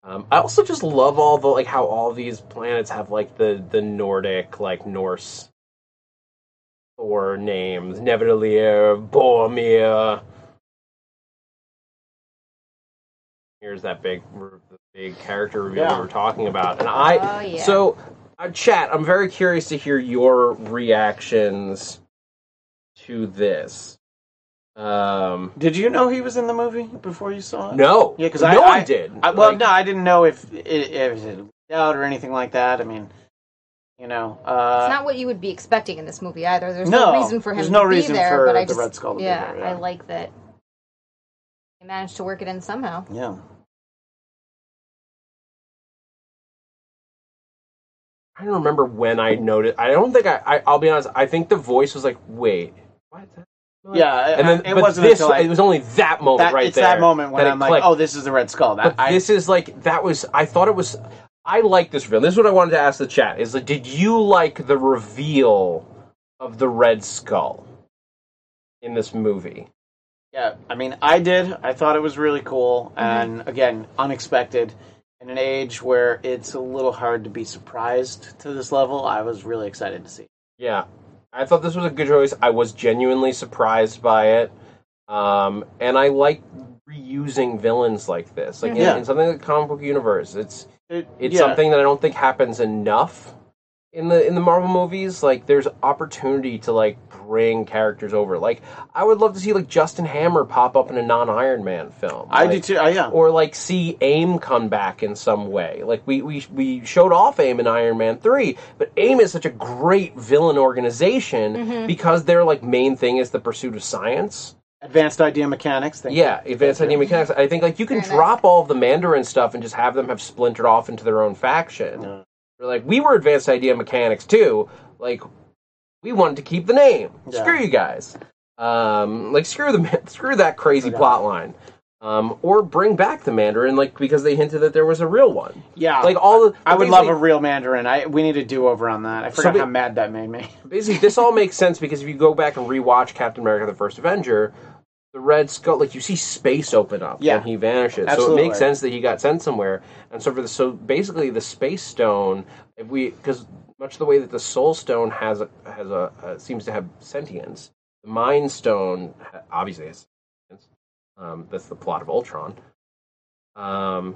S2: Um, I also just love all the like how all these planets have like the the Nordic like Norse Thor names: Nevedalir, Boromir. Here's that big the big character reveal
S3: Yeah.
S2: we were talking about, and I
S4: Oh, yeah.
S2: so uh, chat. I'm very curious to hear your reactions to this. Um,
S3: Did you know he was in the movie before you saw it?
S2: no,
S3: Yeah, because
S2: no
S3: I,
S2: one
S3: I-
S2: did.
S3: I, well,
S2: Like,
S3: no, I didn't know if it, if it was out or anything like that. I mean, you know, uh,
S4: It's not what you would be expecting in this movie either. There's
S3: No,
S4: no, reason for him
S3: there's no
S4: to be
S3: reason
S4: there,
S3: for
S4: but I
S3: the
S4: just
S3: Red Skull to be
S4: yeah,
S3: there, yeah.
S4: I like that he managed to work it in somehow.
S3: yeah.
S2: I don't remember when I noticed. I don't think I, I. I'll be honest. I think the voice was like, "Wait, what?"
S3: Yeah, I-
S2: and then
S3: I- it
S2: but
S3: wasn't
S2: this.
S3: until I-
S2: it was only that moment
S3: That,
S2: right
S3: it's
S2: there.
S3: that moment when
S2: that it
S3: I'm like,
S2: clicked.
S3: oh, this is the Red Skull. That
S2: But
S3: I,
S2: this is like that was. I thought it was. I like this reveal. This is what I wanted to ask the chat: is like, did you like the reveal of the Red Skull in this movie?
S3: yeah, I mean, I did. I thought it was really cool,
S2: Mm-hmm.
S3: and again, unexpected. In an age where it's a little hard to be surprised to this level, I was really excited to see.
S2: Yeah, I thought this was a good choice. I was genuinely surprised by it, um, and I like reusing villains like this, like in-
S3: Yeah.
S2: in, something like the comic book universe. It's
S3: It-
S2: it's
S3: yeah.
S2: something that I don't think happens enough in the in the Marvel movies. Like, there's opportunity to like bring characters over. Like, I would love to see like Justin Hammer pop up in a non Iron Man film.
S3: I
S2: Like,
S3: do too. I, yeah,
S2: or like see AIM come back in some way. Like we we we showed off AIM in Iron Man 3, but AIM is such a great villain organization because their like main thing is the pursuit of science.
S3: advanced idea mechanics. Thing.
S2: Yeah, advanced idea mechanics. I think like you can
S4: Very nice.
S2: drop all of the Mandarin stuff and just have them have splintered off into their own faction.
S3: Yeah.
S2: They're like we were advanced idea mechanics too. Like we wanted to keep the name.
S3: Yeah.
S2: Screw you guys. Um, like screw the man- screw that crazy plot line. Um, or bring back the Mandarin, like because they hinted that there was a real one.
S3: yeah.
S2: Like all the,
S3: I would
S2: basically-
S3: love a real Mandarin. I we need a do over on that. I forgot
S2: we-
S3: how mad that made me.
S2: basically this all makes sense because if you go back and rewatch Captain America: The First Avenger, the Red Skull, like you see space open up
S3: Yeah.
S2: when he vanishes, so
S3: Absolutely.
S2: it makes sense that he got sent somewhere. And so for the so basically the Space Stone, if we because much the way that the Soul Stone has a, has a uh, seems to have sentience, the Mind Stone ha- obviously has sentience. Um, that's the plot of Ultron. Um,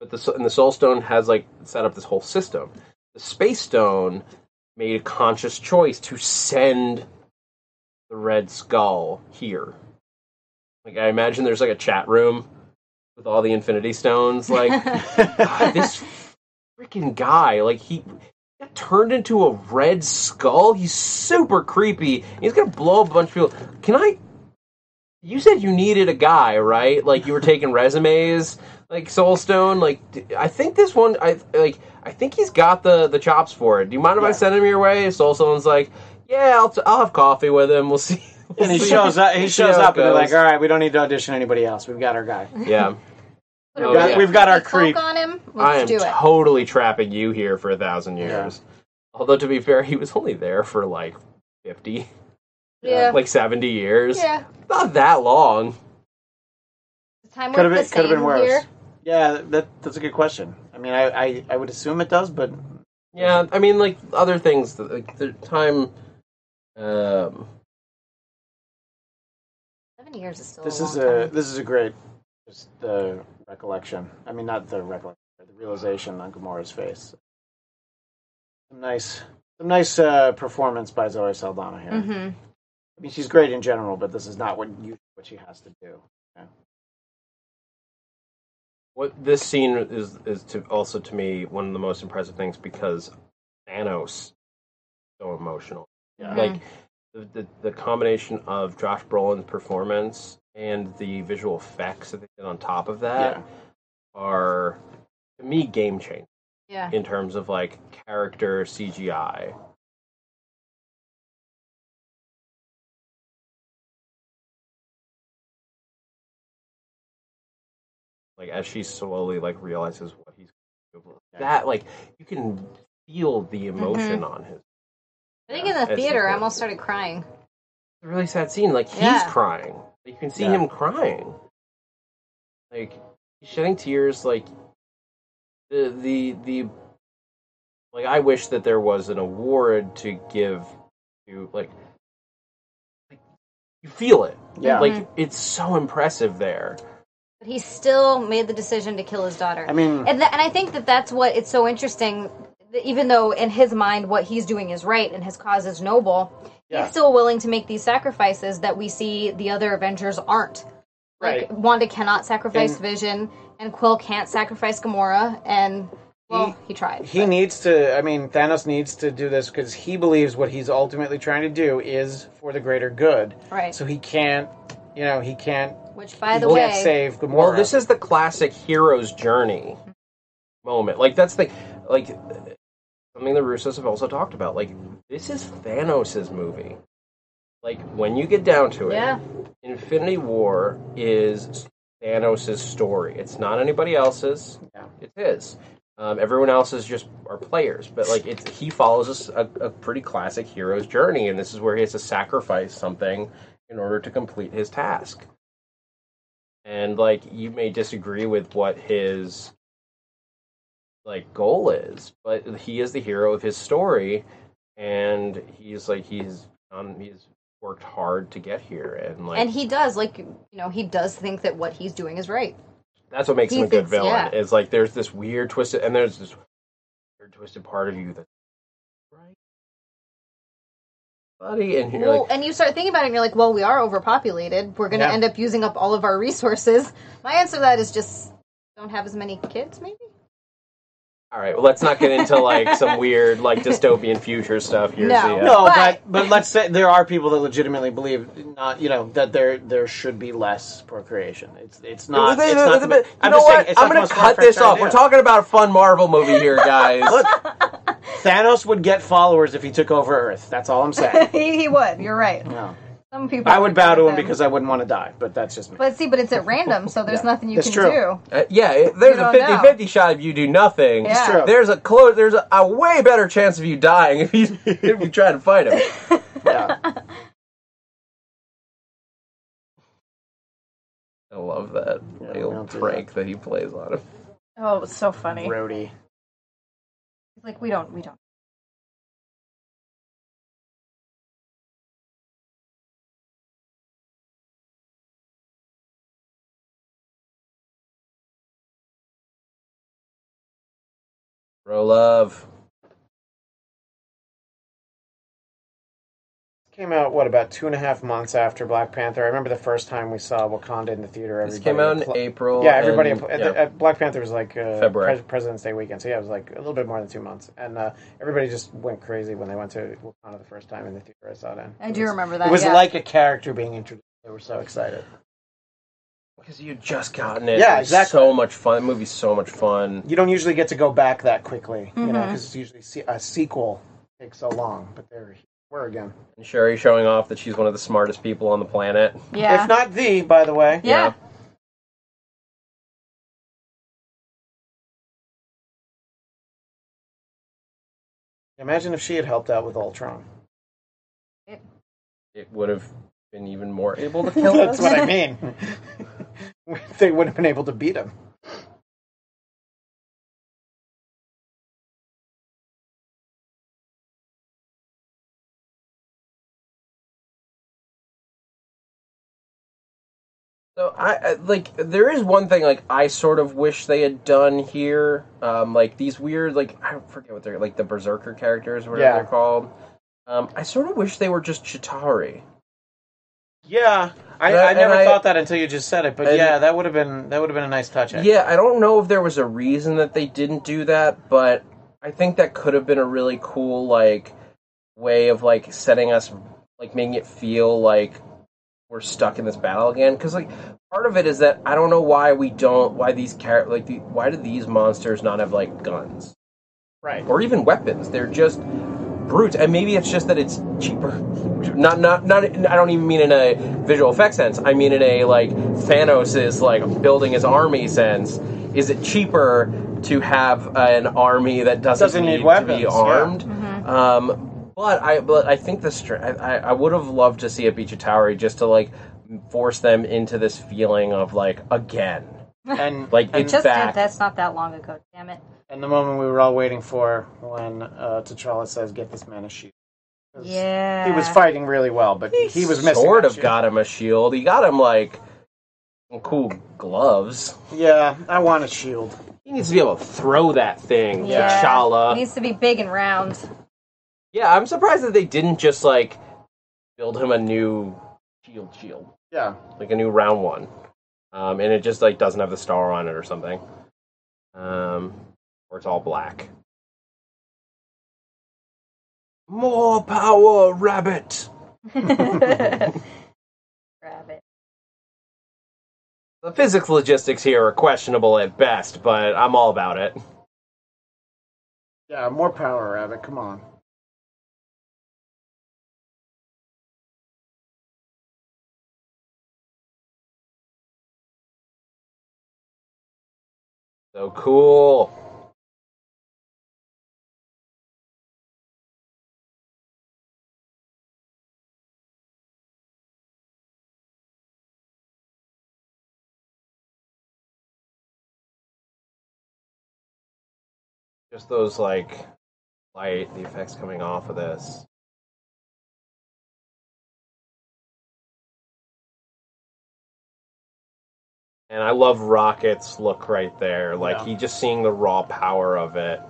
S2: but the and the Soul Stone has like set up this whole system. The Space Stone made a conscious choice to send the Red Skull here. Like I imagine there's like a chat room with all the Infinity Stones. Like "God, this freaking guy, like he got turned into a Red Skull. He's super creepy. He's gonna blow up a bunch of people. Can I? You said you needed a guy, right? Like you were taking resumes, like Soulstone. Like d- I think this one, I like. I think he's got the the chops for it. Do you mind if I send him your way? Soulstone's like, yeah, I'll, t- I'll have coffee with him. We'll see.
S3: And
S2: We'll
S3: he
S2: see."
S3: shows up. He
S2: We'll see
S3: shows
S2: how it
S3: up, and they're
S2: goes.
S3: like, "All right, we don't need to audition anybody else. We've got our guy.
S2: yeah.
S4: Put a
S2: Oh,
S4: red
S2: yeah.
S3: We've got our
S4: cloak
S3: creep."
S4: on him.
S2: I
S4: Let's
S2: am
S4: do it.
S2: totally trapping you here for a thousand years. Although to be fair, he was only there for like fifty,
S4: yeah.
S2: like seventy years.
S4: yeah.
S2: Not that long.
S4: The time
S3: Could have been.
S4: worked the
S3: Could have been
S4: same
S3: worse.
S4: here.
S3: Yeah, that that's a good question. I mean, I, I I would assume it does, but
S2: Yeah, I mean, like other things, like the time. Um,
S4: Seven years is still.
S3: this
S4: a
S3: is
S4: long
S3: a
S4: time.
S3: this is a great just the recollection. I mean, not the recollection, but the realization on Gamora's face. Some nice, some nice uh, performance by Zoe Saldana here.
S4: Mhm.
S3: I mean, she's great in general, but this is not what you what she has to do.
S2: what this scene is is to also to me one of the most impressive things because Thanos is so emotional.
S3: Yeah.
S2: Like the, the the combination of Josh Brolin's performance and the visual effects that they did on top of that
S3: Yeah.
S2: are to me game changing.
S4: Yeah.
S2: in terms of like character CGI. Like as she slowly like realizes what he's capable of. that like you can feel the emotion on his.
S4: I think in the
S2: That's
S4: theater,
S2: important.
S4: I almost started crying.
S2: It's a really sad scene. Like he's
S4: Yeah.
S2: crying. Like, you can see
S3: Yeah.
S2: him crying. Like he's shedding tears. Like the the the. Like I wish that there was an award to give to like. like, You feel it.
S3: Yeah.
S2: Like it's so impressive there.
S4: But he still made the decision to kill his daughter.
S3: I mean,
S4: and th- and I think that that's what it's so interesting. that Even though in his mind what he's doing is right and his cause is noble,
S3: Yeah.
S4: he's still willing to make these sacrifices that we see the other Avengers aren't. Like
S3: Right.
S4: Wanda cannot sacrifice
S3: And-
S4: Vision, and Quill can't sacrifice Gamora, and well, he, tried.
S3: he needs to. I mean, Thanos needs to do this because he believes what he's ultimately trying to do is for the greater good.
S4: Right.
S3: So he can't. You know, he can't.
S4: Which, by
S3: he
S4: the
S3: can't
S4: way,
S3: save Gamora.
S2: Well, this is the classic hero's journey moment. Like that's the like something the Russos have also talked about. Like this is Thanos' movie. Like when you get down to it,
S4: Yeah.
S2: Infinity War is Thanos' story. It's not anybody else's.
S3: Yeah.
S2: It's his. Um, everyone else is just are players, but like it's he follows us a, a pretty classic hero's journey, and this is where he has to sacrifice something in order to complete his task. And like you may disagree with what his like goal is, but he is the hero of his story, and he's like he's um, he's worked hard to get here, and like
S4: and he does like you know he does think that what he's doing is right.
S2: that's what makes
S4: He
S2: him a good
S4: thinks-
S2: villain.
S4: yeah.
S2: Is like there's this weird twisted, and there's this weird twisted part of you that's right, buddy, and you're
S4: well,
S2: like,
S4: and you start thinking about it, and you're like, well, we are overpopulated. We're going to
S3: Yeah.
S4: end up using up all of our resources. My answer to that is just don't have as many kids, maybe.
S2: all right, well, let's not get into like some weird like dystopian future stuff here.
S4: No.
S2: Zia.
S3: No,
S4: But-
S3: but, but let's say there are people that legitimately believe not you know that there there should be less procreation. It's it's not.
S2: Well, they-
S3: it's not
S2: they-
S3: the-
S2: they- you
S3: I'm
S2: know
S3: just saying,
S2: what?
S3: it's
S2: I'm
S3: not the
S2: going
S3: most
S2: to cut this
S3: far-fetched
S2: off. We're
S3: idea.
S2: talking about a fun Marvel movie here, guys.
S3: Look, Thanos would get followers if he took over Earth. That's all I'm saying.
S4: he, he would. You're right.
S3: No.
S4: Some people.
S3: I would bow to him
S4: them.
S3: because I wouldn't want to die, but that's just me.
S4: But see, but it's at random, so there's nothing you
S3: That's
S4: can
S3: true.
S4: do.
S2: Uh, yeah, it, there's
S4: You
S2: a
S4: don't know.
S2: 50 50 shot if you do nothing.
S4: It's
S3: true.
S2: There's a close. There's a, a way better chance of you dying if you if you try to fight him.
S3: yeah.
S2: I love that little
S3: don't do
S2: prank that he plays on him.
S4: Oh, it's so funny.
S3: Brody.
S4: He's like, we don't, we don't.
S2: Bro, love.
S3: Came out what about two and a half months after Black Panther? I remember the first time we saw Wakanda in the theater.
S2: This
S3: everybody
S2: came out in
S3: appla-
S2: April.
S3: Yeah, everybody.
S2: and-
S3: appla- at
S2: yeah.
S3: the- at Black Panther was like uh,
S2: February.
S3: Pres- President's Day weekend, so yeah, it was like a little bit more than two months, and uh, everybody just went crazy when they went to Wakanda the first time in the theater. I saw it. In.
S4: I
S3: It
S4: do
S3: was-
S4: remember that.
S3: It was
S4: uh, yeah.
S3: like a character being introduced. They were so excited.
S2: Because you just gotten it.
S3: Yeah,
S2: It was
S3: exactly.
S2: So much fun. The movie's so much fun.
S3: You don't usually get to go back that quickly, you
S4: Mm-hmm.
S3: know, because it's usually se- a sequel takes so long. But there we're again.
S2: And Sherry showing off that she's one of the smartest people on the planet.
S4: yeah.
S3: If not the, by the way,
S4: yeah.
S2: yeah.
S3: imagine if she had helped out with Ultron.
S2: It would have been even more able to kill
S3: That's
S2: us.
S3: what I mean. they would have been able to beat him.
S2: So I, I like there is one thing like I sort of wish they had done here, um, like these weird like I don't forget what they're like the berserker characters or whatever
S3: Yeah.
S2: they're called. Um, I sort of wish they were just Chitari.
S3: Yeah, I,
S2: That-
S3: I never
S2: and I-
S3: thought that until you just said it. But
S2: and-
S3: yeah, that would have been that would have been a nice touch. actually.
S2: Yeah, I don't know if there was a reason that they didn't do that, but I think that could have been a really cool like way of like setting us like making it feel like we're stuck in this battle again cuz like part of it is that I don't know why we don't why these char- like the, why do these monsters not have like guns
S3: right.
S2: or even weapons? They're just brutes. And maybe it's just that it's cheaper. Not not not I don't even mean in a visual effect sense. I mean in a like Thanos is like building his army sense. Is it cheaper to have an army that doesn't,
S3: Doesn't need
S2: to
S3: weapons,
S2: be
S3: yeah.
S2: armed. Um, but I but I think the str- I, I would have loved to see a Beach Towery just to like force them into this feeling of like again
S3: and
S2: like
S3: and,
S2: it's
S4: Just
S2: back.
S4: that's not that long ago. Damn it.
S3: and the moment we were all waiting for when uh, T'Challa says, "Get this man a shield." 'Cause
S4: Yeah.
S3: he was fighting really well, but he, was missing
S2: sort
S3: that
S2: of
S3: shield.
S2: got him a shield. He got him like cool gloves.
S3: Yeah, I want a shield.
S2: He needs to be able to throw that thing,
S4: Yeah.
S2: T'Challa.
S4: It needs to be big and round.
S2: Yeah, I'm surprised that they didn't just like build him a new shield, shield
S3: Yeah,
S2: like a new round one, um, and it just like doesn't have the star on it or something, um, or it's all black. More power, rabbit.
S4: Grab it.
S2: The physics logistics here are questionable at best, but I'm all about it.
S3: yeah, more power, Rabbit. Come on.
S2: So cool. Just those like light, the effects coming off of this. And I love Rocket's look right there. Like
S3: Yeah.
S2: he just seeing the raw power of it.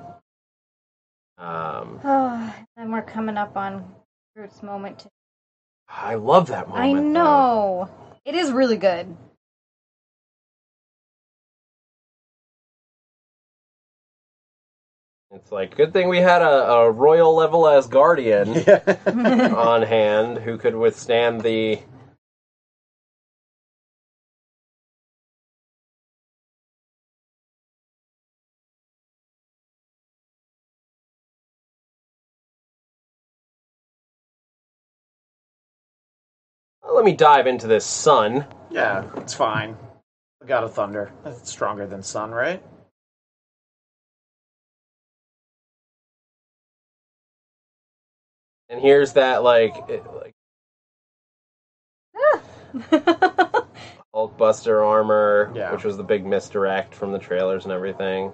S2: Um,
S4: Oh, and we're coming up on Groot's moment. too.
S2: I love that
S3: uh,
S2: moment.
S4: I
S2: though.
S4: know. It is really good.
S2: It's like good thing we had a, a royal level Asgardian on hand who could withstand the. Well, Let me dive into this sun.
S3: Yeah, it's fine. The God of Thunder. It's stronger than Sun, right?
S2: And here's that like, it- like Hulkbuster armor,
S3: Yeah.
S2: which was the big misdirect from the trailers and everything.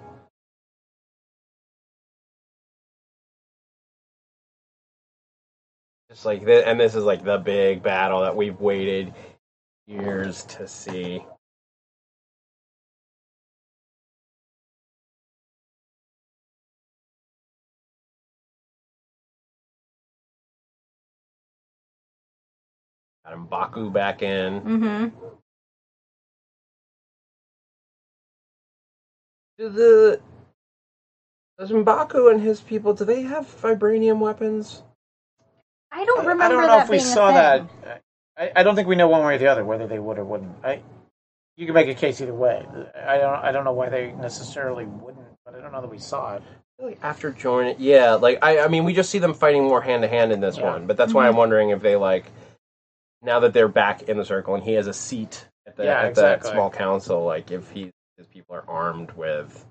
S2: Just like this, and this is like the big battle that we've waited years to see. Got him Baku back in.
S3: Mm-hmm.
S4: hmm
S2: Do the does Mbaku and his people do they have vibranium weapons?
S4: I don't remember
S3: I don't know
S4: that
S3: if we
S4: being a
S3: saw
S4: thing.
S3: that. I, I don't think we know one way or the other whether they would or wouldn't. I, you can make a case either way. I don't. I don't know why they necessarily wouldn't, but I don't know that we saw it.
S2: Like after joining, yeah. Like I, I mean, we just see them fighting more hand to hand in this
S3: Yeah.
S2: one, but that's why I'm wondering if they like now that they're back in the circle and he has a seat at the
S3: Yeah,
S2: at
S3: exactly.
S2: that small council, like if he his people are armed with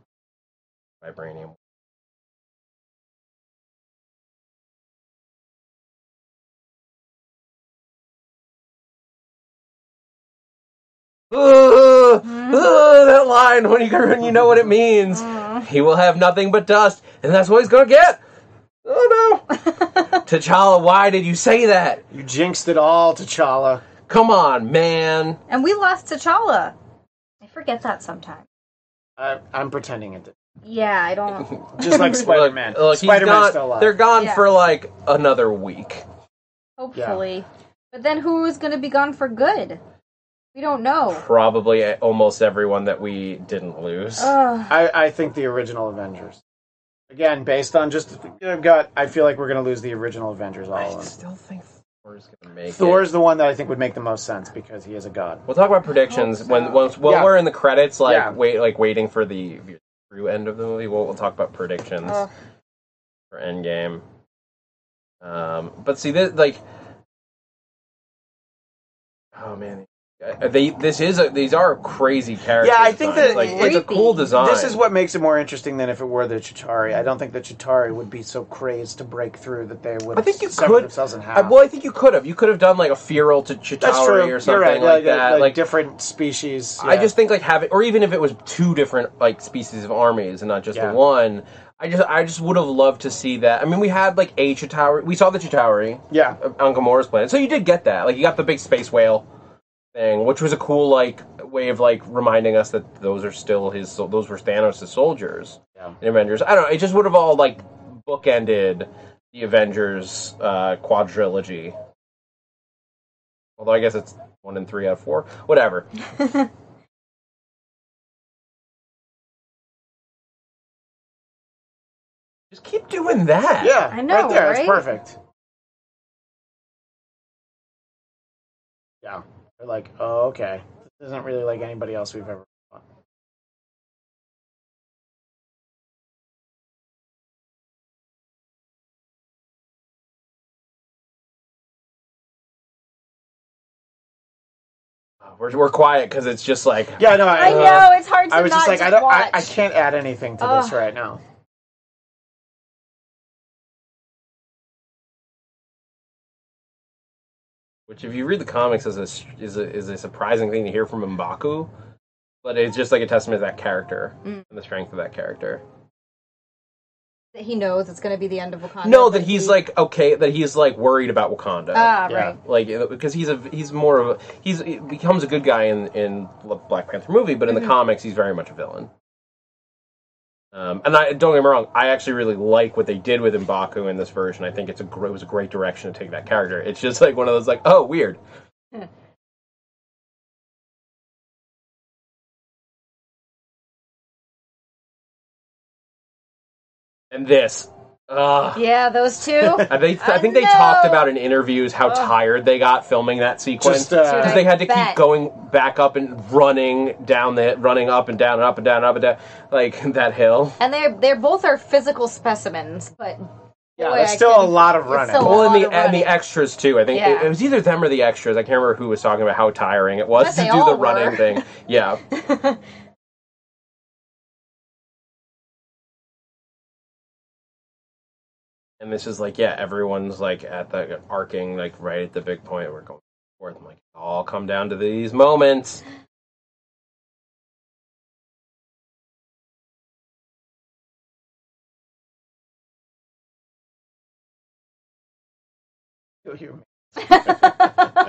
S2: vibranium. Ugh, ugh, that line when you when you know what
S3: Mm-hmm.
S2: it means. He will have nothing but dust, and that's what he's gonna get. Oh no, T'Challa, why did you say that?
S3: You jinxed it all, T'Challa.
S2: Come on, man.
S4: And we lost T'Challa. I forget that sometimes.
S3: I, I'm pretending it did.
S4: Yeah, I don't.
S3: Just like Spider Man.
S2: Look, look, he's
S3: Spider Man's
S2: gone-
S3: still alive.
S2: They're gone
S4: Yeah.
S2: for like another week.
S4: Hopefully. But then who is going to be gone for good? We don't know.
S2: Probably a- almost everyone that we didn't lose.
S4: Ugh.
S3: I, I think the original Avengers. Again, based on just I've got, I feel like we're going to lose the original Avengers. All
S2: I
S3: of them.
S2: still think Thor's gonna make
S3: Thor's
S2: it.
S3: the one that I think would make the most sense because he is a god.
S2: We'll talk about predictions when once while
S3: Yeah.
S2: we're in the credits, like
S3: Yeah.
S2: wait, like waiting for the true end of the movie. We'll, we'll talk about predictions
S4: Ugh.
S2: for Endgame. Um, but see, this like, oh man, They this is a, these are crazy characters.
S3: Yeah, I think that
S2: like it's a
S5: Creepy.
S2: cool design.
S3: This is what makes it more interesting than if it were the Chitari. I don't think the Chitari would be so crazed to break through that they would.
S2: I think you
S3: sever
S2: could.
S3: themselves in
S2: I,
S3: half.
S2: well, I think you could have. You could have done like a feral to
S3: uh, That's true.
S2: Chitauri
S3: You're
S2: or something
S3: right.
S2: like
S3: yeah,
S2: that.
S3: Like,
S2: Like,
S3: different species.
S2: I
S3: yeah.
S2: just think like having, or even if it was two different like species of armies and not just
S3: Yeah.
S2: the one. I just I just would have loved to see that. I mean, we had like a Chitauri. We saw the Chitauri
S3: yeah.
S2: on Gamora's planet, so you did get that. Like you got the big space whale thing, which was a cool like way of like reminding us that those are still his. sol- Those were Thanos' soldiers
S3: Yeah.
S2: in Avengers. I don't know. It just would have all like bookended the Avengers uh, quadrilogy. Although I guess it's one and three out of four. Whatever. Just keep doing that.
S3: Yeah,
S4: I know,
S3: Right there,
S4: right?
S3: it's perfect. Yeah, they're like, oh, okay. This isn't really like anybody else we've ever.
S2: We're, we're quiet because it's just like
S3: Yeah, no, I, uh,
S4: I know it's hard to
S3: I was
S4: not
S3: just like, I don't,
S4: watch.
S3: I, I can't add anything to this
S4: Ugh.
S3: right now.
S2: which if you read the comics is a is a, is a surprising thing to hear from Mbaku, but it's just like a testament to that character
S4: Mm.
S2: and the strength of that character.
S4: That he knows it's going to be the end of Wakanda.
S2: No,
S4: but
S2: that he's like okay, that he's like worried about Wakanda.
S4: ah
S3: Yeah.
S4: right.
S2: like you know, because he's a he's more of a he's he becomes a good guy in in the Black Panther movie, but in the comics he's very much a villain. Um, and I don't get me wrong, I actually really like what they did with Mbaku in this version. I think it's a gr- it was a great direction to take that character. It's just like one of those like oh weird. And this, Ugh.
S4: Yeah, those two.
S2: I think, I
S4: I
S2: think they talked
S4: know.
S2: about in interviews how tired they got filming that sequence.
S3: Just, uh,
S2: because they had to
S4: Bet.
S2: keep going back up and running down the running up and down and up and down and up and down like that hill.
S4: and they're they're both are physical specimens, but
S3: Yeah,
S4: boy,
S3: there's
S4: I
S3: still a
S4: couldn't-
S3: lot of
S4: it's
S3: running.
S4: so-
S2: Well, and
S4: lot
S2: the
S4: of
S2: and the
S4: running.
S2: extras too. I think it-
S4: Yeah.
S2: it, was either them or the extras. I can't remember who was talking about how tiring it was
S4: But
S2: to
S4: they
S2: do the
S4: all
S2: running
S4: were.
S2: thing. Yeah, and this is like yeah, everyone's like at the arcing like right at the big point. We're going forth. I'm like, all come down to these moments.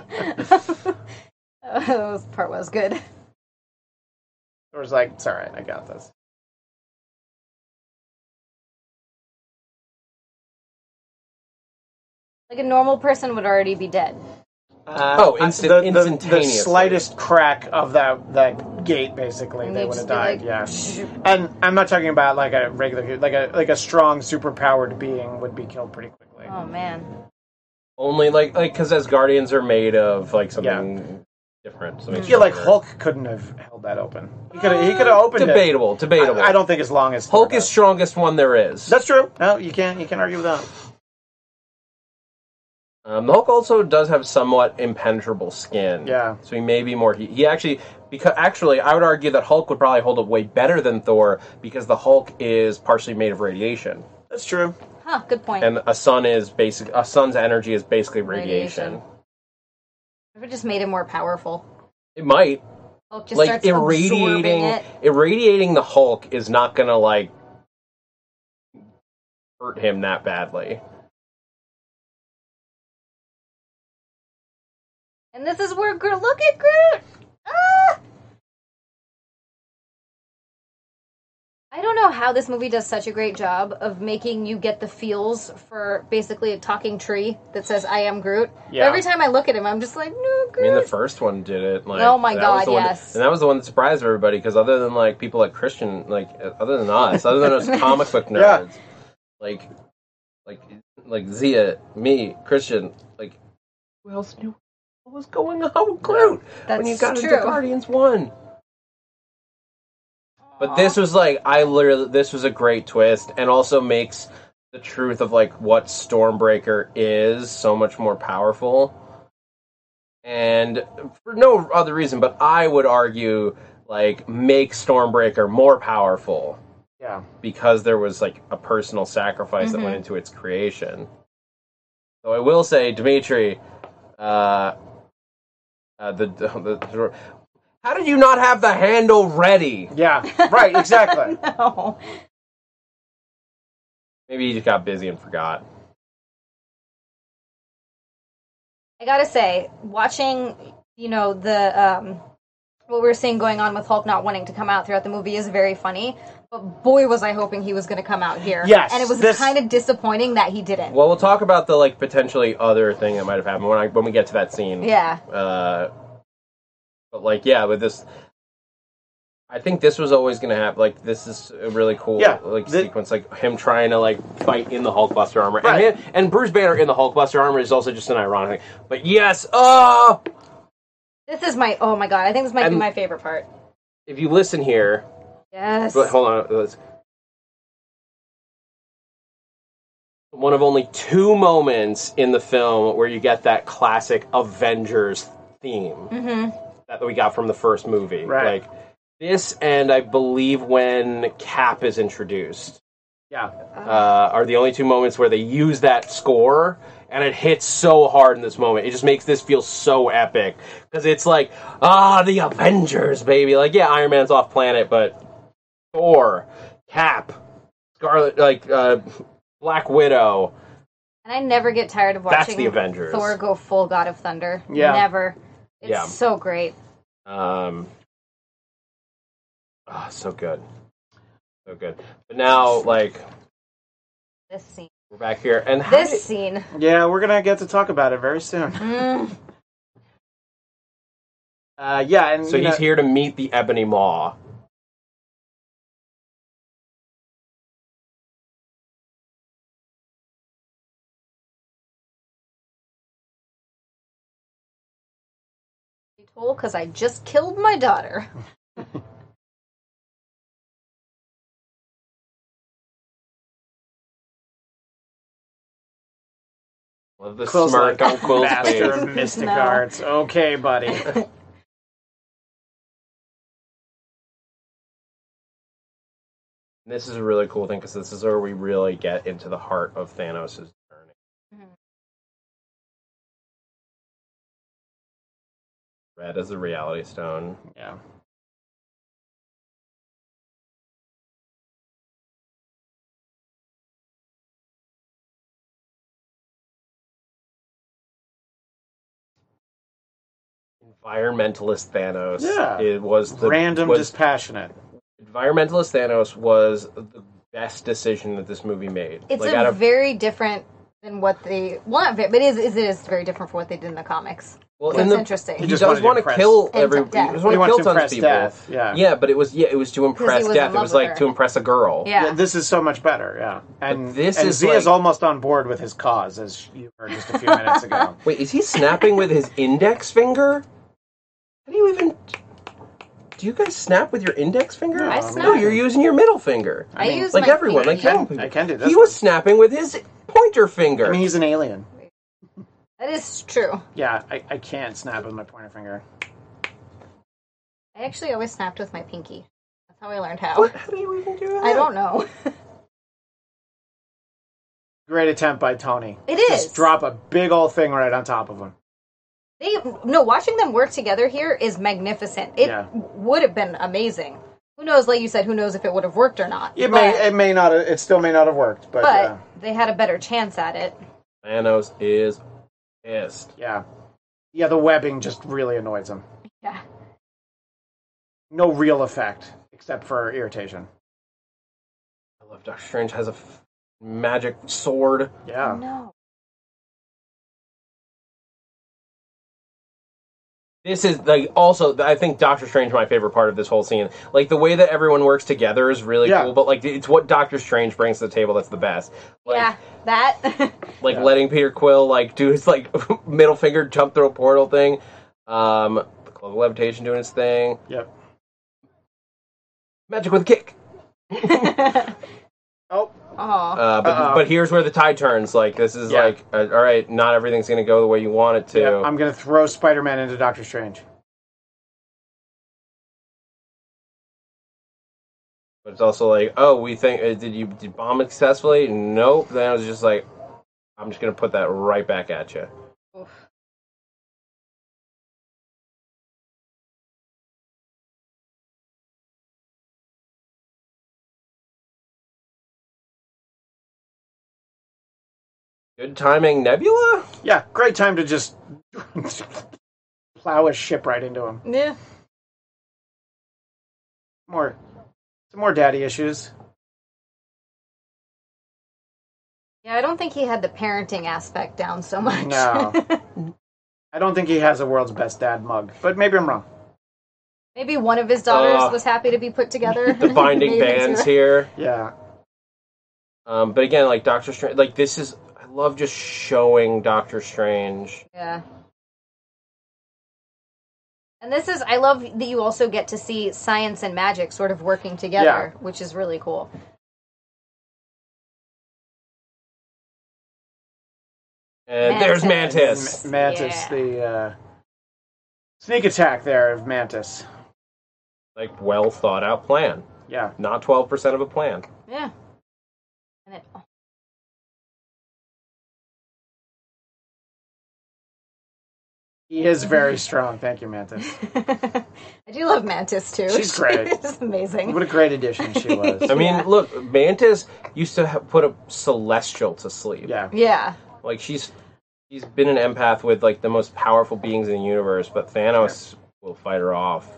S4: that was- part was good.
S3: It was like, it's all right, I got this.
S4: Like a normal person would already be dead.
S3: Uh,
S2: Oh, instant-
S3: the, the, the
S2: instantaneously.
S3: slightest crack of that that gate, basically,
S4: And
S3: they
S4: they'd
S3: would have
S4: just be
S3: died.
S4: like,
S3: yeah, and I'm not talking about like a regular, like a like a strong, superpowered being would be killed pretty quickly.
S4: Oh man.
S2: Only like like because as guardians are made of like something different. Something
S3: I feel like
S2: stronger.
S3: Hulk couldn't have held that open. He could have. He could have opened
S2: Debatable,
S3: it.
S2: debatable.
S3: I, I don't think as long as Thor
S2: Hulk is
S3: does.
S2: strongest one there is.
S3: That's true. No, you can't. You can't argue with that.
S2: Um, the Hulk also does have somewhat impenetrable skin.
S3: Yeah.
S2: So he may be more. He, he actually because actually I would argue that Hulk would probably hold up way better than Thor because the Hulk is partially made of radiation,
S3: That's true.
S4: Huh, good point.
S2: and a sun is basic. A sun's energy is basically radiation.
S4: Radiation. If it just made it more powerful.
S2: It might
S4: Hulk just
S2: like
S4: starts
S2: irradiating
S4: irradiating it.
S2: irradiating the Hulk is not gonna like hurt him that badly.
S4: And this is where Groot look at Groot. Ah! I don't know how this movie does such a great job of making you get the feels for basically a talking tree that says "I am Groot." But
S3: Yeah.
S4: Every time I look at him, I'm just like, "No,
S2: I
S4: Groot."
S2: mean, the first one did it. Like,
S4: Oh my
S2: that was
S4: God,
S2: the one that-
S4: yes.
S2: and that was the one that surprised everybody because other than like people like Christian, like uh, other than us, other than us comic book nerds,
S3: Yeah.
S2: like, like, like Zia, me, Christian, like, who else knew what was going on with Groot when
S4: That's
S2: you got
S4: true.
S2: into Guardians One? But this was like I literally this was a great twist and also makes the truth of like what Stormbreaker is so much more powerful. and for no other reason, but I would argue like make Stormbreaker more powerful
S3: Yeah.
S2: because there was like a personal sacrifice that went into its creation. So I will say, Dimitri, uh, uh, the, the, the how did you not have the handle ready?
S3: Yeah. Right. Exactly.
S4: No.
S2: Maybe you just got busy and forgot.
S4: I gotta say, watching, you know, the um, what we were seeing going on with Hulk not wanting to come out throughout the movie is very funny. But boy, was I hoping he was going to come out here.
S3: Yes,
S4: and it was
S3: this-
S4: kind of disappointing that he didn't.
S2: Well, we'll talk about the like potentially other thing that might have happened when I, when we get to that scene.
S4: yeah,
S2: Uh, but like, yeah, with this, I think this was always going to happen. Like, this is a really cool
S3: Yeah,
S2: like
S3: the-
S2: sequence, like him trying to like fight in the Hulkbuster armor,
S3: Right.
S2: and him, and Bruce Banner in the Hulkbuster armor is also just an ironic thing. But yes, oh,
S4: this is my oh my god, I think this might be
S2: And-
S4: my favorite part.
S2: if you listen here,
S4: Yes,
S2: but hold on, let's. One of only two moments in the film where you get that classic Avengers theme.
S4: hmm
S2: that we got from the first movie.
S3: Right.
S2: Like this, and I believe when Cap is introduced,
S3: Yeah.
S2: uh, are the only two moments where they use that score, and it hits so hard in this moment. It just makes this feel so epic because it's like ah, the Avengers, baby. Like yeah, Iron Man's off planet, but Thor, Cap, Scarlet, like uh, Black Widow.
S4: and I never get tired of watching
S2: That's the Avengers.
S4: Thor go full God of Thunder.
S3: Yeah.
S4: never. It's
S2: Yeah.
S4: so great.
S2: Um, ah, so good, so good. But now, like.
S4: This scene.
S2: We're back here, and how
S4: This
S2: did-
S4: scene.
S3: Yeah. We're gonna get to talk about it very soon.
S4: Mm.
S3: Uh, yeah. And
S2: so
S3: you
S2: he's
S3: know-
S2: here to meet the Ebony Maw.
S4: Because I just killed my daughter.
S2: Love the
S3: Quill's
S2: smirk
S3: like,
S2: on Quill's
S3: Master
S2: face.
S3: of Mystic
S4: No.
S3: Arts. Okay, buddy.
S2: This is a really cool thing because this is where we really get into the heart of Thanos' journey.
S4: Mhm.
S2: Red as the Reality Stone.
S3: yeah.
S2: Environmentalist Thanos.
S3: Yeah.
S2: It was the
S3: Random,
S2: was-
S3: dispassionate.
S2: environmentalist Thanos was the best decision that this movie made.
S4: It's
S2: like
S4: a
S2: out of
S4: very different than what they. Well, not very, but it is, it is very different from what they did in the comics.
S2: well,
S4: That's
S2: in the-
S4: interesting.
S2: He
S3: just
S2: does
S3: wanted to
S2: want to
S3: impress-
S2: kill
S4: And
S2: every.
S4: to death.
S2: He just
S3: He
S2: want to
S3: wants
S2: kill
S3: to
S2: tons of
S3: impress
S2: people.
S3: death, yeah.
S2: but it was yeah, it was to impress
S4: was in
S2: death. It
S4: love
S2: was
S4: with
S2: like
S4: her.
S2: to impress a girl.
S4: Yeah.
S3: Yeah, this is so much better. Yeah, and
S2: But this
S3: and
S2: is
S3: Zia's
S2: like-
S3: almost on board with his cause, as you heard just a few minutes ago.
S2: Wait, is he snapping with his index finger? How do you even? Do you guys snap with your index finger?
S3: I
S2: No,
S4: snap.
S2: you're using your middle finger.
S4: I,
S3: mean,
S4: use
S2: like
S4: my
S2: everyone,
S4: finger.
S2: like him.
S3: I can do this.
S2: He
S3: one.
S2: was snapping with his pointer finger.
S3: I mean, he's an alien.
S4: that is true.
S3: Yeah, I, I can't snap with my pointer finger.
S4: I actually always snapped with my pinky. That's how I learned how.
S2: What? How do you even do that?
S4: I don't know.
S3: Great attempt by Tony.
S4: It
S3: Just
S4: is.
S3: drop a big old thing right on top of him.
S4: They no watching them work together here is magnificent. It
S3: Yeah.
S4: would have been amazing. Who knows? Like you said, who knows if it would have worked or not?
S3: It
S4: but
S3: may it may not it still may not have worked, but,
S4: but
S3: uh,
S4: they had a better chance at it.
S2: Thanos is pissed.
S3: yeah, yeah, the webbing just really annoys him.
S4: Yeah.
S3: No real effect except for irritation.
S2: I love Doctor Strange has a f- magic sword.
S3: Yeah,
S4: No.
S2: This is like also I think Doctor Strange my favorite part of this whole scene. Like the way that everyone works together is really
S3: Yeah.
S2: cool, but like it's what Doctor Strange brings to the table that's the best. Like,
S4: yeah. That.
S2: like
S3: Yeah.
S2: letting Peter Quill like do his like middle finger jump through a portal thing. Um, the Club of Levitation doing his thing.
S3: yep.
S2: Magic with a kick.
S3: Oh,
S4: Oh,
S2: Uh, but
S3: Uh-oh.
S2: but here's where the tide turns. Like this is
S3: Yeah.
S2: like uh, all right, not everything's gonna go the way you want it to.
S3: yeah, I'm gonna throw Spider-Man into Doctor Strange.
S2: but it's also like, oh, we think uh, did you did bomb it successfully? Nope. Then I was just like, I'm just gonna put that right back at you. Good timing, Nebula.
S3: Yeah, great time to just plow a ship right into him.
S4: yeah.
S3: More, some more daddy issues.
S4: Yeah, I don't think he had the parenting aspect down so much.
S3: No. I don't think he has a world's best dad mug, but maybe I'm wrong.
S4: Maybe one of his daughters
S2: Uh,
S4: was happy to be put together.
S2: The binding
S4: Maybe it's
S2: bands
S4: her.
S2: here.
S3: Yeah,
S2: Um, but again, like Doctor Strange, like this is I love just showing Doctor Strange.
S4: Yeah. And this is, I love that you also get to see science and magic sort of working together, which is really cool.
S2: And there's Mantis.
S4: Mantis.
S3: M- Mantis,
S4: Yeah.
S3: the uh, sneak attack there of Mantis.
S2: Like well thought out plan,
S3: Yeah,
S2: not twelve percent of a plan.
S4: Yeah. And it,
S3: he is very strong. Thank you, Mantis.
S4: I do love Mantis too.
S3: She's great.
S4: She's amazing.
S3: What a great addition she was.
S2: I mean,
S4: Yeah.
S2: look, Mantis used to ha- put a celestial to sleep.
S3: Yeah,
S4: yeah.
S2: Like she's she's been an empath with like the most powerful beings in the universe, but Thanos will fight her off.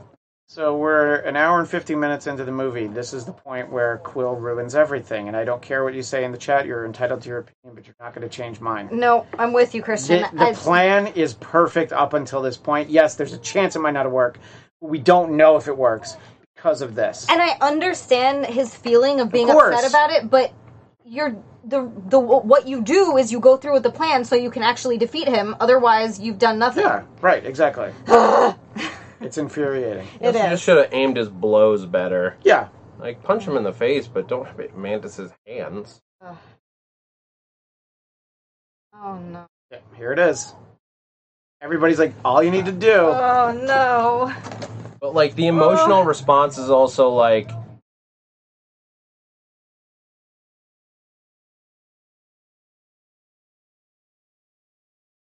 S3: So we're an hour and 50 minutes into the movie. This is the point where Quill ruins everything. And I don't care what you say in the chat, you're entitled to your opinion, but you're not going to change mine.
S4: No, I'm with you, Christian.
S3: The, the
S4: I-
S3: plan is perfect up until this point. Yes, there's a chance it might not work. But we don't know if it works because of this.
S4: and I understand his feeling of being
S3: course.
S4: upset about it, but you're the the what you do is you go through with the plan so you can actually defeat him. Otherwise, you've done nothing.
S3: Yeah, right, exactly. it's infuriating.
S4: It
S2: He
S4: is.
S2: just should have aimed his blows better.
S3: Yeah.
S2: Like punch him in the face, but don't hit Mantis's hands.
S4: Oh no.
S3: Yeah, Here it is. Everybody's like, all you need to do.
S4: Oh no.
S2: But like the emotional response is also like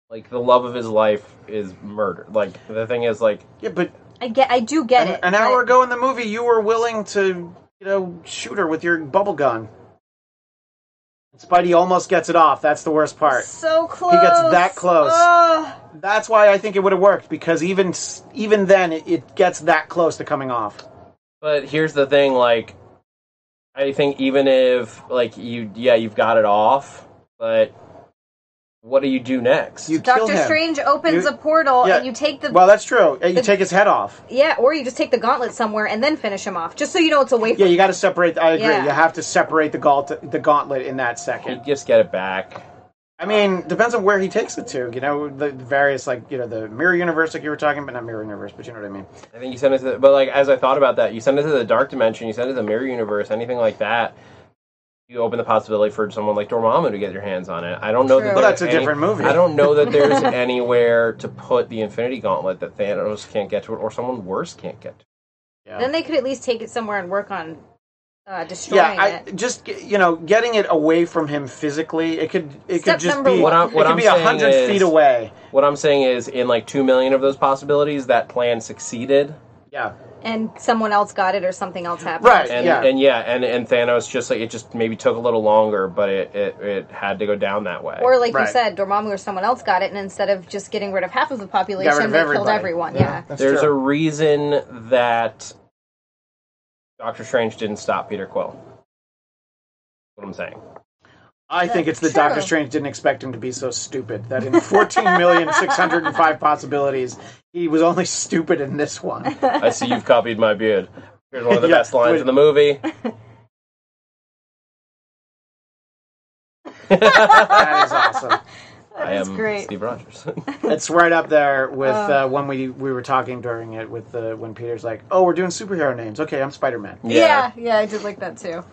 S2: Like the love of his life is murder. Like the thing is, like
S3: Yeah, but
S4: I get. I do get
S3: an,
S4: it.
S3: an
S4: but-
S3: hour ago in the movie, you were willing to, you know, shoot her with your bubble gun. And Spidey almost gets it off. That's the worst part.
S4: So close.
S3: that close.
S4: Oh.
S3: That's why I think it would have worked because even s- even then, it, it gets that close to coming off.
S2: But here's the thing, like I think even if like you yeah, you've got it off, but what do you do next?
S3: You kill
S4: Doctor
S3: him.
S4: Strange opens
S3: You-
S4: a portal
S3: yeah.
S4: and you take the
S3: Well, that's true. Uh, You take his head off.
S4: yeah, or you just take the gauntlet somewhere and then finish him off, just so you know it's away from.
S3: Yeah, you got to separate. I agree.
S4: Yeah.
S3: You have to separate the gaunt- the gauntlet in that
S2: You
S3: second.
S2: just get it back.
S3: I mean, depends on where he takes it to. You know, the various like you know the mirror universe, like you were talking, but not mirror universe, but you know what I mean.
S2: I think you send it to, the, but like as I thought about that, you send it to the dark dimension, you send it to the mirror universe, anything like that. You open the possibility for someone like Dormammu to get your hands on it. I don't know
S4: True.
S2: that
S4: Well,
S2: there's
S3: that's a
S2: any-
S3: different movie.
S2: I don't know that there's anywhere to put the Infinity Gauntlet that Thanos can't get to, it, or someone worse can't get. to. it.
S4: Then they could at least take it somewhere and work on uh, destroying
S3: Yeah, I
S4: it.
S3: just get- you know getting it away from him physically. It could it
S4: Step
S3: could just
S4: number
S3: be
S4: one. What
S2: I'm- what
S3: it could
S2: I'm
S3: be a hundred
S2: saying is-
S3: feet away.
S2: What I'm saying is, in like two million of those possibilities, that plan succeeded,
S3: Yeah,
S4: And someone else got it, or something else happened.
S3: right.
S2: and
S3: yeah,
S2: and yeah, and and Thanos just like it just maybe took a little longer, but it it, it had to go down that way.
S4: Or like
S3: Right.
S4: you said, Dormammu or someone else got it, and instead of just getting rid of half of the population,
S3: Got rid of
S4: they killed
S3: everybody.
S4: everyone.
S3: Yeah.
S4: Yeah.
S3: That's
S2: There's
S3: true.
S2: a reason that Doctor Strange didn't stop Peter Quill. That's What I'm saying.
S3: I think it's that
S4: True.
S3: Doctor Strange didn't expect him to be so stupid. That in fourteen million six hundred and five possibilities, he was only stupid in this one.
S2: I see you've copied my beard. Here's one of the
S3: Yeah,
S2: best lines
S3: wait.
S2: in the movie.
S3: That is awesome.
S2: I
S4: is
S2: am
S4: great.
S2: Steve Rogers.
S3: It's right up there with
S4: Oh.
S3: uh, when we we were talking during it with uh, when Peter's like, "Oh, we're doing superhero names. Okay, I'm Spider Man."
S4: yeah, yeah, I did like that too.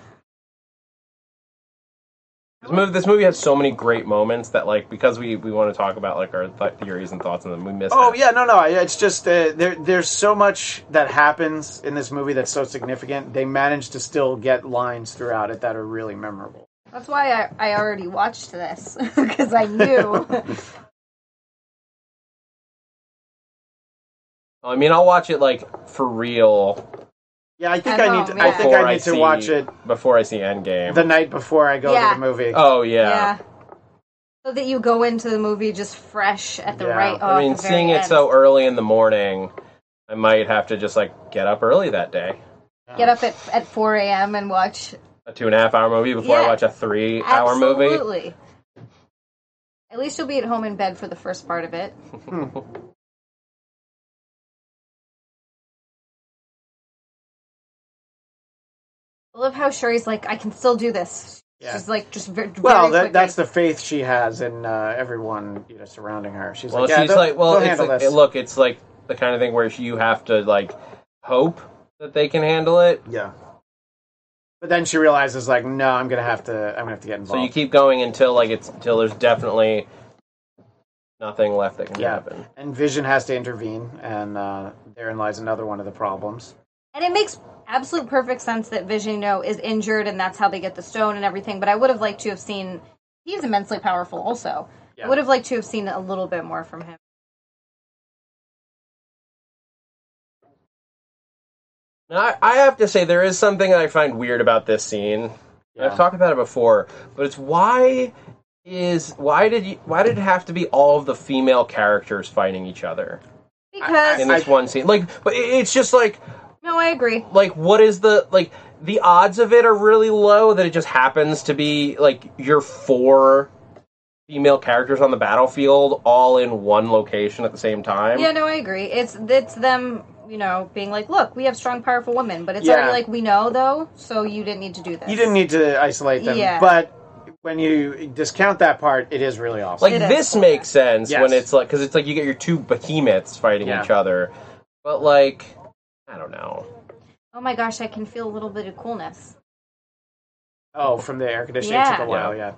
S2: This movie, this movie has so many great moments that, like, because we, we want to talk about like our th- theories and thoughts on them, we miss.
S3: Oh
S2: it.
S3: yeah, no, no. I- It's just uh, there. There's so much that happens in this movie that's so significant. They managed to still get lines throughout it that are really memorable.
S4: That's why I, I already watched this because I knew.
S2: I mean, I'll watch it like for real
S3: Yeah, I think
S4: I
S3: I,
S4: know,
S3: need. To,
S4: man.
S3: I think
S2: before
S3: I
S2: I,
S3: need
S2: see
S3: to watch it
S2: before I see Endgame.
S3: the night before I go
S4: Yeah.
S3: to the movie.
S2: oh
S4: yeah.
S2: yeah.
S4: So that you go into the movie just fresh Oh, at the
S3: Yeah.
S4: right.
S2: I
S4: off
S2: mean,
S4: the
S2: seeing
S4: very
S2: it
S4: end.
S2: so early in the morning, I might have to just like get up early that day.
S4: Get up at, at 4 a.m. and watch.
S2: A two and a half hour movie before I
S4: Yeah.
S2: watch a three hour movie.
S4: Absolutely. At least you'll be at home in bed for the first part of it. I love how Sherry's like, I can still do this.
S3: Yeah.
S4: She's like, just very,
S3: Well,
S4: very
S3: that, that's
S4: quickly.
S3: the faith she has in uh, everyone you know surrounding her. She's
S2: Well,
S3: like, yeah,
S2: she's
S3: they'll-
S2: like, well,
S3: they'll
S2: it's
S3: handle
S2: like,
S3: this.
S2: look, it's like the kind of thing where you have to like hope that they can handle it.
S3: yeah. But then she realizes, like, no, I'm gonna have to. I'm gonna have to get
S2: So
S3: involved.
S2: you keep going until like it's until there's definitely nothing left that can
S3: Yeah.
S2: happen.
S3: and Vision has to intervene, and uh, therein lies another one of the problems.
S4: And it makes absolute perfect sense that Vision, you know, is injured and that's how they get the stone and everything. But I would have liked to have seen. He's immensely powerful, also.
S3: Yeah.
S4: I would have liked to have seen a little bit more from him.
S2: Now, I, I have to say there is something that I find weird about this scene. And I've
S3: Yeah.
S2: talked about it before, but it's why is why did you why did it have to be all of the female characters fighting each other
S4: Because.
S2: in this one scene? Like, but it- it's just like
S4: no, I agree.
S2: like what is the like the odds of it are really low that it just happens to be like your four female characters on the battlefield all in one location at the same time.
S4: Yeah, no, I agree. It's it's them, you know, being like, look, we have strong, powerful women, but it's
S3: Yeah.
S4: already like we know though, so you didn't need to do this.
S3: You didn't need to isolate them,
S4: Yeah.
S3: but when you discount that part, it is really awesome.
S2: Like
S4: It is.
S2: this makes sense
S3: Yes.
S2: when it's like because it's like you get your two behemoths fighting
S3: Yeah.
S2: each other, but like I don't know.
S4: Oh my gosh, I can feel a little bit of coolness.
S3: oh, from the air conditioning
S4: Yeah.
S3: it took a while. Yeah,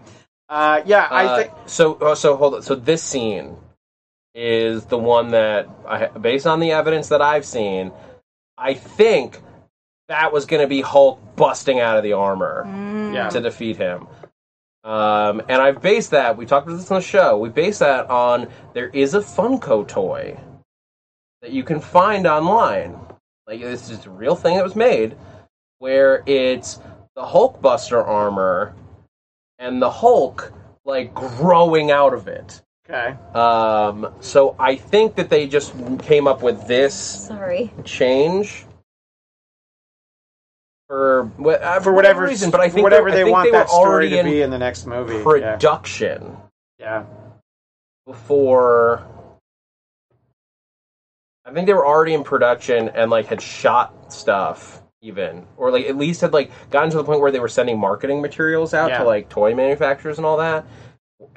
S3: uh, yeah. I
S2: Uh,
S3: think
S2: so. oh, So hold on. So this scene is the one that, I, based on the evidence that I've seen, I think that was going to be Hulk busting out of the armor
S4: mm.
S3: yeah.
S2: to defeat him. Um, and I've based that. We talked about this on the show. We based that on there is a Funko toy that you can find online. Like this is a real thing that was made, where it's the Hulkbuster armor and the Hulk like growing out of it.
S3: Okay.
S2: Um, so I think that they just came up with this
S4: Sorry.
S2: change for wha- uh,
S3: For whatever
S2: reason, but I
S3: for
S2: think they,
S3: whatever
S2: I
S3: they
S2: think
S3: want
S2: they
S3: that
S2: were already
S3: story to
S2: in
S3: be in the next movie. Yeah.
S2: production
S3: yeah.
S2: before. I think they were already in production and like had shot stuff even, or like at least had like gotten to the point where they were sending marketing materials out
S3: Yeah.
S2: to like toy manufacturers and all that.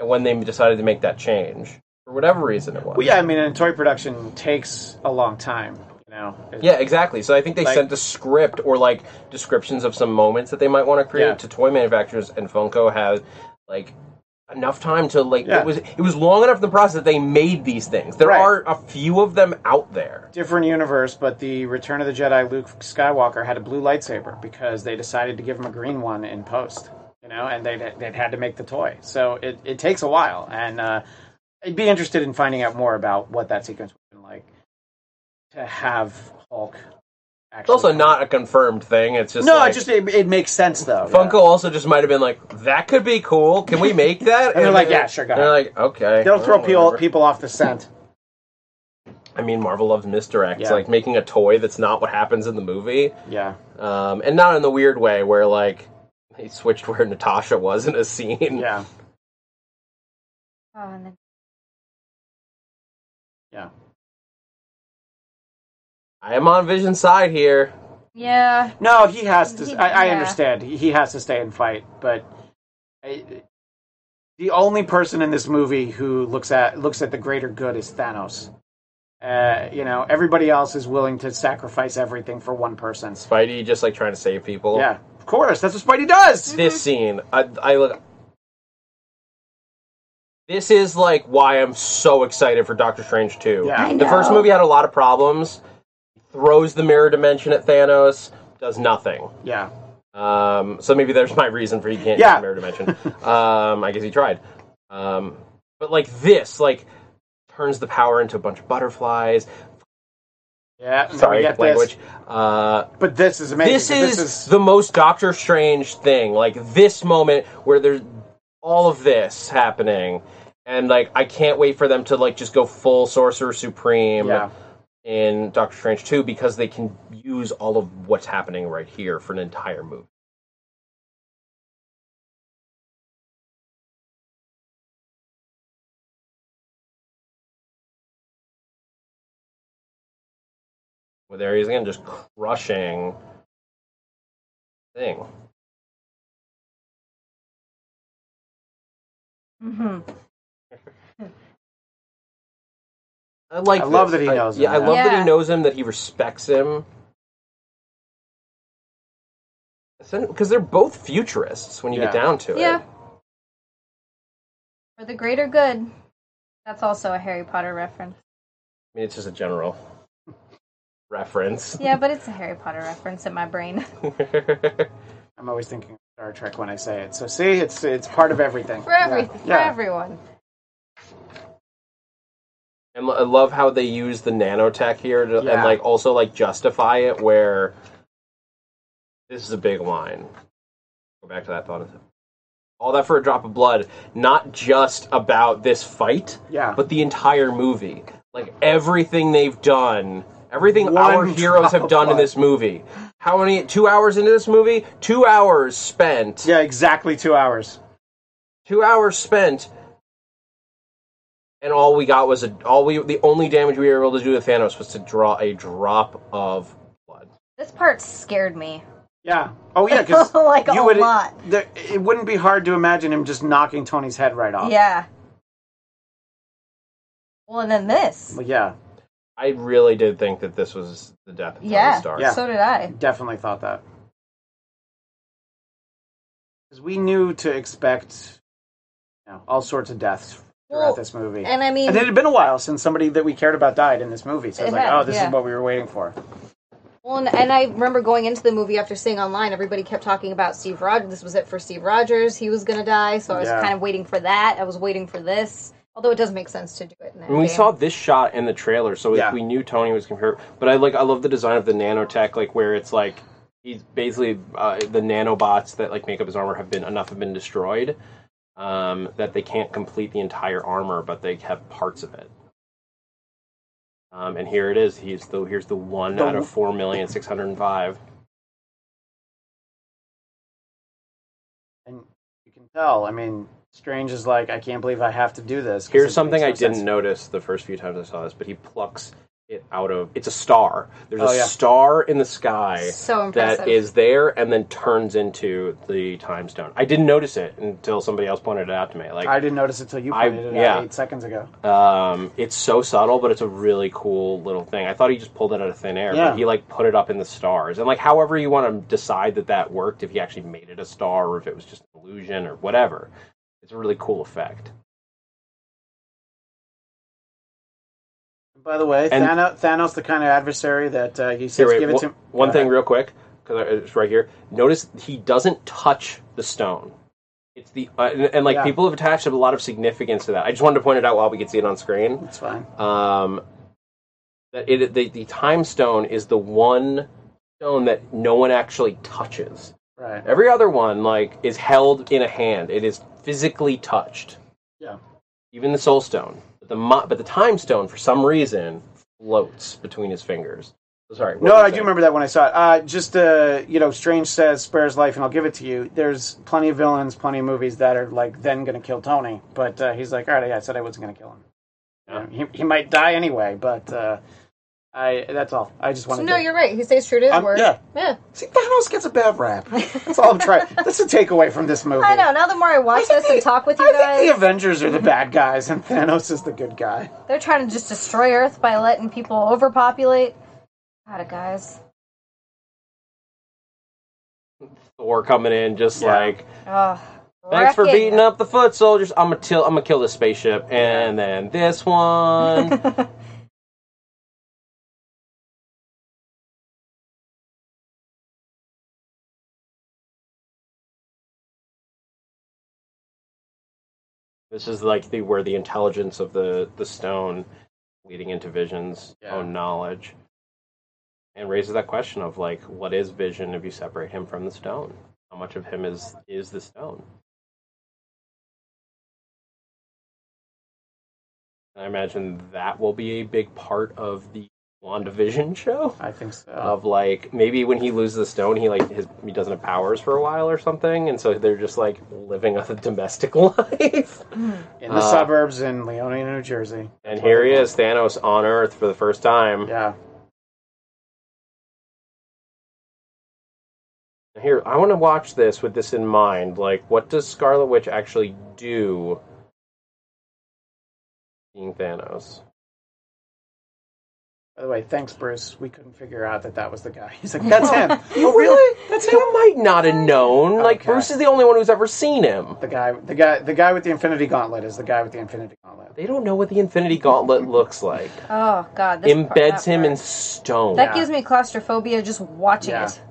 S2: When they decided to make that change for whatever reason it was.
S3: Well, yeah. I mean, and toy production takes a long time. You know. It-
S2: Yeah, exactly. So I think they
S3: Like-
S2: sent a script or like descriptions of some moments that they might want to create
S3: Yeah.
S2: to toy manufacturers, and Funko had like enough time to like
S3: Yeah.
S2: it was it was long enough in the process that they made these things. There
S3: Right.
S2: are a few of them out there.
S3: Different universe, but the Return of the Jedi Luke Skywalker had a blue lightsaber because they decided to give him a green one in post. You know, and they'd, they'd had to make the toy, so it, it takes a while. And uh, I'd be interested in finding out more about what that sequence would have been like to have Hulk.
S2: It's also not a confirmed thing. It's just
S3: no,
S2: like,
S3: it just it, it makes sense though.
S2: Funko
S3: Yeah.
S2: also just might have been like that could be cool. Can we make that?
S3: And they're like, "Yeah, sure, go
S2: and they're like, okay.
S3: They'll throw
S2: Oh,
S3: people
S2: whatever.
S3: people off the scent.
S2: I mean, Marvel loves misdirects.
S3: Yeah.
S2: Like making a toy that's not what happens in the movie.
S3: Yeah,
S2: um, and not in the weird way where like they switched where Natasha was in a scene.
S3: yeah,
S6: Uh,
S4: Oh, and then
S3: yeah.
S2: I am on Vision's side here.
S4: yeah.
S3: No, he has to. I, I
S4: Yeah.
S3: understand. He has to stay and fight, but I, the only person in this movie who looks at looks at the greater good is Thanos. Uh, you know, everybody else is willing to sacrifice everything for one person.
S2: Spidey just like trying to save people.
S3: Yeah, of course, that's what Spidey does.
S2: This scene, I, I look. This is like why I'm so excited for Doctor Strange 2.
S3: Yeah. I
S2: The first
S6: know.
S2: movie had a lot of problems. Throws the mirror dimension at Thanos, does nothing.
S3: Yeah.
S2: Um, so maybe there's my reason for he can't
S3: Yeah.
S2: use the mirror dimension. um, I guess he tried. Um, but like this, like turns the power into a bunch of butterflies.
S3: Yeah.
S2: Sorry,
S3: get
S2: language.
S3: This.
S2: Uh,
S3: But this is amazing.
S2: this
S3: This
S2: is, the most Doctor Strange thing. Like this moment where there's all of this happening, and like I can't wait for them to like just go full Sorcerer Supreme
S3: Yeah.
S2: in Doctor Strange Two because they can use all of what's happening right here for an entire movie. Well, there he is again, just crushing thing.
S6: hmm
S2: I like.
S3: I love
S2: this.
S3: that he knows
S2: yeah,
S3: him,
S2: I love that
S6: Yeah.
S2: he knows him. That he respects him. Because they're both futurists when you get
S3: Yeah.
S2: down to it.
S6: Yeah. For the greater good. That's also a Harry Potter reference.
S2: I mean, it's just a general reference.
S6: Yeah, but it's a Harry Potter reference in my brain.
S3: I'm always thinking of Star Trek when I say it. So see, it's it's part of everything.
S6: For everything.
S3: Yeah.
S6: For
S3: yeah.
S6: everyone.
S2: and I love how they use the nanotech here to, and
S3: Yeah.
S2: like also like justify it. Where this is a big line. Go back to that thought. All that for a drop of blood. Not just about this fight.
S3: Yeah.
S2: but the entire movie. Like everything they've done, everything
S3: One
S2: our
S3: drop
S2: heroes have done in
S3: of
S2: this movie. How many? Two hours into this movie, two hours spent.
S3: yeah. Exactly two hours.
S2: Two hours spent, and all we got was a all we the only damage we were able to do to Thanos was to draw a drop of blood.
S6: This part scared me.
S3: Yeah. Oh yeah. Because
S6: Like a
S3: you would,
S6: lot.
S3: There, it wouldn't be hard to imagine him just knocking Tony's head right off.
S6: Yeah. Well, and then this.
S3: Well, yeah.
S2: I really did think that this was the death of Tony
S6: Yeah.
S2: Stark.
S3: Yeah.
S6: So did I.
S3: Definitely thought that. Because we knew to expect you know, all sorts of deaths throughout
S6: Well,
S3: this movie.
S6: And I mean,
S3: And it had been a while since somebody that we cared about died in this movie. So I was
S6: It
S3: like,
S6: had,
S3: oh, this
S6: yeah.
S3: is what we were waiting for.
S6: well, and, and I remember going into the movie after seeing online, everybody kept talking about Steve Rogers. This was it for Steve Rogers. He was going to die. So I was
S3: Yeah.
S6: kind of waiting for that. I was waiting for this. Although it does make sense to do it in that
S2: And we
S6: game.
S2: saw this shot in the trailer, so
S3: Yeah.
S2: if we knew Tony was gonna hurt. But I like I love the design of the nanotech, like where it's like he's basically uh, the nanobots that like make up his armor have been enough have been destroyed um, that they can't complete the entire armor, but they have parts of it. Um, and here it is. He's the here's the one
S3: The-
S2: out of four million six hundred and five.
S3: And you can tell. I mean, Strange is like, I can't believe I have to do this. 'cause it
S2: Here's
S3: makes
S2: something
S3: no
S2: I didn't
S3: sense.
S2: notice the first few times I saw this, but he plucks it out of it's a star. There's
S3: Oh,
S2: a
S3: yeah.
S2: star in the sky.
S6: So impressive.
S2: that is there and then turns into the time stone. I didn't notice it until somebody else pointed it out to me.
S3: I
S2: Like,
S3: didn't notice it till you
S2: I-
S3: pointed it
S2: yeah.
S3: out eight seconds ago.
S2: um, it's so subtle, but it's a really cool little thing. I thought he just pulled it out of thin air,
S3: Yeah.
S2: but he like put it up in the stars. And like, however you want to decide that that worked, if he actually made it a star or if it was just an illusion or whatever, it's a really cool effect.
S3: By the way,
S2: And-
S3: Thanos, Thanos, the kind of adversary that uh, he
S2: Here,
S3: says,
S2: wait,
S3: give it
S2: one-
S3: to Uh,
S2: one
S3: Go
S2: thing
S3: ahead.
S2: real quick because it's right here. Notice he doesn't touch the stone. It's the uh, and, and, like
S3: Yeah.
S2: people have attached a lot of significance to that. I just wanted to point it out while we could see it on screen.
S3: It's fine.
S2: um, that it the, the time stone is the one stone that no one actually touches.
S3: Right.
S2: Every other one like is held in a hand. It is physically touched.
S3: Yeah.
S2: Even the soul stone, but the mo- but the time stone for some reason floats between his fingers. Sorry. what
S3: No,
S2: were you
S3: I do
S2: saying?
S3: remember that when I saw it. Uh, just uh, you know, Strange says spares life and I'll give it to you. There's plenty of villains, plenty of movies that are like then going to kill Tony, but uh, he's like, all right, I said I wasn't going to kill him.
S2: Yeah.
S3: You know, He, he might die anyway, but uh, I that's all. I just
S6: So
S3: wanted
S6: no,
S3: to.
S6: you're right. He stays true to his
S3: Um,
S6: word.
S3: yeah.
S6: Yeah.
S3: See, Thanos gets a bad rap. That's all I'm trying. that's a takeaway from this movie.
S6: I know. Now the more I watch this and talk with you
S3: I think
S6: guys,
S3: the Avengers are the bad guys and Thanos is the good guy.
S6: they're trying to just destroy Earth by letting people overpopulate. Got it, guys.
S2: Thor coming in just
S3: Yeah.
S2: like
S6: Oh,
S2: Thanks for
S4: Wreck it.
S2: beating up the foot soldiers. I'm gonna till I'm gonna kill this spaceship, and then this one. this is like the where the intelligence of the the stone leading into Vision's
S7: Yeah.
S2: own knowledge, and raises that question of like, what is Vision if you separate him from the stone? How much of him is is the stone? And I imagine that will be a big part of the WandaVision show.
S7: I think so.
S2: Of like maybe when he loses the stone, he like his he doesn't have powers for a while or something, and so they're just like living a domestic life.
S3: in the
S2: Uh,
S3: suburbs in Leonia, New Jersey.
S2: and here he is, Thanos on Earth for the first time.
S3: Yeah,
S2: Here, I want to watch this with this in mind. Like, what does Scarlet Witch actually do? Seeing Thanos.
S3: By the way, thanks, Bruce. We couldn't figure out that that was the guy. He's like, that's him. oh, That's him.
S2: You might not have known. Like,
S3: Okay.
S2: Bruce is the only one who's ever seen him.
S3: The guy, the guy, the guy with the Infinity Gauntlet is the guy with the Infinity Gauntlet.
S2: They don't know what the Infinity Gauntlet looks like.
S4: oh god, this part-
S2: Embeds
S4: that
S2: him
S4: part.
S2: in stone.
S4: That gives me claustrophobia just watching
S3: Yeah.
S4: it.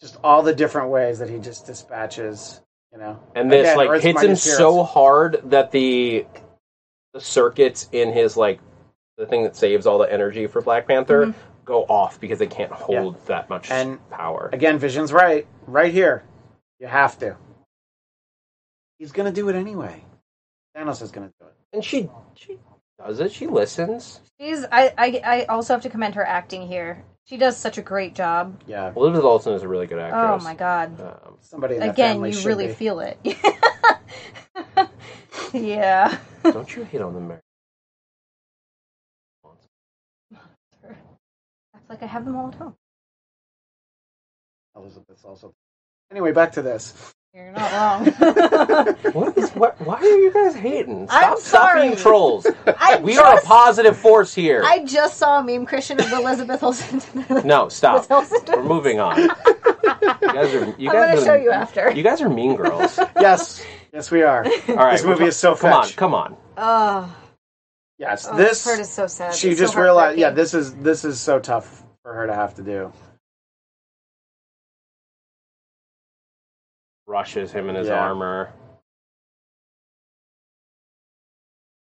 S3: Just all the different ways that he just dispatches. You know,
S2: and this
S3: Again,
S2: like
S3: Earth's
S2: hits him
S3: mightiest heroes.
S2: so hard that the the circuits in his like the thing that saves all the energy for Black Panther go off because they can't hold that much
S3: Mm-hmm. And-
S2: power.
S3: Again, Vision's right, right here. You have to. He's gonna do it anyway. Thanos is gonna do it.
S2: And she she does it. She listens.
S4: She's I, I I also have to commend her acting here. She does such a great job.
S3: Yeah,
S2: Elizabeth Olsen is a really good actress.
S4: Oh my god.
S2: Um,
S3: somebody in that
S4: Again,
S3: family
S4: you
S3: should
S4: really
S3: be.
S4: feel it. yeah.
S2: don't you hate on the Mary?
S4: That's like I have them all at home.
S3: Elizabeth's also. Anyway, back to this.
S4: You're not wrong.
S2: What is what? Why are you guys hating? Stop,
S4: I'm
S2: stop being
S4: sorry.
S2: trolls.
S4: I
S2: We
S4: just,
S2: are a positive force here.
S4: I just saw a meme Christian of Elizabeth Olsen. Oh,
S2: No, stop.
S4: Elizabeth
S2: We're
S4: Olsen.
S2: moving on. You guys are. You guys
S4: I'm gonna
S2: are-
S4: show you after.
S2: You guys are mean girls.
S3: Yes, yes, we are.
S2: All right,
S3: This movie
S2: we're-
S3: is so
S2: Come on,
S3: fetch.
S2: come on.
S4: Oh,
S3: Yes,
S4: oh, this
S3: this.
S4: part is so sad.
S3: she
S4: It's so
S3: just realized. Yeah,
S4: heartbreaking.
S3: this is this is so tough for her to have to do.
S2: Rushes him in his
S3: Yeah.
S2: armor.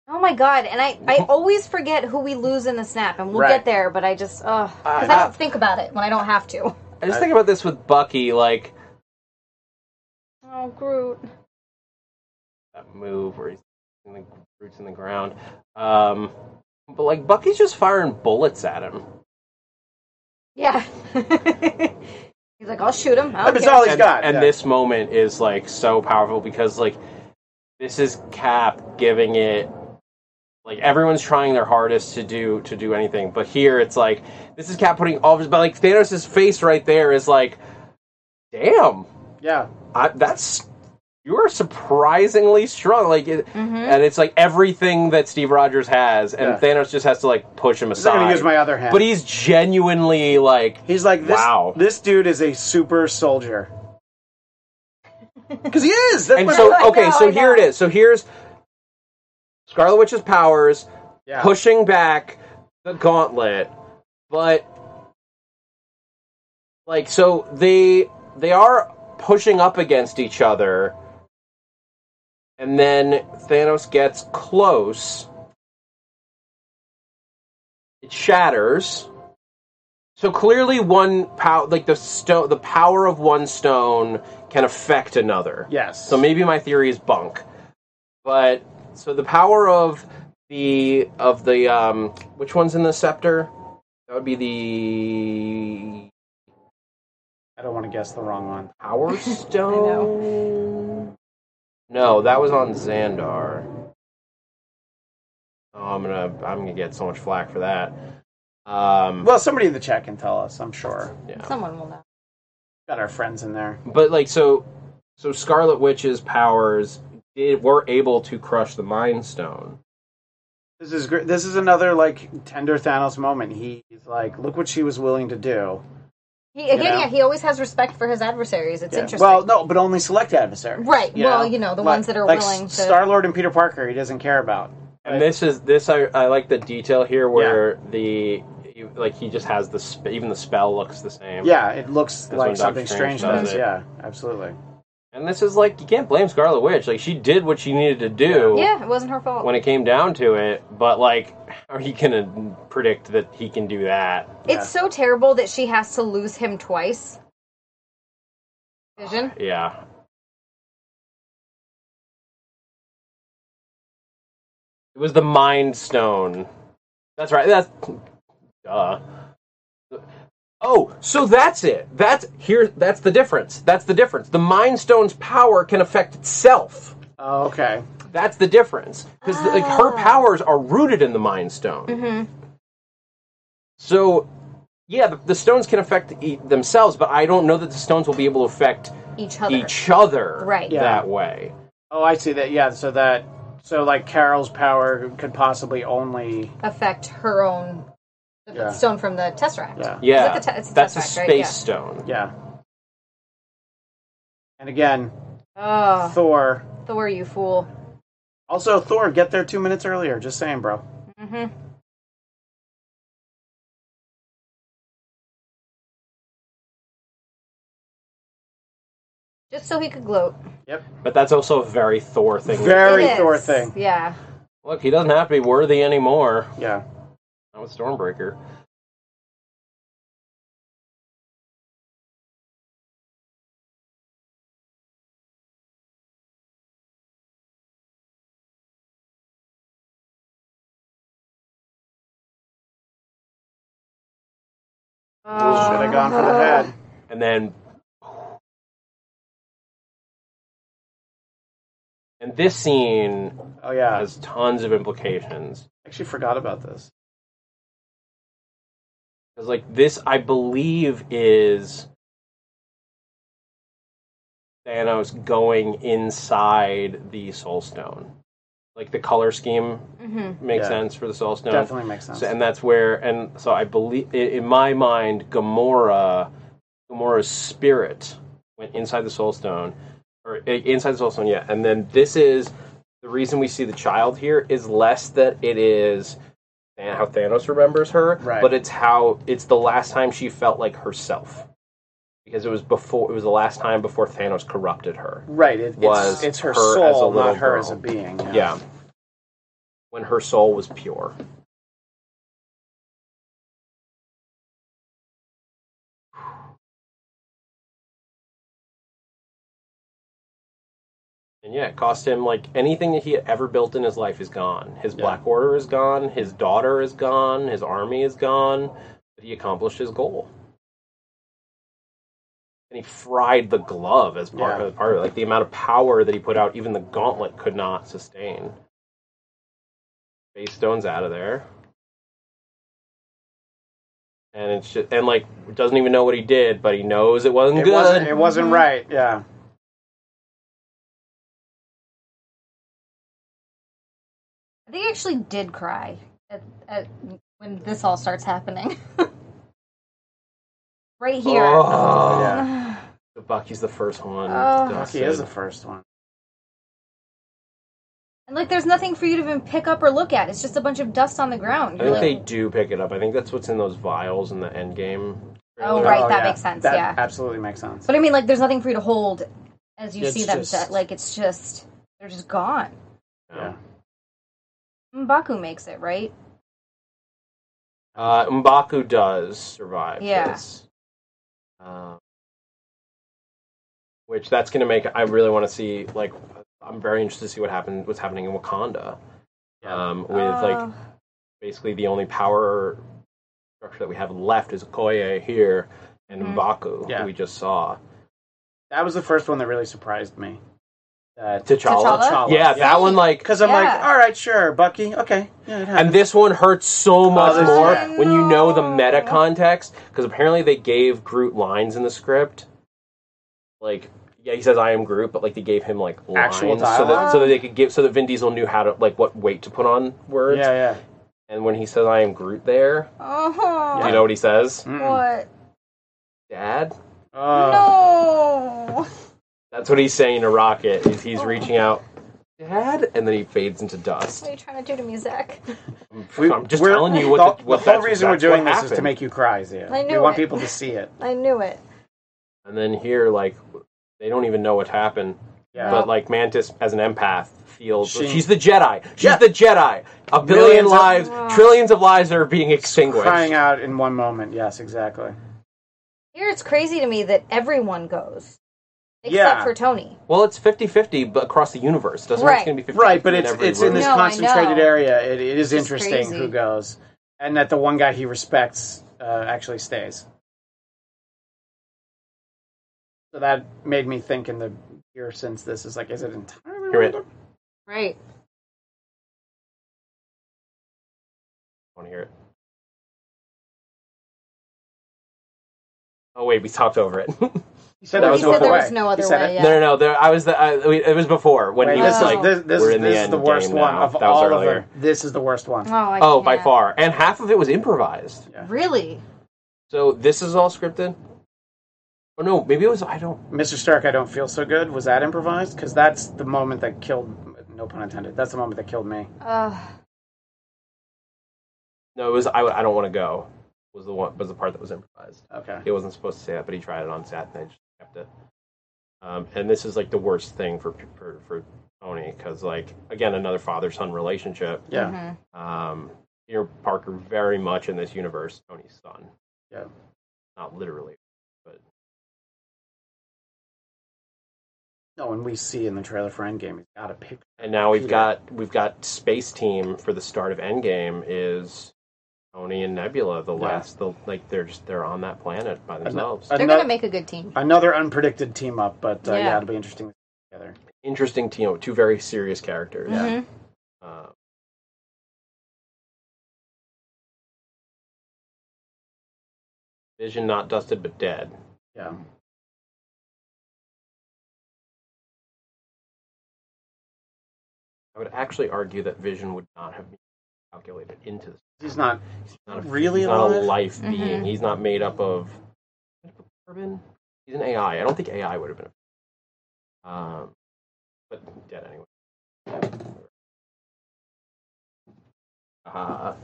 S4: Oh my god! And I, I always forget who we lose in the snap, and we'll
S3: Right.
S4: get there. But I just, oh,
S8: Because I don't think about it.
S4: when I don't have to.
S2: I just think about this with Bucky, like
S4: Oh, Groot.
S2: that move where he's in the roots in the ground. Um, but like Bucky's just firing bullets at him.
S4: Yeah. He's like, I'll shoot him. I don't
S3: That's
S4: care.
S3: all he's
S2: and,
S3: got.
S2: and
S3: yeah.
S2: this moment is like so powerful because like this is Cap giving it like everyone's trying their hardest to do to do anything, but here it's like this is Cap putting all of his but like Thanos' face right there is like, damn,
S3: Yeah,
S2: I, that's you are surprisingly strong. Like, it,
S4: Mm-hmm.
S2: and it's like everything that Steve Rogers has, and
S3: Yeah.
S2: Thanos just has to like push him
S3: I'm not gonna
S2: aside.
S3: use my other hand.
S2: but he's genuinely like
S3: He's like, this,
S2: Wow.
S3: this dude is a super soldier. Because he is. That's
S2: And
S3: what-
S2: so,
S4: I
S2: okay,
S4: know,
S2: so
S4: I
S2: here it
S4: know.
S2: is. So here's Scarlet Witch's powers
S3: yeah.
S2: pushing back the gauntlet, but like, so they they are pushing up against each other, and then Thanos gets close. It shatters. So clearly, one pow- like the stone, the power of one stone can affect another.
S3: Yes.
S2: So maybe my theory is bunk. But so the power of the of the um which one's in the scepter? That would be the
S3: I don't want to guess the wrong one.
S2: Power Stone. no, that was on Xandar. Oh, I'm gonna I'm gonna get so much flack for that. Um,
S3: Well, somebody in the chat can tell us, I'm sure.
S4: Someone will know.
S3: Got our friends in there.
S2: but like so so scarlet witch's powers did were able to crush the mind stone
S3: This is gr- this is another like tender Thanos moment. He, he's like, look what she was willing to do,
S6: He again,
S3: know?
S6: yeah, he always has respect for his adversaries. It's
S3: Yeah.
S6: interesting.
S3: Well, no, but only select adversaries.
S6: Right. Well, you know, the ones that are
S3: like
S6: willing to-
S3: Star Lord and Peter Parker, he doesn't care about.
S2: And this is this I, I like the detail here where the you- like he just has the sp- even the spell looks the same.
S3: Yeah, it looks
S2: That's when
S3: like
S2: Doctor
S3: something
S2: Strange
S3: strange
S2: does
S3: does.
S2: it.
S3: Yeah, absolutely.
S2: And this is like you can't blame Scarlet Witch. Like she did what she needed to do
S6: yeah, it wasn't her fault.
S2: when it came down to it. But like, how are you gonna predict that he can do that?
S6: It's so terrible that she has to lose him twice. Vision.
S2: Yeah. It was the Mind Stone. That's right. That's duh. Oh, so that's it. That's here. That's the difference. That's the difference. The Mind Stone's power can affect itself.
S3: Oh, okay.
S2: That's the difference because like her powers are rooted in the Mind Stone. So, yeah, the, the stones can affect e- themselves, but I don't know that the stones will be able to affect
S6: Each other.
S2: each other
S6: Right. Yeah.
S2: that way.
S3: Oh, I see that. Yeah, so that so like Carol's power could possibly only
S6: Affect her own the
S3: Yeah.
S6: stone from the Tesseract.
S3: Yeah.
S2: Yeah,
S6: Is that the te- it's a
S2: that's a
S6: tesseract,
S2: space
S6: right? Yeah.
S2: stone.
S3: yeah. And again,
S6: Oh,
S3: Thor.
S6: Thor, you fool.
S3: Also, Thor, get there two minutes earlier. Just saying, bro.
S6: Mm-hmm. Just so he could gloat.
S3: Yep.
S2: But that's also a very Thor thing.
S3: Very
S6: It
S3: Thor
S6: is.
S3: thing.
S6: Yeah.
S2: Look, he doesn't have to be worthy anymore.
S3: Yeah.
S2: Not with Stormbreaker.
S6: Uh-huh.
S3: Should have gone for the head.
S2: And then. And this scene
S3: Oh yeah.
S2: has tons of implications.
S3: actually forgot about this.
S2: Because, like, this, I believe, is Thanos going inside the Soul Stone. Like, the color scheme makes
S3: Yeah.
S2: sense for the Soul Stone.
S3: Definitely makes sense.
S2: So, and that's where, and so I believe, i- in my mind, Gamora, Gamora's spirit went inside the Soul Stone, or i- inside the Soul Stone, yeah. And then this is the reason we see the child here is less that it is and how Thanos remembers her,
S3: Right.
S2: but it's how it's the last time she felt like herself. Because it was before, it was the last time before Thanos corrupted her.
S3: right. It,
S2: was
S3: it's, it's her,
S2: her as a
S3: soul,
S2: little
S3: not her
S2: girl.
S3: as a being. Yeah.
S2: Yeah. When her soul was pure. And yeah, it cost him like anything that he had ever built in his life is gone. His Black Order is gone, his daughter is gone, his army is gone, but he accomplished his goal. And he fried the glove as part,
S3: Yeah.
S2: of, part of it. Like the amount of power that he put out, even the gauntlet could not sustain. Base stone's out of there. And it's just, and like doesn't even know what he did, but he knows it wasn't
S3: It
S2: good.
S3: wasn't. It wasn't
S6: Mm-hmm.
S3: right. Yeah.
S6: I think I actually did cry at, at when this all starts happening. right here.
S2: Oh.
S3: yeah.
S2: So Bucky's the first one.
S6: Oh.
S3: Bucky
S2: dusted.
S3: is the first one.
S6: And like, there's nothing for you to even pick up or look at. It's just a bunch of dust on the ground.
S2: I
S6: You're
S2: think
S6: like,
S2: they do pick it up. I think that's what's in those vials in the end game.
S6: oh right, that
S3: yeah.
S6: makes sense.
S3: That
S6: yeah.
S3: Absolutely makes sense.
S6: But I mean, like, there's nothing for you to hold as you
S3: It's
S6: see them
S3: just-
S6: set. Like, it's just they're just gone.
S3: yeah.
S6: Mbaku makes it right.
S2: Uh, Mbaku does survive.
S6: Yeah.
S2: Yes. Um, which that's going to make. I really want to see. Like, I'm very interested to see what happened. What's happening in Wakanda? Um, with like
S6: Oh.
S2: basically the only power structure that we have left is Okoye here and
S6: Mm-hmm.
S2: Mbaku, who
S3: Yeah.
S2: we just saw.
S3: That was the first one that really surprised me. Uh,
S2: T'Challa.
S6: T'Challa?
S2: Yeah, that one like
S3: Because I'm like,
S6: Yeah.
S3: all right, sure, Bucky. Okay. Yeah, it happened.
S2: And this one hurts so much
S3: this-
S2: more
S3: yeah.
S2: when you know the meta context, because apparently they gave Groot lines in the script. Like, yeah, he says "I am Groot," but like they gave him like lines
S3: Actual
S2: so that
S3: dialogue?
S2: so that they could give so that Vin Diesel knew how to like what weight to put on words.
S3: yeah, yeah.
S2: And when he says "I am Groot," there,
S6: Oh,
S3: Mm.
S2: do you know what he says?
S3: Mm-mm.
S6: what?
S2: Dad? Mm.
S3: Uh,
S4: No.
S2: That's what he's saying to Rocket. Is
S3: Oh.
S2: he's reaching out, Dad, and then he fades into dust.
S4: What are you trying to do to me, Zach?
S3: we-
S2: I'm just
S3: we're-
S2: telling you what the,
S3: the,
S2: what
S3: the whole
S2: that's-
S3: reason we're
S2: that's what
S3: doing this is to
S2: happened.
S3: make you cry, Zia.
S4: I
S3: we
S4: knew
S3: want
S4: it.
S3: people to see it.
S4: I knew it.
S2: And then here, like, they don't even know what happened.
S3: Yeah.
S2: But like Mantis, as an empath, feels
S3: She-
S2: she's the Jedi. She's
S3: Yeah.
S2: the Jedi. A billion
S3: Millions of-
S2: lives,
S4: Wow.
S2: trillions of lives are being extinguished.
S3: Crying out in one moment. Yes, exactly.
S4: Here, it's crazy to me that everyone goes except
S3: Yeah.
S4: for Tony.
S2: Well, it's 50-50 but across the universe. Doesn't mean
S4: Right.
S2: it's going to be 50
S3: Right, but it's it's in this
S4: No, I
S3: concentrated
S4: know.
S3: area. It, it is
S4: It's
S3: interesting
S4: crazy.
S3: who goes, and that the one guy he respects uh, actually stays. So that made me think in the year since this is like, is it entirely
S2: Here it-
S3: random?
S4: Right.
S2: want to hear it. Oh wait, we talked over it. no,
S3: He said
S2: Well,
S3: there was
S2: he
S3: no
S2: said
S3: other
S2: there
S3: way.
S4: was no other
S3: he said
S4: way,
S3: it.
S4: yeah.
S2: no, no. There, I was. The, I, we- it was before when
S3: Wait,
S2: he
S3: this
S2: was
S3: is
S4: Oh.
S2: like,
S3: this, this,
S2: "We're
S3: is-
S2: in the
S3: this is
S2: end
S3: the worst
S2: game
S3: one
S2: now."
S3: of
S2: That was
S3: all of
S2: earlier.
S3: her. This is the worst one.
S4: Oh, I
S2: "Oh, by
S4: can't.
S2: far," and half of it was improvised.
S4: Really?
S2: So this is all scripted. Oh no, maybe it was. I don't.
S3: Mr. Stark, I don't feel so good. Was that improvised? Because that's the moment that killed. No pun intended. That's the moment that killed me.
S4: Ugh.
S2: No, it was. I, I don't want to go. Was the one was the part that was improvised.
S3: Okay.
S2: He wasn't supposed to say that, but he tried it on set, and I just kept it. Um, and this is like the worst thing for for, for Tony because like again another father son relationship.
S3: Yeah.
S4: Mhm.
S2: Um, Peter Parker very much in this universe Tony's son.
S3: Yeah.
S2: Not literally.
S3: No, and we see in the trailer for Endgame, he's got a picture.
S2: And now we've
S3: Peter.
S2: got we've got space team for the start of Endgame is Tony and Nebula the last the like they're just they're on that planet by themselves.
S4: They're
S3: Ano-
S4: gonna make a good team.
S3: another unpredicted team up, but uh, yeah.
S4: Yeah.
S3: it'll be interesting to see together.
S2: Interesting team, two very serious characters.
S4: Mhm.
S2: Uh, Vision not dusted but dead.
S3: Yeah.
S2: I would actually argue that Vision would not have been calculated into this.
S3: He's not
S2: Not a,
S3: Really
S2: he's not a
S3: alive?
S2: life
S4: Mhm.
S2: being. He's not made up of carbon. He's an AI. I don't think AI would have been. Um, but dead anyway. Uh,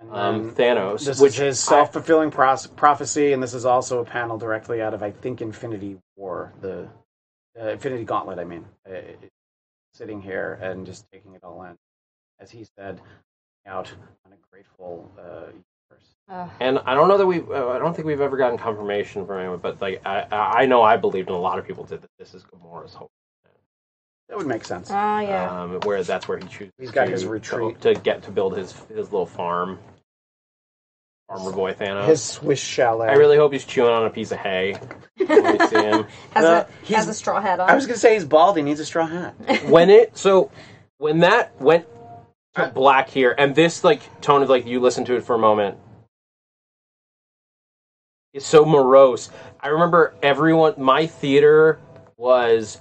S3: and
S2: um,
S3: then
S2: Thanos,
S3: this
S2: which
S3: is his self fulfilling pros- prophecy, and this is also a panel directly out of I think Infinity War, the uh, Infinity Gauntlet. I mean, uh, sitting here and just taking it all in, as he said, out on a grateful uh, universe.
S4: Ugh.
S2: And I don't know that we, uh, I don't think we've ever gotten confirmation from anyone, but like I, I I know I believed, and a lot of people did that this is Gamora's home,
S3: That would make sense.
S4: Ah, yeah.
S2: um, where that's where he chooses.
S3: He's got
S2: to-
S3: his retreat.
S2: to, to get to build his his little farm, farmer boy Thanos.
S3: His Swiss chalet.
S2: I really hope he's chewing on a piece of hay. When we see him.
S4: has,
S3: uh,
S4: a,
S3: he's-
S4: has a straw hat on.
S3: I was gonna say he's bald. He needs a straw hat.
S2: When it so when that went to black here, and this like tone of like you listen to it for a moment. is so morose. I remember everyone. My theater was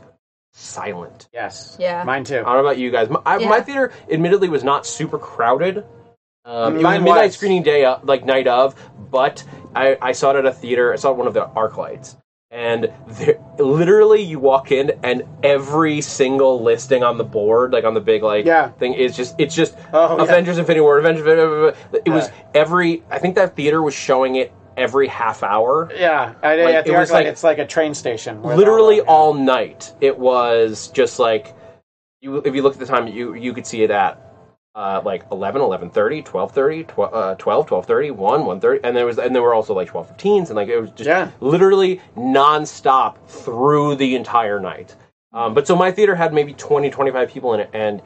S2: silent.
S3: Yes.
S4: Yeah.
S3: Mine too.
S2: I don't know about you guys. My, I-
S4: Yeah.
S2: my theater, admittedly, was not super crowded. Um, it was a
S3: Mine
S2: midnight
S3: was.
S2: screening day, uh, like night of, but I, I saw it at a theater. I saw it at one of the arc lights. And there, literally, you walk in, and every single listing on the board, like on the big like
S3: Yeah.
S2: thing, is just it's just
S3: Oh, yeah.
S2: Avengers: Infinity War, Avengers. blah, blah, blah. It was
S3: Yeah.
S2: every. I think that theater was showing it every half hour.
S3: Yeah, I,
S2: Like,
S3: at the
S2: it was
S3: ArcLight,
S2: like-
S3: it's like a train station. where
S2: literally
S3: they're
S2: all night. It was just like you if you look at the time you you could see it at uh, like 11 11 12 uh, 12 1 1 and there was and there were also like 12 15s and like it was just
S3: Yeah.
S2: literally nonstop through the entire night um, but so my theater had maybe 20 25 people in it and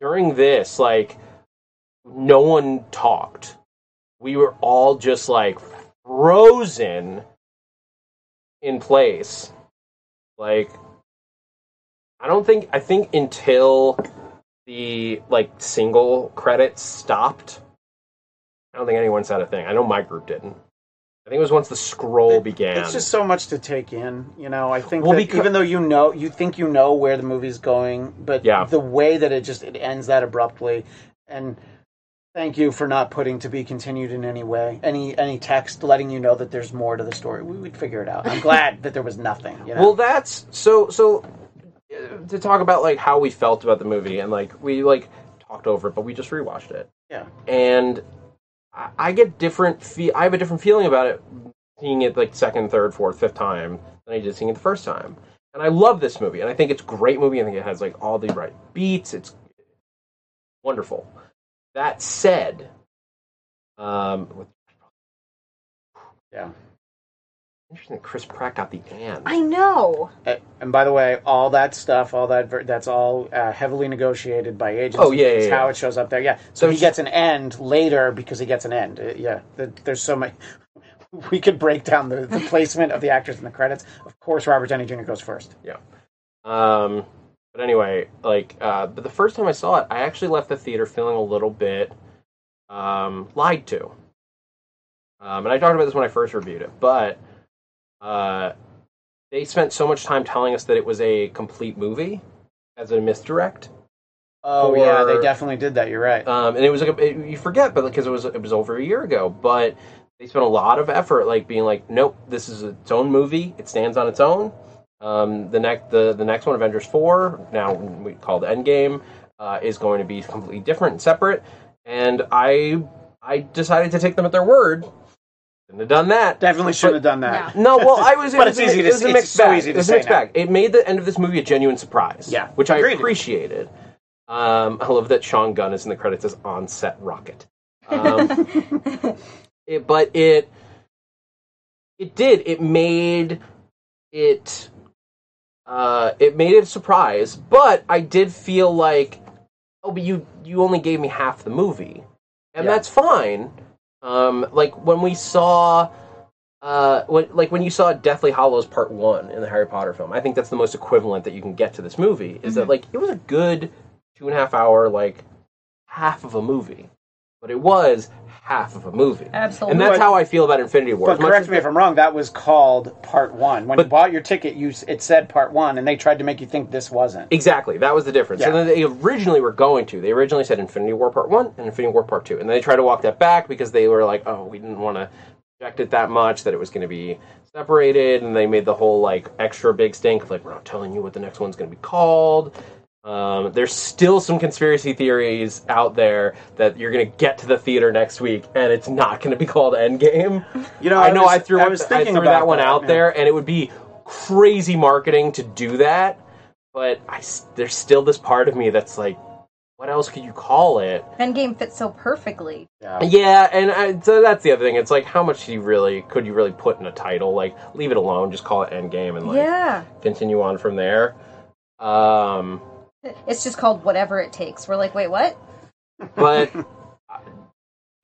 S2: during this like no one talked we were all just like frozen in place. Like, I don't think, I think until the like single credits stopped, I don't think anyone said a thing. I know my group didn't. I think it was once the scroll began.
S3: It's just so much to take in, you know. I think
S2: Well,
S3: that
S2: because-
S3: even though you know, you think you know where the movie's going, but
S2: Yeah.
S3: the way that it just it ends that abruptly, and Thank you for not putting to be continued in any way, any any text letting you know that there's more to the story. We would figure it out. I'm glad that there was nothing. You know?
S2: Well, that's so so. uh, To talk about like how we felt about the movie and like we like talked over it, but we just rewatched it.
S3: yeah.
S2: and I, I get different. Fe- I have a different feeling about it seeing it like second, third, fourth, fifth time than I did seeing it the first time. And I love this movie, and I think it's a great movie. I think it has like all the right beats. It's wonderful. That said, um, with-
S3: Yeah.
S2: interesting that Chris Pratt got the and.
S4: I know.
S3: A- Uh, And by the way, all that stuff, all that ver- that's all uh, heavily negotiated by agents.
S2: Oh, yeah, yeah,
S3: It's
S2: yeah.
S3: how it shows up there. Yeah. So,
S2: So
S3: he
S2: it's-
S3: gets an end later because he gets an end. Uh, yeah. There- There's so many. We could break down the, the placement of the actors in the credits. Of course, Robert Downey Jr. goes first.
S2: Um, but anyway, like, uh, but the first time I saw it, I actually left the theater feeling a little bit um, lied to. Um, and I talked about this when I first reviewed it, but uh, they spent so much time telling us that it was a complete movie as a misdirect,
S3: Oh yeah, they
S2: Or-
S3: definitely did that. You're right.
S2: um, and it was like a, it- you forget, but because it was it was over a year ago, but they spent a lot of effort like being like, nope, this is its own movie. It stands on its own. Um, the next the the next one, Avengers four, now we called Endgame, uh, is going to be completely different and separate. And I I decided to take them at their word. Shouldn't have done that.
S3: definitely should have done that.
S2: No, well, I was.
S3: But
S2: it was
S3: it's
S2: a-
S3: easy to-
S2: It was a
S3: it's
S2: mixed
S3: so
S2: bag.
S3: easy
S2: it
S3: to
S2: was a
S3: say
S2: mixed
S3: now.
S2: bag. It made the end of this movie a genuine surprise.
S3: Yeah.
S2: which I
S3: Agreed.
S2: appreciated. Um, I love that Sean Gunn is in the credits as on set Rocket. Um, it, but it it did. It made it uh, it made it a surprise. But I did feel like, oh, but you you only gave me half the movie, and
S3: Yeah.
S2: that's fine. Um, like when we saw uh, when, like when you saw Deathly Hollows Part One in the Harry Potter film, I think that's the most equivalent that you can get to this movie. Is
S3: Mhm.
S2: that like it was a good two and a half hour, like half of a movie, but it was half of a movie,
S4: Absolutely.
S2: and that's
S3: But-
S2: how I feel about Infinity War.
S3: But
S2: As much
S3: correct
S2: as-
S3: me if I'm wrong. That was called Part One. When you bought your ticket, you s- it said Part One, and they tried to make you think this wasn't.
S2: Exactly, that was the difference.
S3: Yeah.
S2: And then they originally were going to. They originally said Infinity War Part One and Infinity War Part Two, and they tried to walk that back because they were like, "Oh, we didn't want to project it that much that it was going to be separated," and they made the whole like extra big stink of like, "We're not telling you what the next one's going to be called." Um, there's still some conspiracy theories out there that you're going to get to the theater next week and it's not going to be called Endgame.
S3: You know,
S2: I,
S3: I
S2: know
S3: was-
S2: I threw
S3: I
S2: up-
S3: was thinking
S2: threw
S3: about
S2: that one
S3: that,
S2: out
S3: yeah.
S2: there, and it would be crazy marketing to do that. But I s there's still this part of me that's like, what else could you call it?
S4: Endgame fits so perfectly.
S2: Yeah, and I, so that's the other thing. It's like, how much do you really could you really put in a title? Like, leave it alone, just call it Endgame, and like
S4: yeah.
S2: continue on from there. Um,
S4: It's just called whatever it takes. We're like, wait, what?
S2: but I-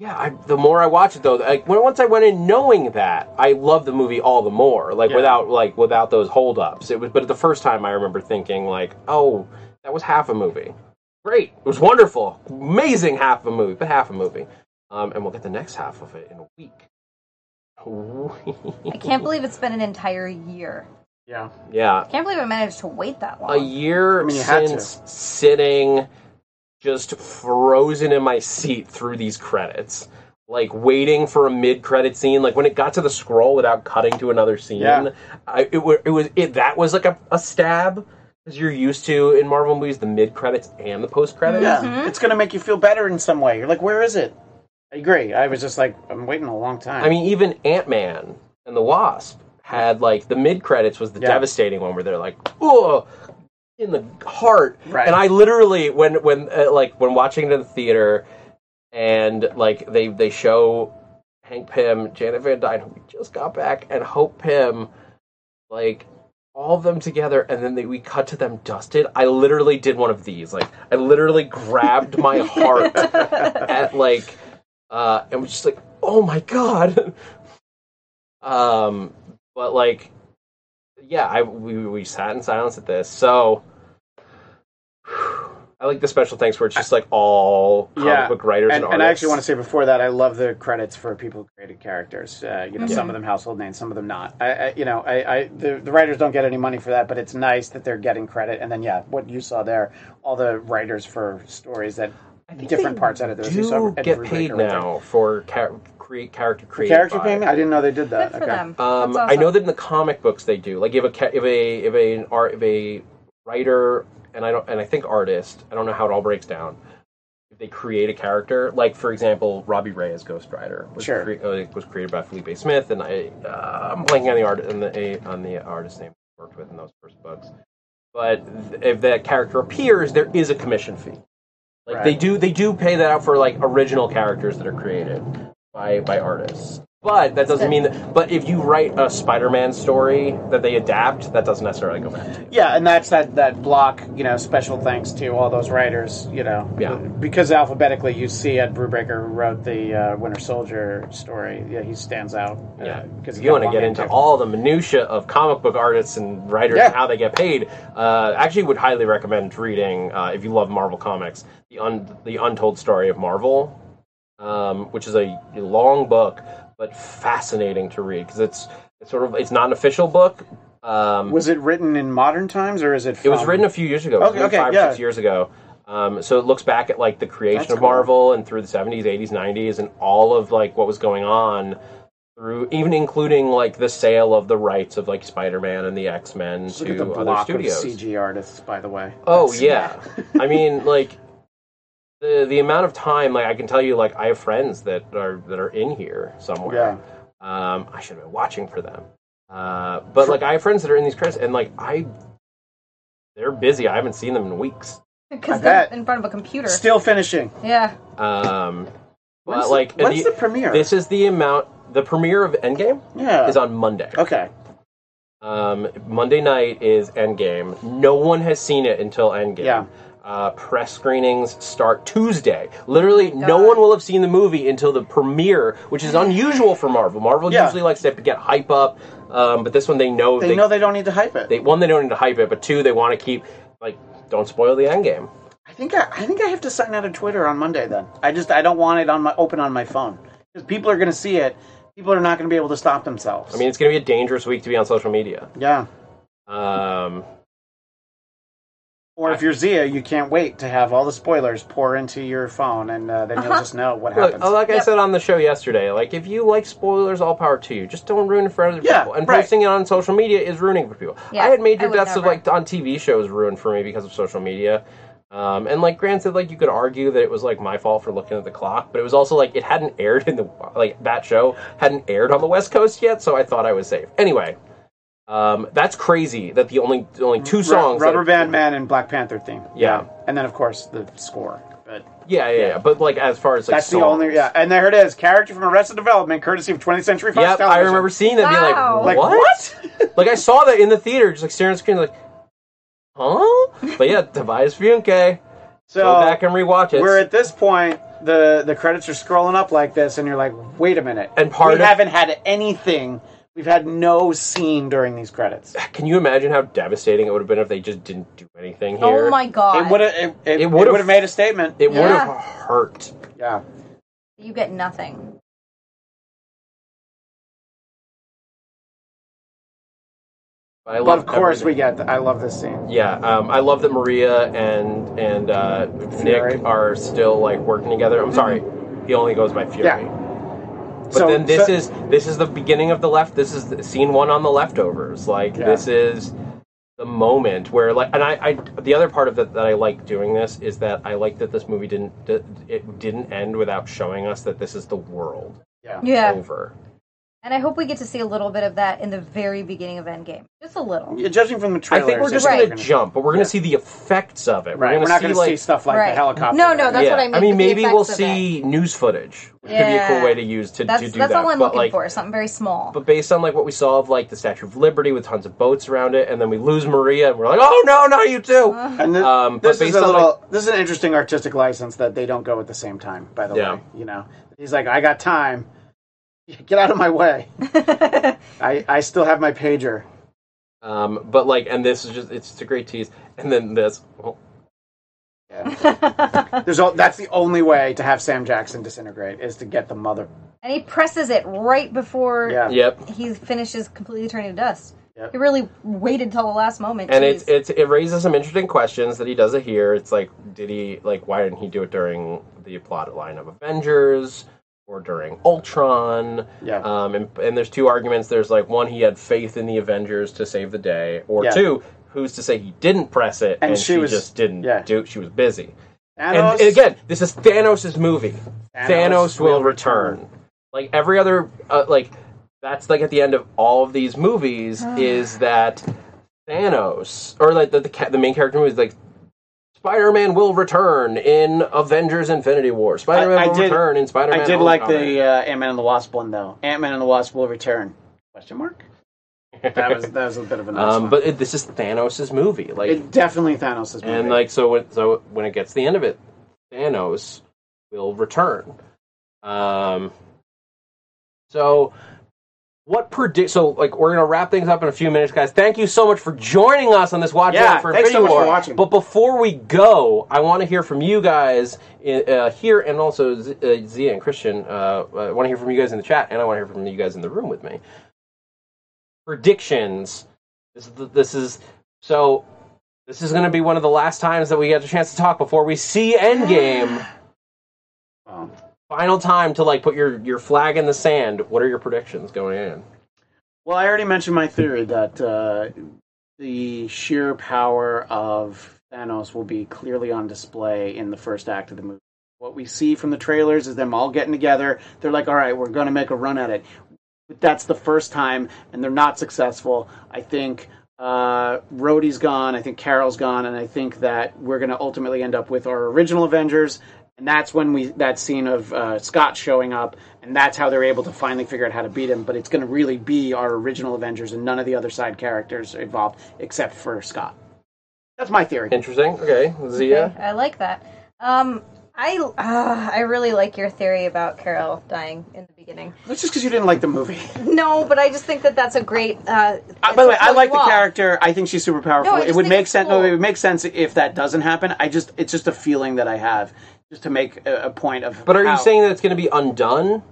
S2: yeah, I, the more I watch it though, like when, once I went in knowing that, I love the movie all the more. Like
S3: Yeah.
S2: without like without those holdups, it was. But the first time I remember thinking like, oh, that was half a movie. Great, it was wonderful, amazing half of a movie, but half a movie. Um, and we'll get the next half of it in a week. A
S4: I
S2: week.
S4: can't believe it's been an entire year.
S3: Yeah.
S2: yeah,
S4: I can't believe I managed to wait that long.
S2: a year
S3: I mean, you had
S2: since sitting just frozen in my seat through these credits like waiting for a mid-credit scene like when it got to the scroll without cutting to another scene
S3: Yeah.
S2: I, it, wa- it was it that was like a, a stab because you're used to in marvel movies the mid-credits and the post-credits
S3: Yeah,
S4: Mm-hmm.
S3: it's gonna make you feel better in some way. You're like, where is it? I agree. I was just like, I'm waiting a long time.
S2: I mean, even Ant Man and the Wasp had like the mid credits was the
S3: Yeah.
S2: devastating one where they're like, "Oh, in the heart."
S3: Right.
S2: And I literally when when uh, like when watching it in the theater and like they they show Hank Pym, Janet Van Dyne, who we just got back, and Hope Pym, like all of them together, and then they, we cut to them dusted. I literally did one of these. Like I literally grabbed my heart at like, uh, and was just like, oh my god. um, but like, yeah, I we we sat in silence at this. So I like the special thanks where it's just like all comic
S3: Yeah.
S2: book writers and,
S3: and, and I actually want to
S2: artists.
S3: say before that, I love the credits for people who created characters. Uh, you know,
S4: Mm-hmm.
S3: some of them household names, some of them not. I, I you know, I, I the, the writers don't get any money for that, but it's nice that they're getting credit. And then, yeah, what you saw there, all the writers for stories that different parts out of this. You saw
S2: do
S3: Ed
S2: get
S3: Brubaker
S2: paid
S3: right there.
S2: now for ca- create character
S3: For
S2: created
S3: character
S2: by-
S3: payment? I didn't know they did
S4: Good
S3: that.
S4: for
S3: okay.
S4: them.
S2: Um,
S4: That's
S2: I know
S4: awesome.
S2: that in the comic books they do. Like if a ca- if a if a an art if a writer and I don't and I think artist. I don't know how it all breaks down. If they create a character, like for example, Robbie Ray as Ghost Rider was
S3: Sure.
S2: cre- uh, was created by Felipe Smith, and I uh, I'm blanking on the art on the a- on the artist name I worked with in those first books. But th- if that character appears, there is a commission fee. Like they
S3: Right.
S2: do they do pay that out for like original characters that are created by by artists. But that doesn't mean that. But if you write a Spider-Man story that they adapt, that doesn't necessarily go back. To you.
S3: Yeah, and that's that that block. You know, special thanks to all those writers. You know,
S2: Yeah.
S3: because alphabetically you see Ed Brubaker who wrote the uh, Winter Soldier story. Yeah, he stands out. uh,
S2: Yeah,
S3: because
S2: you want to get into all the minutia of comic book artists and writers
S3: Yeah.
S2: and how they get paid. Uh, actually, would highly recommend reading uh, if you love Marvel comics, the un- the Untold Story of Marvel, um, which is a long book but fascinating to read because it's it's sort of it's not an official book. Um,
S3: Was it written in modern times or is it?
S2: It
S3: From,
S2: was written a few years ago. It was
S3: Um, Okay,
S2: written
S3: okay,
S2: five or
S3: yeah.
S2: six years ago. Um, so it looks back at like the creation
S3: That's
S2: of
S3: cool.
S2: Marvel and through the seventies, eighties, nineties, and all of like what was going on through, even including like the sale of the rights of like Spider Man and the X Men
S3: Look at
S2: to
S3: the
S2: other
S3: block of
S2: studios.
S3: CG artists, by the way.
S2: Oh yeah, I mean like the the amount of time like I can tell you like I have friends that are that are in here somewhere.
S3: Yeah.
S2: Um, I should have been watching for them. Uh, but like I have friends that are in these credits, and like I, they're busy. I haven't seen them in weeks.
S3: I
S4: Because they're
S3: bet.
S4: in front of a computer.
S3: Still finishing.
S4: yeah.
S2: Um, but
S3: When's the-
S2: like
S3: when's the premiere?
S2: This is the amount. The premiere of Endgame
S3: Yeah. Oh.
S2: is on Monday.
S3: Okay.
S2: Um, Monday night is Endgame. No one has seen it until Endgame.
S3: Yeah.
S2: Uh, press screenings start Tuesday. Literally,
S3: Oh
S2: no
S4: God.
S2: one will have seen the movie until the premiere, which is unusual for Marvel. Marvel
S3: Yeah.
S2: usually likes to get hype up, um, but this one they know
S3: They, know they don't need to hype it.
S2: they- one they don't need to hype it, but two they want to keep like don't spoil the Endgame.
S3: I think I, I think I have to sign out of Twitter on Monday. Then I just I don't want it on my open on my phone because people are going to see it. People are not going to be able to stop themselves.
S2: I mean, it's going to be a dangerous week to be on social media.
S3: yeah.
S2: Um,
S3: Or if you're Zia, you can't wait to have all the spoilers pour into your phone, and uh, then you'll just know what
S2: Look,
S3: happens.
S2: like I
S4: Yep.
S2: said on the show yesterday, like if you like spoilers, all power to you. Just don't ruin it for other
S3: Yeah,
S2: people. And
S3: right.
S2: posting it on social media is ruining it for people.
S4: Yeah,
S2: I had major
S4: I would
S2: deaths of
S4: never.
S2: like on TV shows ruined for me because of social media. Um, and like granted, like you could argue that it was like my fault for looking at the clock, but it was also like it hadn't aired in the like that show hadn't aired on the West Coast yet, so I thought I was safe. Anyway, um, that's crazy that the only the only two
S3: Ru-
S2: songs that
S3: Rubber
S2: are-
S3: Band Man, and Black Panther theme.
S2: Yeah.
S3: and then of course the score. But
S2: yeah, yeah, yeah, but like as far as like
S3: that's the
S2: songs-
S3: only yeah. And there it is, character from Arrested Development, courtesy of 20th Century Fox
S2: Yep, I
S3: Television.
S2: remember seeing that and being
S4: Wow.
S2: like,
S3: Like
S2: what? like I saw that in the theater, just like staring at the screen, like, huh? But yeah, Tobias Funke.
S3: so
S2: Go back and rewatch it.
S3: Oh, we're at this point. The the credits are scrolling up like this, and you're like, wait a minute.
S2: And part
S3: we
S2: of-
S3: haven't had anything. We've had no scene during these credits.
S2: Can you imagine how devastating it would have been if they just didn't do anything here?
S4: Oh my god.
S3: It would have it, it,
S2: It
S3: it
S2: would've-
S3: would have made a statement.
S2: It would
S4: Yeah.
S2: have hurt.
S3: yeah.
S4: you get nothing.
S2: I
S3: But
S2: love
S3: of course,
S2: everything.
S3: we get. I love this scene.
S2: Yeah, um, I love that Maria and and uh,
S3: Fury.
S2: Nick are still like working together. I'm sorry, he only goes by Fury.
S3: Yeah.
S2: But then this is this is the beginning of the left. This is the- scene one on the leftovers. Like
S3: Yeah.
S2: this is the moment where like, and I, I the other part of that that I like doing this is that I like that this movie didn't that it didn't end without showing us that this is the world
S3: yeah.
S4: Yeah.
S2: over.
S4: And I hope we get to see a little bit of that in the very beginning of Endgame. Just a little.
S3: Yeah, Judging from the
S2: I
S3: trailer,
S2: think we're just
S4: Right.
S2: gonna jump, but we're gonna see the effects of it.
S3: Right, we're,
S2: gonna
S3: not
S2: see,
S3: going to
S2: like,
S3: see stuff like
S4: Right.
S3: the helicopter.
S4: No, no, that's
S2: yeah.
S4: what I mean,
S2: I mean,
S4: the
S2: maybe
S4: effects
S2: we'll
S4: of it.
S2: see news footage, which could be a
S4: Yeah.
S2: cool way to use to,
S4: That's
S2: to do
S4: that's
S2: that.
S4: all I'm
S2: but
S4: looking
S2: like,
S4: for. Something very small.
S2: but based on like what we saw of like the Statue of Liberty with tons of boats around it, and then we lose Maria, and we're like, oh no, not you too.
S4: Uh.
S3: And thi-
S2: Um, but
S3: this is
S2: based
S3: a
S2: on,
S3: little. this is an interesting artistic license that they don't go at the same time. By the
S2: Yeah.
S3: way, you know, he's like, I got time. Get out of my way. I I still have my pager.
S2: Um, but like, and this is just it's just a great tease, and then this. Well,
S3: There's all, that's the only way to have Sam Jackson disintegrate is to get the mother.
S4: and he presses it right before
S3: Yeah.
S2: yep.
S4: he finishes completely turning to dust.
S6: He really waited till the last moment.
S2: and
S6: Jeez.
S2: it's it's it raises some interesting questions that he does it here. It's like, did he like why didn't he do it during the plot line of Avengers or during Ultron?
S9: Yeah.
S2: Um, and and there's two arguments. There's like one, he had faith in the Avengers to save the day, or
S9: Yeah.
S2: two, who's to say he didn't press it and,
S9: And
S2: she,
S9: she was-
S2: just didn't
S9: yeah.
S2: do? She was busy.
S9: Thanos-
S2: And again, this is Thanos' movie. Thanos,
S9: Thanos
S2: will
S9: will
S2: return.
S9: return.
S2: Like every other, uh, like that's like at the end of all of these movies is that Thanos or like the the, ca- the main character movie is like Spider-Man will return in Avengers: Infinity War. Spider-Man
S3: I- I
S2: will
S3: did-
S2: return in Spider-Man.
S3: I did like
S2: Homecoming.
S3: the uh, Ant Man and the Wasp one though. Ant Man and the Wasp will return? Question mark. That was that was a bit of a nice
S2: um,
S3: one.
S2: but it, this is Thanos' movie. Like
S3: uh, it definitely Thanos' movie.
S2: And like so, when, so when it gets to the end of it, Thanos will return. Um. So, what predict? So, like, we're gonna wrap things up in a few minutes, guys. Thank you so much for joining us on this watch
S3: Yeah,
S2: along for
S3: thanks
S2: Infinity
S3: so much for
S2: War.
S3: watching.
S2: But before we go, I want to hear from you guys i- uh, here, and also Z- uh, Zia and Christian. Uh, I want to hear from you guys in the chat, and I want to hear from you guys in the room with me. Predictions. This is, the, this is so. This is going to be one of the last times that we get a chance to talk before we see Endgame.
S3: Oh.
S2: Final time to like put your your flag in the sand. What are your predictions going in?
S3: Well, I already mentioned my theory that uh, the sheer power of Thanos will be clearly on display in the first act of the movie. What we see from the trailers is them all getting together. They're like, all right, we're going to make a run at it. But that's the first time, and they're not successful. I think uh, Rhodey's gone. I think Carol's gone. And I think that we're going to ultimately end up with our original Avengers. And that's when we that scene of uh, Scott showing up, and that's how they're able to finally figure out how to beat him. But it's going to really be our original Avengers, and none of the other side characters are involved except for Scott. That's my theory.
S2: Interesting. Okay, Zia.
S6: Okay, I like that. Um, I uh, I really like your theory about Carol dying in the beginning.
S3: That's just because you didn't like the movie.
S6: No, but I just think that that's a great. Uh,
S3: Uh, by the way, I like the
S6: well.
S3: character. I think she's super powerful.
S6: No, I
S3: it
S6: just
S3: would
S6: think
S3: make
S6: it's
S3: sense.
S6: cool.
S3: No, it would make sense if that doesn't happen. I just it's just a feeling that I have, just to make a, a point of.
S2: But are
S3: how-
S2: you saying that it's going to be undone?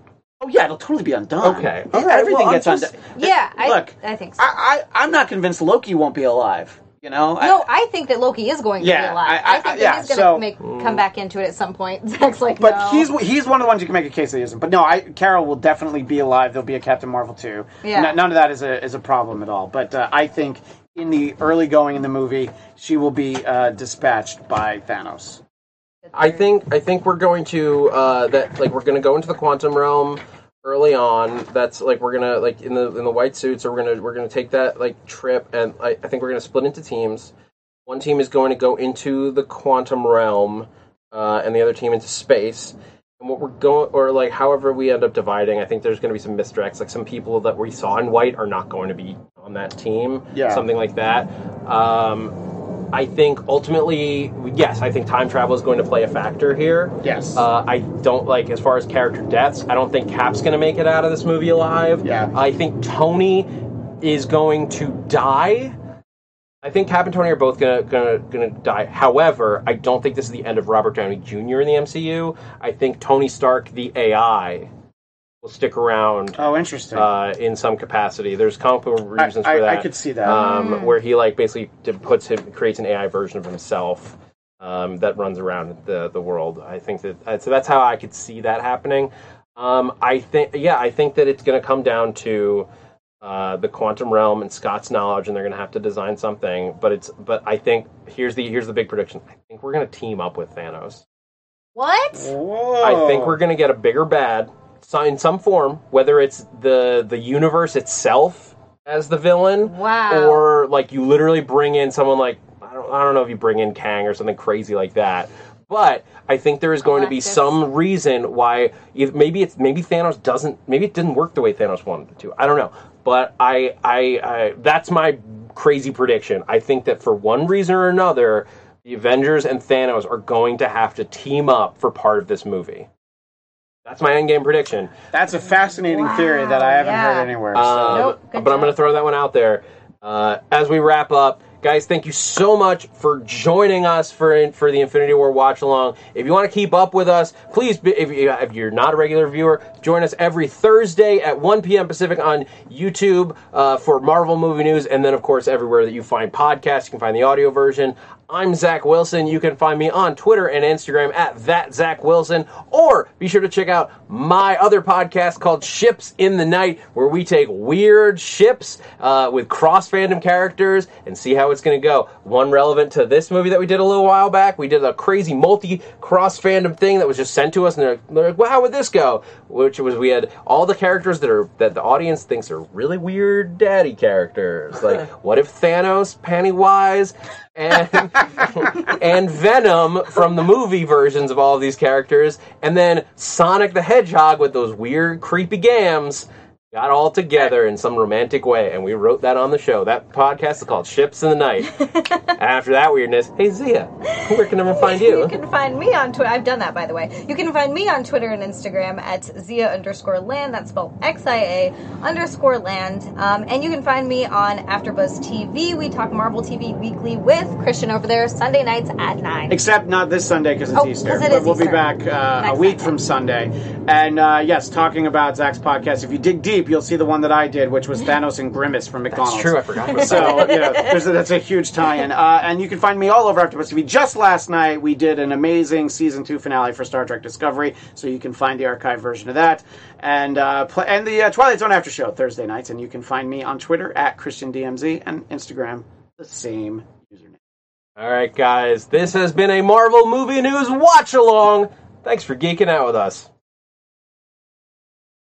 S3: Oh yeah, it'll totally be undone.
S2: Okay.
S3: Yeah,
S2: Okay,
S3: everything
S2: well, I'm
S3: gets
S2: just-
S3: undone.
S6: Yeah, I,
S3: Look,
S6: I think so.
S3: I, I I'm not convinced Loki won't be alive. You know. I-
S6: no, I think that Loki is going to
S3: Yeah,
S6: be alive.
S3: I-
S6: I,
S3: I-
S6: think
S3: yeah,
S6: that he's going to
S3: so-
S6: make come back into it at some point. Zach's like,
S9: But
S6: no.
S9: he's he's one of the ones you can make a case that he isn't. But no, I, Carol will definitely be alive. There'll be a Captain Marvel too.
S6: Yeah.
S9: N- none of that is a is a problem at all. But uh, I think in the early going in the movie, she will be uh, dispatched by Thanos.
S2: I think I think we're going to uh, that like we're going to go into the quantum realm early on. That's like we're gonna like in the in the white suits, or we're gonna we're gonna take that like trip, and I, I think we're gonna split into teams. One team is going to go into the quantum realm, uh, and the other team into space. And what we're going, or like however we end up dividing, I think there's going to be some misdirects. Like some people that we saw in white are not going to be on that team.
S9: Yeah.
S2: something like that. Um, I think ultimately, yes, I think time travel is going to play a factor here.
S9: Yes.
S2: Uh, I don't like as far as character deaths. I don't think Cap's going to make it out of this movie alive.
S9: Yeah.
S2: I think Tony is going to die. I think Cap and Tony are both gonna gonna gonna die. However, I don't think this is the end of Robert Downey Jr. in the MCU. I think Tony Stark, the AI, will stick around
S9: oh, interesting.
S2: uh, in some capacity. There's comic book
S9: I,
S2: reasons
S9: I-
S2: for that.
S9: I could see that.
S2: Um, where he like basically d- puts him creates an AI version of himself um, that runs around the the world. I think that uh, so that's how I could see that happening. Um, I think yeah, I think that it's going to come down to uh, the quantum realm and Scott's knowledge, and they're going to have to design something. But it's but I think here's the here's the big prediction. I think we're going to team up with Thanos.
S6: what?
S2: Uh,
S9: Whoa.
S3: Oh.
S2: I think we're going to get a bigger bad so- in some form, whether it's the the universe itself as the villain,
S6: Wow.
S2: or like you literally bring in someone like I don't I don't know if you bring in Kang or something crazy like that. But I think there is going to be
S6: Galactus.
S2: some reason why if maybe it's maybe Thanos doesn't maybe it didn't work the way Thanos wanted it to. I don't know, but I I, I that's my crazy prediction. I think that for one reason or another, the Avengers and Thanos are going to have to team up for part of this movie. That's my endgame prediction.
S9: That's a fascinating theory that I haven't
S6: yeah.
S9: heard anywhere. so-
S2: Um,
S6: Nope,
S2: but
S6: good
S2: I'm going to
S6: job.
S2: throw that one out there. Uh, as we wrap up, guys, thank you so much for joining us for for the Infinity War watch along. If you want to keep up with us, please, be, if, you, if you're not a regular viewer, join us every Thursday at 1 p.m. Pacific on YouTube uh, for Marvel movie news, and then of course everywhere that you find podcasts, you can find the audio version. I'm Zach Wilson. You can find me on Twitter and Instagram at that Zach Wilson, or be sure to check out my other podcast called Ships in the Night, where we take weird ships uh, with cross fandom characters and see how it's going to go. One relevant to this movie that we did a little while back, we did a crazy multi cross fandom thing that was just sent to us, and they're, they're like, "Well, how would this go?" Which was we had all the characters that are that the audience thinks are really weird daddy characters. Like, what if Thanos, Pennywise? and and Venom from the movie versions of all of these characters, and then Sonic the Hedgehog with those weird, creepy gams got all together in some romantic way, and we wrote that on the show. That podcast is called Ships in the Night. After that weirdness, hey Zia, where can everyone find you?
S6: You can find me on Twitter. I've done that, by the way. You can find me on Twitter and Instagram at Zia underscore land. That's spelled X I A underscore land. Um, and you can find me on AfterBuzz TV. We talk Marvel TV weekly with Christian over there Sunday nights at nine.
S3: Except not this Sunday because it's
S6: Oh,
S3: Easter.
S6: 'cause it
S3: but
S6: is
S3: we'll be
S6: Easter.
S3: back uh, a
S6: Next
S3: week
S6: Sunday.
S3: from Sunday. And uh, yes, talking about Zach's podcast. If you dig deep, you'll see the one that I did, which was Thanos and Grimace from McDonald's.
S2: It's true, I forgot. About that.
S3: So you know, there's a, that's a huge tie-in, uh, and you can find me all over AfterBuzz TV. Just last night, we did an amazing season two finale for Star Trek Discovery, so you can find the archive version of that, and uh, pl- and the uh, Twilight Zone after show Thursday nights, and you can find me on Twitter at ChristianDMZ and Instagram the same username.
S2: All right, guys, this has been a Marvel movie news watch along. Thanks for geeking out with us.